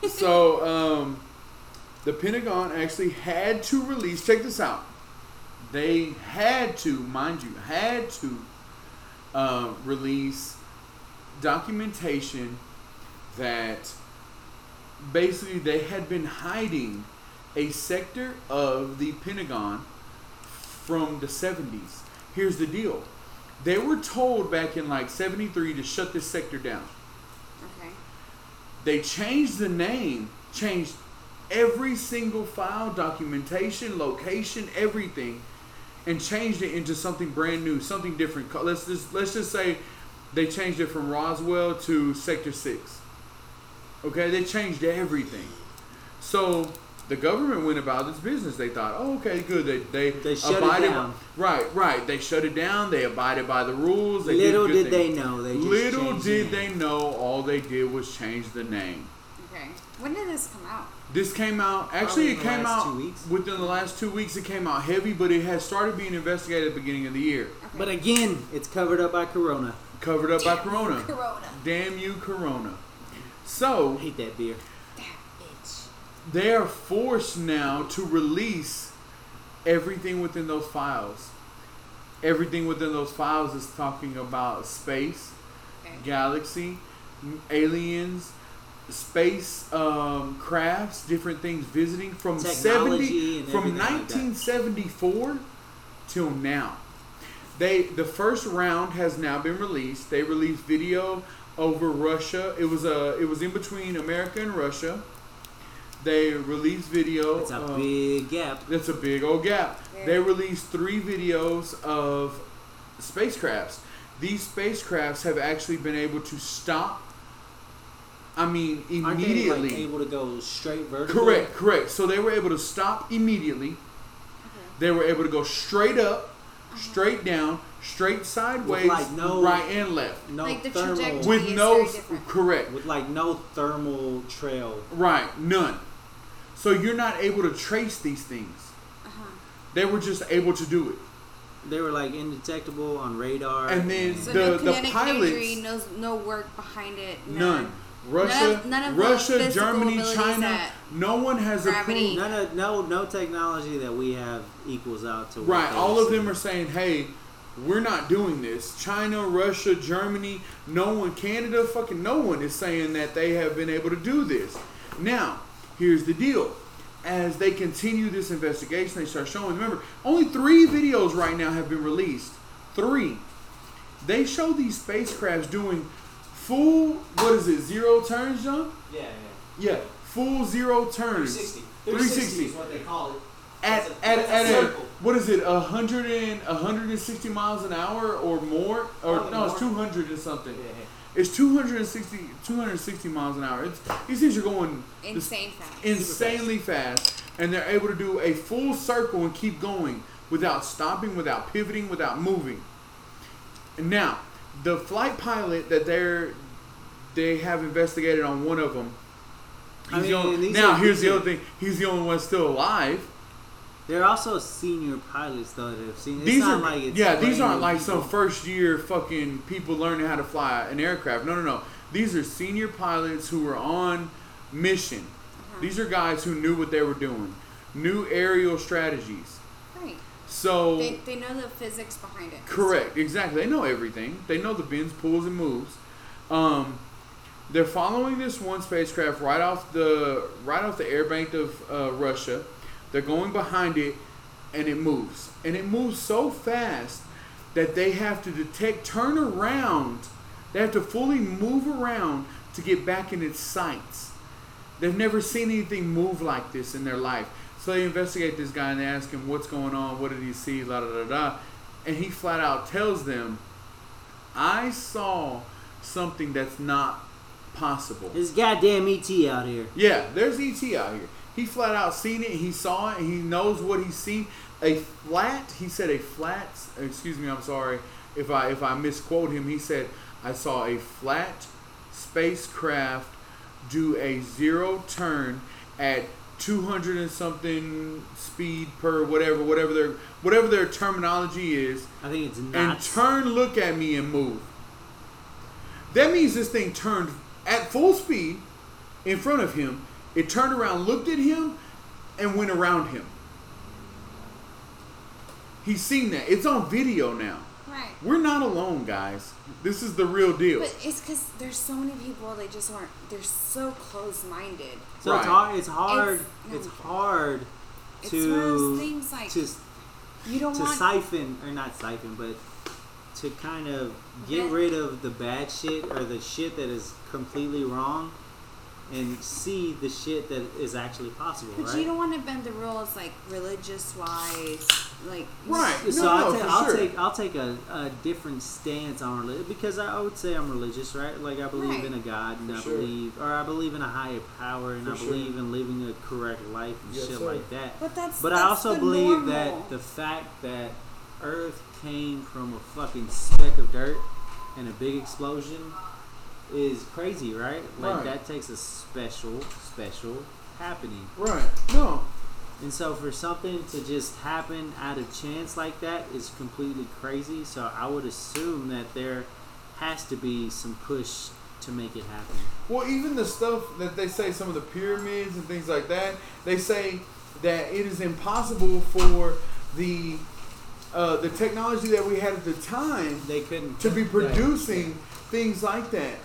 Speaker 2: Force.
Speaker 4: so um, the Pentagon actually had to release. Check this out. They had to, mind you, had to uh, release documentation that basically they had been hiding a sector of the Pentagon from the 70s. Here's the deal. They were told back in like 73 to shut this sector down
Speaker 3: Okay.
Speaker 4: they changed the name, changed every single file, documentation, location, everything, and changed it into something brand new, something different. Co- Let's just let's just say they changed it from Roswell to Sector Six. Okay, they changed everything. So the government went about its business. They thought, oh, okay, good. They they,
Speaker 2: They shut it
Speaker 4: abided by-
Speaker 2: down.
Speaker 4: Right, right. They shut it down. They abided by the rules. They
Speaker 2: Little
Speaker 4: did, good
Speaker 2: did
Speaker 4: things.
Speaker 2: they know. They just
Speaker 4: Little
Speaker 2: changed
Speaker 4: did
Speaker 2: the
Speaker 4: they
Speaker 2: name.
Speaker 4: know, all they did was change the name.
Speaker 3: Okay. When did this come out?
Speaker 4: This came out. Actually,
Speaker 2: Probably
Speaker 4: it
Speaker 2: in the
Speaker 4: came
Speaker 2: last
Speaker 4: out
Speaker 2: two weeks.
Speaker 4: within the last two weeks. It came out heavy, but it has started being investigated at the beginning of the year,
Speaker 3: Okay.
Speaker 2: But again, it's covered up by Corona.
Speaker 4: covered up by Uh, Corona.
Speaker 3: Corona.
Speaker 4: Damn you, Corona.
Speaker 2: I
Speaker 4: So
Speaker 2: hate that beer.
Speaker 3: That bitch.
Speaker 4: they are forced now to release everything within those files. Everything within those files is talking about space,
Speaker 3: Okay.
Speaker 4: galaxy, m- aliens, space um, crafts, different things visiting from
Speaker 2: Technology
Speaker 4: seventy
Speaker 2: and
Speaker 4: from
Speaker 2: everything like that.
Speaker 4: 1974 till now. They the first round has now been released. They released video over Russia. It was a it was in between America and Russia. They released video.
Speaker 2: It's a
Speaker 4: um,
Speaker 2: big gap.
Speaker 4: that's a big old gap.
Speaker 3: Yeah.
Speaker 4: They released three videos of spacecrafts. These spacecrafts have actually been able to stop. I mean,
Speaker 2: Aren't
Speaker 4: immediately.
Speaker 2: they like, able to go straight vertical?
Speaker 4: correct, correct. So they were able to stop immediately.
Speaker 3: Mm-hmm.
Speaker 4: They were able to go straight up, straight down, straight sideways,
Speaker 2: like no-
Speaker 4: right and left,
Speaker 2: No
Speaker 3: Like the
Speaker 2: thermal.
Speaker 3: trajectory.
Speaker 4: with
Speaker 3: is
Speaker 4: no
Speaker 3: very different.
Speaker 4: correct.
Speaker 2: with like no thermal trail.
Speaker 4: Right, none. So you're not able to trace these things.
Speaker 3: Uh-huh.
Speaker 4: They were just able to do it.
Speaker 2: They were like indetectable on radar.
Speaker 4: And then
Speaker 3: So
Speaker 4: The-
Speaker 3: no
Speaker 4: the
Speaker 3: kinetic
Speaker 4: pilots-
Speaker 3: injury, no, no work behind it.
Speaker 4: None. Russia,
Speaker 3: none of the
Speaker 4: Russia,
Speaker 3: physical
Speaker 4: Germany,
Speaker 3: abilities
Speaker 4: China.
Speaker 3: that
Speaker 4: No one has
Speaker 3: gravity-
Speaker 4: approved.
Speaker 2: no, no, no, no technology that we have equals out to what
Speaker 4: Right,
Speaker 2: they
Speaker 4: all of
Speaker 2: see.
Speaker 4: them are saying, "Hey, we're not doing this." China, Russia, Germany. No one, Canada, fucking no one is saying that they have been able to do this. Now, here's the deal. As they continue this investigation, they start showing. Remember, only three videos right now have been released. Three. They show these spacecrafts doing full, what is it, zero turns, John?
Speaker 2: Yeah, yeah.
Speaker 4: Yeah, full zero turns. 360 is
Speaker 2: what they call it.
Speaker 4: At at, at a, what is it? A hundred and a hundred and sixty miles an hour or more? Or
Speaker 2: Probably
Speaker 4: no, it's
Speaker 2: more.
Speaker 4: two hundred and something. It's 260, 260 miles an hour. It's, these things are going
Speaker 3: Insane fast.
Speaker 4: insanely fast, and they're able to do a full circle and keep going without stopping, without pivoting, without moving. And now, the flight pilot that they're they have investigated on one of them.
Speaker 2: I
Speaker 4: he's the
Speaker 2: mean,
Speaker 4: only-
Speaker 2: these
Speaker 4: now
Speaker 2: are-
Speaker 4: here's
Speaker 2: these
Speaker 4: the
Speaker 2: are-
Speaker 4: other thing: he's the only one still alive.
Speaker 2: There are also senior pilots though that have seen. It's
Speaker 4: these
Speaker 2: not
Speaker 4: are
Speaker 2: like it's
Speaker 4: yeah, these
Speaker 2: brand
Speaker 4: aren't
Speaker 2: new
Speaker 4: like
Speaker 2: people.
Speaker 4: some first year fucking people learning how to fly an aircraft. No, no, no. These are senior pilots who were on mission.
Speaker 2: Uh-huh.
Speaker 4: These are guys who knew what they were doing, knew aerial strategies.
Speaker 3: Right.
Speaker 4: So
Speaker 3: They, they know the physics behind it.
Speaker 4: Correct, exactly. They know everything. They know the bends, pulls, and moves. Um, they're following this one spacecraft right off the right off the airbank of uh, Russia. They're going behind it, and it moves, and it moves so fast that they have to detect, turn around. They have to fully move around to get back in its sights. They've never seen anything move like this in their life. So they investigate this guy and they ask him what's going on, what did he see, la da da da. And he flat out tells them, I saw something that's not possible.
Speaker 2: There's goddamn ET out here.
Speaker 4: Yeah, there's ET out here. He flat out seen it, he saw it, he knows what he's seen. A flat, he said a flat, excuse me, I'm sorry if I if I misquote him. He said, I saw a flat spacecraft do a zero turn at 200 and something speed per whatever whatever their whatever their terminology is
Speaker 2: I think it's
Speaker 4: and
Speaker 2: nuts.
Speaker 4: turn look at me and move. That means this thing turned at full speed in front of him. It turned around, looked at him, and went around him. He's seen that. It's on video now.
Speaker 3: Right.
Speaker 4: We're not alone, guys. This is the real deal.
Speaker 3: But it's because there's so many people they just aren't. They're so close-minded.
Speaker 2: so it's
Speaker 4: Right.
Speaker 2: hard. It's hard. It's,
Speaker 3: It's-
Speaker 2: hard
Speaker 3: It's
Speaker 2: to
Speaker 3: one of those things like
Speaker 2: to,
Speaker 3: you don't
Speaker 2: to
Speaker 3: want.
Speaker 2: siphon or not siphon, but to kind of get
Speaker 3: Vet-
Speaker 2: rid of the bad shit or the shit that is completely wrong, and see the shit that is actually possible.
Speaker 3: but
Speaker 2: right?
Speaker 3: you don't want to bend the rules like religious-wise, like
Speaker 4: Right. No,
Speaker 2: so I'll,
Speaker 4: no,
Speaker 2: ta-
Speaker 4: for
Speaker 2: I'll
Speaker 4: sure.
Speaker 2: take I'll take a, a different stance on religion because I, I would say I'm religious, right? Like I believe
Speaker 3: Right.
Speaker 2: in a God and
Speaker 4: For
Speaker 2: I
Speaker 4: sure.
Speaker 2: believe or I believe in a higher power and
Speaker 4: For
Speaker 2: I
Speaker 4: sure.
Speaker 2: believe in living a correct life and
Speaker 4: Yes,
Speaker 2: shit
Speaker 4: sir.
Speaker 2: like that.
Speaker 3: But that's.
Speaker 2: But I
Speaker 3: that's
Speaker 2: also
Speaker 3: the
Speaker 2: believe
Speaker 3: normal.
Speaker 2: that the fact that Earth came from a fucking speck of dirt and a big explosion is crazy, right? Like
Speaker 4: Right.
Speaker 2: that takes a special, special happening.
Speaker 4: right. No.
Speaker 2: And so for something to just happen out of chance like that is completely crazy. So I would assume that there has to be some push to make it happen.
Speaker 4: Well, even the stuff that they say, some of the pyramids and things like that, they say that it is impossible for the uh, the technology that we had at the time
Speaker 2: They couldn't
Speaker 4: to be producing things like that.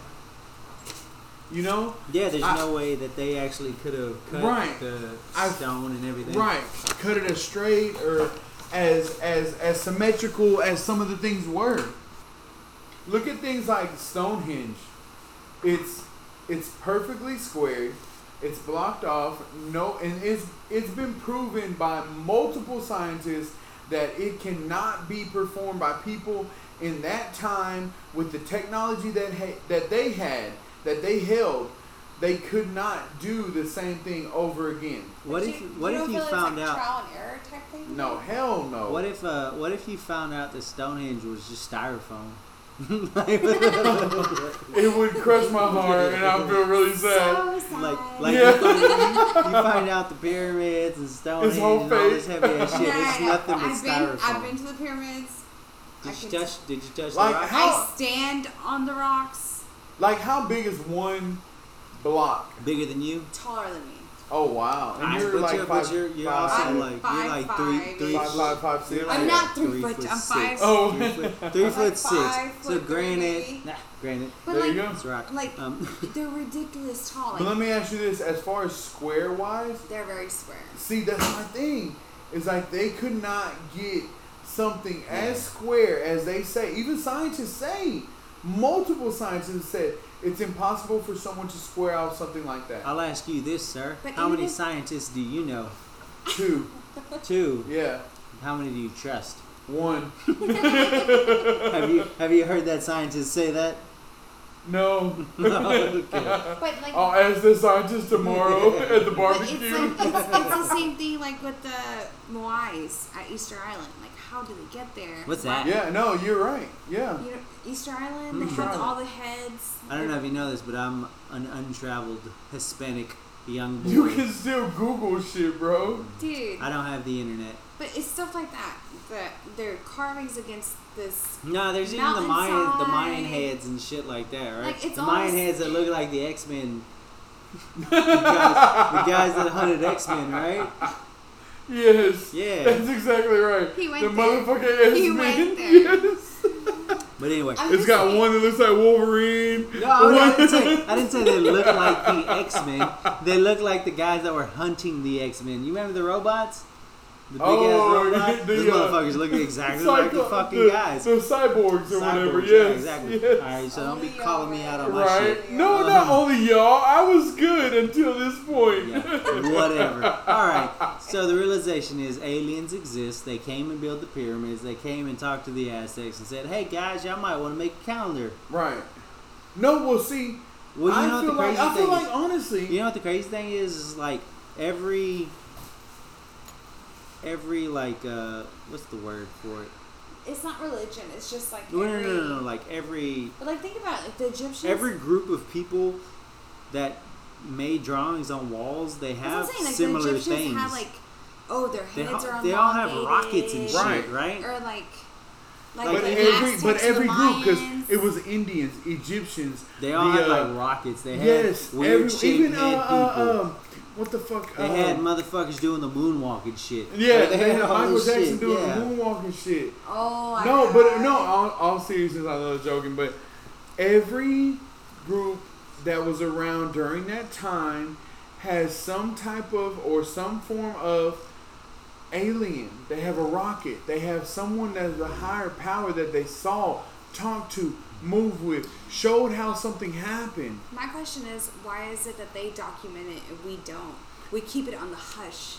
Speaker 4: You know,
Speaker 2: Yeah, there's
Speaker 4: I-
Speaker 2: no way that they actually could have cut
Speaker 4: Right.
Speaker 2: the
Speaker 4: I-
Speaker 2: stone and everything.
Speaker 4: right? Cut it as straight or as as as symmetrical as some of the things were. Look at things like Stonehenge. It's it's perfectly squared. It's blocked off. No, and it's it's been proven by multiple scientists that it cannot be performed by people in that time with the technology that ha- that they had that they held. They could not do the same thing over again.
Speaker 2: What
Speaker 3: But
Speaker 2: if
Speaker 3: you-
Speaker 2: what
Speaker 3: you
Speaker 2: if
Speaker 3: don't
Speaker 2: you
Speaker 3: feel it's
Speaker 2: found
Speaker 3: like
Speaker 2: out
Speaker 3: trial and error type thing?
Speaker 4: No, hell no.
Speaker 2: what if uh what if you found out that Stonehenge was just
Speaker 4: [laughs]
Speaker 2: styrofoam? [laughs] like
Speaker 4: It would crush my heart, and I feel really sad.
Speaker 3: So sad.
Speaker 2: like
Speaker 4: Yeah.
Speaker 2: you, find, you find out the pyramids and Stonehenge
Speaker 4: His whole
Speaker 2: and all this
Speaker 4: face.
Speaker 2: heavy ass shit. It's
Speaker 3: Yeah,
Speaker 2: nothing but
Speaker 3: I've
Speaker 2: styrofoam.
Speaker 3: been, I've been to the pyramids. I
Speaker 2: Did you
Speaker 3: can-
Speaker 2: touch? Did you touch
Speaker 4: Like,
Speaker 2: the rock?
Speaker 4: how-
Speaker 3: I stand on the rocks
Speaker 4: Like, how big is one block?
Speaker 2: Bigger than you?
Speaker 3: taller than me.
Speaker 4: Oh wow!
Speaker 2: Nice,
Speaker 4: And you're
Speaker 2: but
Speaker 4: like
Speaker 2: you're- but
Speaker 4: five,
Speaker 2: you're- you're
Speaker 4: five,
Speaker 2: also
Speaker 3: I'm
Speaker 2: like you're
Speaker 3: five
Speaker 2: like three,
Speaker 3: five.
Speaker 2: three
Speaker 4: five, five, five, six.
Speaker 2: You're
Speaker 3: I'm
Speaker 2: like
Speaker 3: not three foot, I'm
Speaker 2: six.
Speaker 3: five.
Speaker 4: Oh. [laughs]
Speaker 2: Three foot, three
Speaker 3: I'm
Speaker 2: foot
Speaker 3: like five
Speaker 2: six. so
Speaker 3: foot
Speaker 2: granted,
Speaker 3: three.
Speaker 2: nah, granted,
Speaker 3: But
Speaker 4: There
Speaker 3: like,
Speaker 4: you go.
Speaker 2: it's a rock.
Speaker 3: like-
Speaker 2: um, [laughs]
Speaker 3: they're ridiculous tall.
Speaker 4: But let
Speaker 3: Like,
Speaker 4: me ask you this: as far as square wise,
Speaker 3: they're very square.
Speaker 4: see that's my thing. Is like they could not get something
Speaker 2: Yeah.
Speaker 4: as square as they say. Even scientists say, multiple scientists said it's impossible for someone to square out something like that.
Speaker 2: I'll ask you this, sir.
Speaker 3: But
Speaker 2: How many
Speaker 3: even-
Speaker 2: scientists do you
Speaker 3: [laughs]
Speaker 2: know?
Speaker 4: Two,
Speaker 2: Two.
Speaker 4: yeah,
Speaker 2: How many do you trust?
Speaker 4: one.
Speaker 2: Have you have you heard that scientist say
Speaker 4: [laughs]
Speaker 2: that? [laughs]
Speaker 4: No, Uh,
Speaker 2: okay.
Speaker 3: But like,
Speaker 4: I'll ask the scientist tomorrow [laughs] at the
Speaker 3: but it's, like
Speaker 4: barbecue.
Speaker 3: it's, it's the same thing like with the Moais at Easter Island. Like, how do they get there?
Speaker 2: What's that?
Speaker 4: [laughs] Yeah, no, you're right. Yeah.
Speaker 3: You know, Easter Island. They
Speaker 4: Easter
Speaker 3: have
Speaker 4: Island.
Speaker 3: all the heads.
Speaker 2: I don't know if you know this, but I'm an untraveled Hispanic young boy.
Speaker 4: You can still Google shit, bro.
Speaker 3: dude.
Speaker 2: I don't have the internet.
Speaker 3: But it's stuff like that. That their carvings against this.
Speaker 2: No, there's even the Mayan, the
Speaker 3: Mountainside.
Speaker 2: Mayan heads and shit like that, right?
Speaker 3: Like, it's
Speaker 2: the Mayan
Speaker 3: almost-
Speaker 2: heads that look like the X
Speaker 4: [laughs]
Speaker 2: Men. the, guys, the guys that hunted X Men, right?
Speaker 4: Yes.
Speaker 2: Yeah.
Speaker 4: That's exactly right.
Speaker 3: He went
Speaker 4: the
Speaker 3: there.
Speaker 4: motherfucker
Speaker 3: He
Speaker 4: is
Speaker 3: went
Speaker 4: man. [laughs]
Speaker 3: there.
Speaker 4: Yes.
Speaker 2: But anyway,
Speaker 3: I'm
Speaker 4: It's
Speaker 3: just
Speaker 4: got
Speaker 3: saying-
Speaker 4: one that looks like Wolverine.
Speaker 2: no, I, I didn't
Speaker 3: [laughs]
Speaker 2: say, I didn't say they look like the X Men. They look like the guys that were hunting the X Men. You remember the robots? The big ass
Speaker 4: Oh,
Speaker 2: robots.
Speaker 4: the,
Speaker 2: Those
Speaker 4: uh,
Speaker 2: motherfuckers look exactly like the
Speaker 4: Psycho-
Speaker 2: fucking guys.
Speaker 4: The cyborgs or whatever.
Speaker 2: Cyborgs, yeah,
Speaker 4: Yes.
Speaker 2: exactly.
Speaker 4: yes.
Speaker 2: All right, so don't be
Speaker 3: Only
Speaker 2: calling me
Speaker 3: y'all
Speaker 2: out on my shit.
Speaker 4: Right? No, not only y'all. I was good until this point.
Speaker 2: Yeah, whatever. All right. So the realization is aliens exist. They came and built the pyramids. They came and talked to the Aztecs and said, "Hey guys, y'all might want to make a calendar."
Speaker 4: Right. No, we'll see.
Speaker 2: Well, you
Speaker 4: I
Speaker 2: know what
Speaker 4: feel
Speaker 2: the crazy
Speaker 4: like I
Speaker 2: thing
Speaker 4: feel
Speaker 2: is?
Speaker 4: like honestly,
Speaker 2: You know what the crazy thing is? Is like every every like uh what's the word for it?
Speaker 3: it's not religion. It's just like
Speaker 2: No, no,
Speaker 3: every,
Speaker 2: no, no, no. Like every
Speaker 3: But like think about it, like the Egyptians.
Speaker 2: every group of people that made drawings on walls, they
Speaker 3: that's what
Speaker 2: have
Speaker 3: I'm saying, like, the
Speaker 2: similar
Speaker 3: Egyptians
Speaker 2: things.
Speaker 3: Have like oh their heads
Speaker 2: they, all-
Speaker 3: are on
Speaker 2: they all have rockets and shit,
Speaker 4: Right.
Speaker 2: right?
Speaker 3: Or like like
Speaker 4: But
Speaker 3: the
Speaker 4: every but
Speaker 3: Aztecs,
Speaker 4: every
Speaker 3: the
Speaker 4: group because
Speaker 3: Mayans.
Speaker 4: it was Indians, Egyptians.
Speaker 2: They all
Speaker 4: the,
Speaker 2: had
Speaker 4: uh,
Speaker 2: like rockets. They had
Speaker 4: yes,
Speaker 2: weird
Speaker 4: every,
Speaker 2: shaped
Speaker 4: even uh,
Speaker 2: head people.
Speaker 4: uh, um, what the fuck?
Speaker 2: They
Speaker 4: uh,
Speaker 2: had motherfuckers doing the moonwalk and shit.
Speaker 4: yeah,
Speaker 2: Like,
Speaker 4: they had
Speaker 2: all
Speaker 4: Michael
Speaker 2: this
Speaker 4: Jackson
Speaker 2: shit,
Speaker 4: doing
Speaker 2: yeah.
Speaker 4: moonwalking shit.
Speaker 3: Oh, I
Speaker 4: No, but uh,
Speaker 3: got
Speaker 4: no,
Speaker 3: it.
Speaker 4: all, all seriousness, I love joking, but every group that was around during that time has some type of or some form of alien. They have a rocket. They have someone that is a higher power that they saw, talked to, moved with, showed how something happened.
Speaker 3: My question is, why is it that they document it and we don't? We keep it on the hush.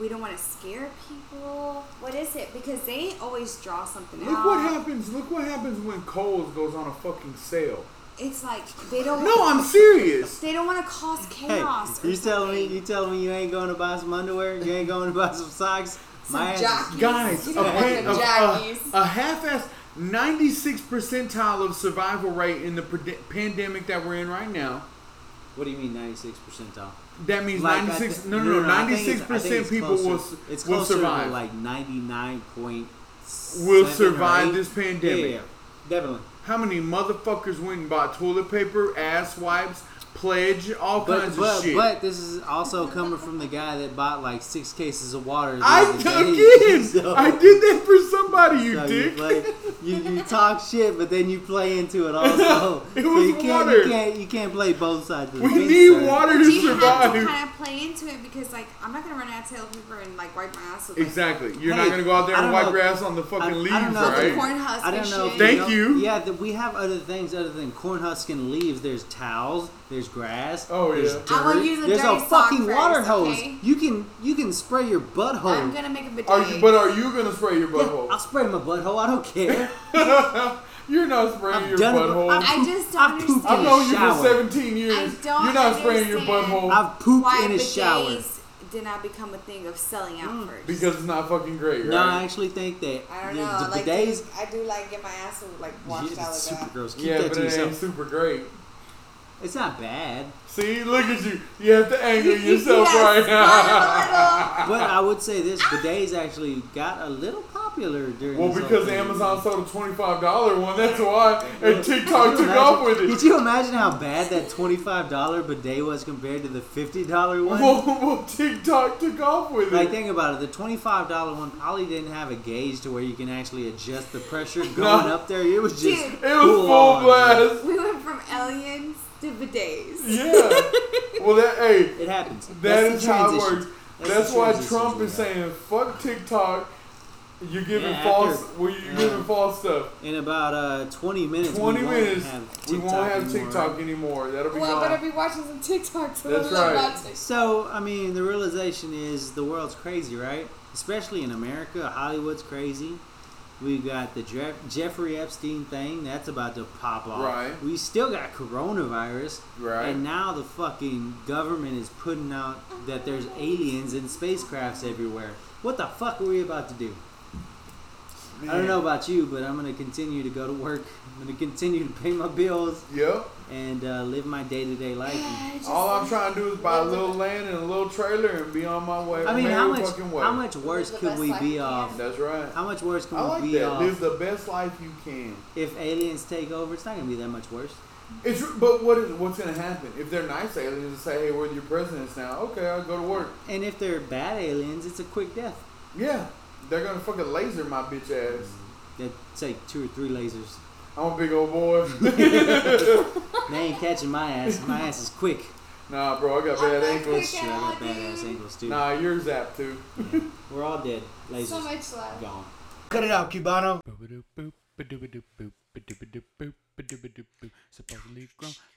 Speaker 3: We don't want to scare people. What is it? Because they always draw something
Speaker 4: Look
Speaker 3: out.
Speaker 4: what happens. Look what happens when Coles goes on a fucking sale.
Speaker 3: It's like they don't.
Speaker 4: No, I'm serious.
Speaker 3: They don't want to cause
Speaker 2: Hey,
Speaker 3: chaos. or
Speaker 2: you telling me
Speaker 3: something.
Speaker 2: you telling me you ain't going to buy some underwear? You ain't going to [laughs] buy some socks?
Speaker 3: Some
Speaker 2: ass is-
Speaker 3: jockeys.
Speaker 4: Guys,
Speaker 3: You
Speaker 4: a,
Speaker 3: don't want
Speaker 4: pan-
Speaker 3: them
Speaker 4: a, a,
Speaker 3: jockeys.
Speaker 4: a half-ass 96 percentile of survival rate in the pred- pandemic that we're in right now.
Speaker 2: What do you mean ninety six percentile?
Speaker 4: That means
Speaker 2: Like, I
Speaker 4: 96.
Speaker 2: thi-
Speaker 4: no, no, no.
Speaker 2: I think it's-
Speaker 4: 96
Speaker 2: I think
Speaker 4: percent
Speaker 2: it's
Speaker 4: people will
Speaker 2: closer-
Speaker 4: s-
Speaker 2: It's
Speaker 4: will
Speaker 2: closer
Speaker 4: survive.
Speaker 2: to like ninety nine point.
Speaker 4: will survive this
Speaker 2: Yeah,
Speaker 4: pandemic.
Speaker 2: yeah, yeah. definitely.
Speaker 4: How many motherfuckers went and bought toilet paper, ass wipes, pledge, all
Speaker 2: But
Speaker 4: kinds
Speaker 2: but,
Speaker 4: of shit?
Speaker 2: but this is also coming from the guy that bought like six cases of water. the
Speaker 4: I
Speaker 2: other day. [laughs]
Speaker 4: again,
Speaker 2: So-
Speaker 4: I did that for somebody, you
Speaker 2: so
Speaker 4: dick.
Speaker 2: play- you, you talk shit, but then you play
Speaker 4: [laughs]
Speaker 2: into it also.
Speaker 4: It
Speaker 2: So
Speaker 4: was
Speaker 2: you can't,
Speaker 4: water.
Speaker 2: You can't, you can't play both sides of the
Speaker 4: we
Speaker 2: fence,
Speaker 4: need
Speaker 2: sir.
Speaker 4: water
Speaker 3: Do
Speaker 2: [laughs]
Speaker 4: to
Speaker 3: you have to
Speaker 4: survive.
Speaker 3: kind of play into it because, like, I'm not gonna run out of toilet paper and like wipe my ass with like,
Speaker 4: Exactly. You're
Speaker 2: Hey,
Speaker 4: not gonna go out there
Speaker 2: I
Speaker 4: and
Speaker 2: don't
Speaker 4: wipe
Speaker 2: know.
Speaker 4: your ass on the fucking leaves,
Speaker 2: I don't know.
Speaker 4: right?
Speaker 3: Corn husk
Speaker 2: I don't
Speaker 3: and
Speaker 2: know. if
Speaker 3: shit.
Speaker 4: Thank
Speaker 2: know-
Speaker 4: you.
Speaker 2: Yeah, th- we have other things other than corn husk and leaves. There's towels. There's grass.
Speaker 4: Oh,
Speaker 2: there's
Speaker 4: yeah.
Speaker 2: Dirt,
Speaker 3: I'm gonna use a
Speaker 2: there's
Speaker 3: dirty
Speaker 2: a
Speaker 3: sock
Speaker 2: fucking
Speaker 3: first,
Speaker 2: water hose.
Speaker 3: okay?
Speaker 2: You can you can spray your butthole.
Speaker 3: I'm gonna make a bidet.
Speaker 4: Are you, but are you gonna spray your
Speaker 2: yeah,
Speaker 4: butthole?
Speaker 2: I'll spray my butthole. I don't care.
Speaker 4: You're not spraying
Speaker 2: I've
Speaker 4: your
Speaker 2: done it
Speaker 4: butthole.
Speaker 2: before.
Speaker 4: i
Speaker 3: I just don't
Speaker 2: I pooped
Speaker 3: understand.
Speaker 2: in
Speaker 4: know
Speaker 2: a
Speaker 4: you for
Speaker 2: shower.
Speaker 4: 17 years.
Speaker 3: don't
Speaker 4: You're not spraying your
Speaker 3: understand.
Speaker 4: butthole
Speaker 2: I've pooped
Speaker 3: why
Speaker 2: in a shower.
Speaker 3: bidets did not become a thing of selling out first.
Speaker 4: because it's not fucking great, right?
Speaker 2: No, I actually think that
Speaker 3: I don't
Speaker 2: the,
Speaker 3: know.
Speaker 2: the
Speaker 3: I like
Speaker 2: bidets.
Speaker 3: to, I do like get my ass like washed
Speaker 2: yeah, it's
Speaker 3: out with
Speaker 2: super
Speaker 3: that.
Speaker 2: gross. Keep
Speaker 4: yeah,
Speaker 2: that
Speaker 4: but
Speaker 2: to
Speaker 4: it ain't
Speaker 2: yourself.
Speaker 4: super great.
Speaker 2: It's not bad.
Speaker 4: See, look at you. You have
Speaker 2: [laughs]
Speaker 4: to anger
Speaker 3: You
Speaker 4: yourself
Speaker 3: gotta
Speaker 4: right now.
Speaker 3: smile
Speaker 2: But I would say this bidets actually got a little popular during
Speaker 4: [laughs] Well,
Speaker 2: this whole
Speaker 4: because
Speaker 2: thing.
Speaker 4: Amazon sold a twenty-five dollar one, that's why, and TikTok
Speaker 2: Could you
Speaker 4: took off with
Speaker 2: imagine-
Speaker 4: it.
Speaker 2: Could you imagine how bad that twenty-five dollar bidet was compared to the fifty-dollar one?
Speaker 4: Well, [laughs] well, TikTok took off with
Speaker 2: Like,
Speaker 4: it.
Speaker 2: think about it. The twenty-five dollar one probably didn't have a gauge to where you can actually adjust the
Speaker 4: [laughs]
Speaker 2: pressure going up there. It was just
Speaker 3: Dude.
Speaker 4: It was full
Speaker 2: on.
Speaker 3: a
Speaker 4: blast.
Speaker 3: little. We went from aliens to bidets.
Speaker 2: [laughs]
Speaker 4: Yeah. well, that hey,
Speaker 2: It happens.
Speaker 4: That
Speaker 2: That's
Speaker 4: is
Speaker 2: the
Speaker 4: how it
Speaker 2: transition.
Speaker 4: works.
Speaker 2: That's the
Speaker 4: That's, why
Speaker 2: transition
Speaker 4: Trump
Speaker 2: we
Speaker 4: is
Speaker 2: have.
Speaker 4: saying "fuck TikTok." You're giving
Speaker 2: Yeah,
Speaker 4: false.
Speaker 2: after-
Speaker 4: Well, you're
Speaker 2: yeah.
Speaker 4: giving false stuff.
Speaker 2: In about uh, twenty minutes.
Speaker 4: Twenty
Speaker 2: we won't
Speaker 4: minutes,
Speaker 2: Have
Speaker 4: we won't have
Speaker 2: anymore.
Speaker 4: TikTok anymore. That'll be
Speaker 3: Well, I better
Speaker 4: gone.
Speaker 3: be watching some TikToks. So [laughs]
Speaker 4: That's
Speaker 3: I'm not
Speaker 4: right.
Speaker 3: watching.
Speaker 2: So, I mean, the realization is the world's crazy, right? Especially in America, Hollywood's crazy. We've got the Jeff- Jeffrey Epstein thing that's about to pop off.
Speaker 4: Right.
Speaker 2: We still got coronavirus,
Speaker 4: Right.
Speaker 2: and now the fucking government is putting out that there's aliens and spacecrafts everywhere. What the fuck are we about to do? I don't know about you, but I'm gonna continue to go to work. I'm gonna continue to pay my bills
Speaker 4: Yep.
Speaker 2: and uh, live my day-to-day life. And
Speaker 3: I just-
Speaker 4: All I'm trying to do is buy a little land and a little trailer and be on my way.
Speaker 2: I mean,
Speaker 4: merry
Speaker 2: how much
Speaker 4: fucking way.
Speaker 2: how much worse
Speaker 3: Live the
Speaker 2: could
Speaker 3: best
Speaker 2: we
Speaker 3: life
Speaker 2: be
Speaker 3: you
Speaker 2: off?
Speaker 3: can.
Speaker 4: That's right.
Speaker 2: How much worse could
Speaker 4: I
Speaker 2: we
Speaker 4: like
Speaker 2: be uh,
Speaker 4: that. Live
Speaker 2: off
Speaker 4: the best life you can.
Speaker 2: if aliens take over? It's not gonna be that much worse.
Speaker 4: It's but what is what's gonna happen if they're nice aliens and say, "Hey, we're your presidents now." Okay, I'll go to work.
Speaker 2: And if they're bad aliens, it's a quick death.
Speaker 4: Yeah, they're gonna fucking laser my bitch ass.
Speaker 2: That take two or three lasers.
Speaker 4: I'm a big old boy. [laughs]
Speaker 2: They ain't catching my ass. My ass is quick.
Speaker 4: nah, bro, I got
Speaker 3: I'm
Speaker 4: bad
Speaker 3: not
Speaker 4: ankles.
Speaker 2: Shit, I got bad ass angles too.
Speaker 4: Nah, you're zapped too.
Speaker 2: Yeah. We're all dead.
Speaker 3: So
Speaker 2: Lasers
Speaker 3: much love.
Speaker 2: gone.
Speaker 5: Cut it out, Cubano.
Speaker 1: Boop-a-doop-boop, ba-doop-a-doop-boop, ba-doop-a-doop-boop, ba-doop-a-doop-boop. Supposedly grown,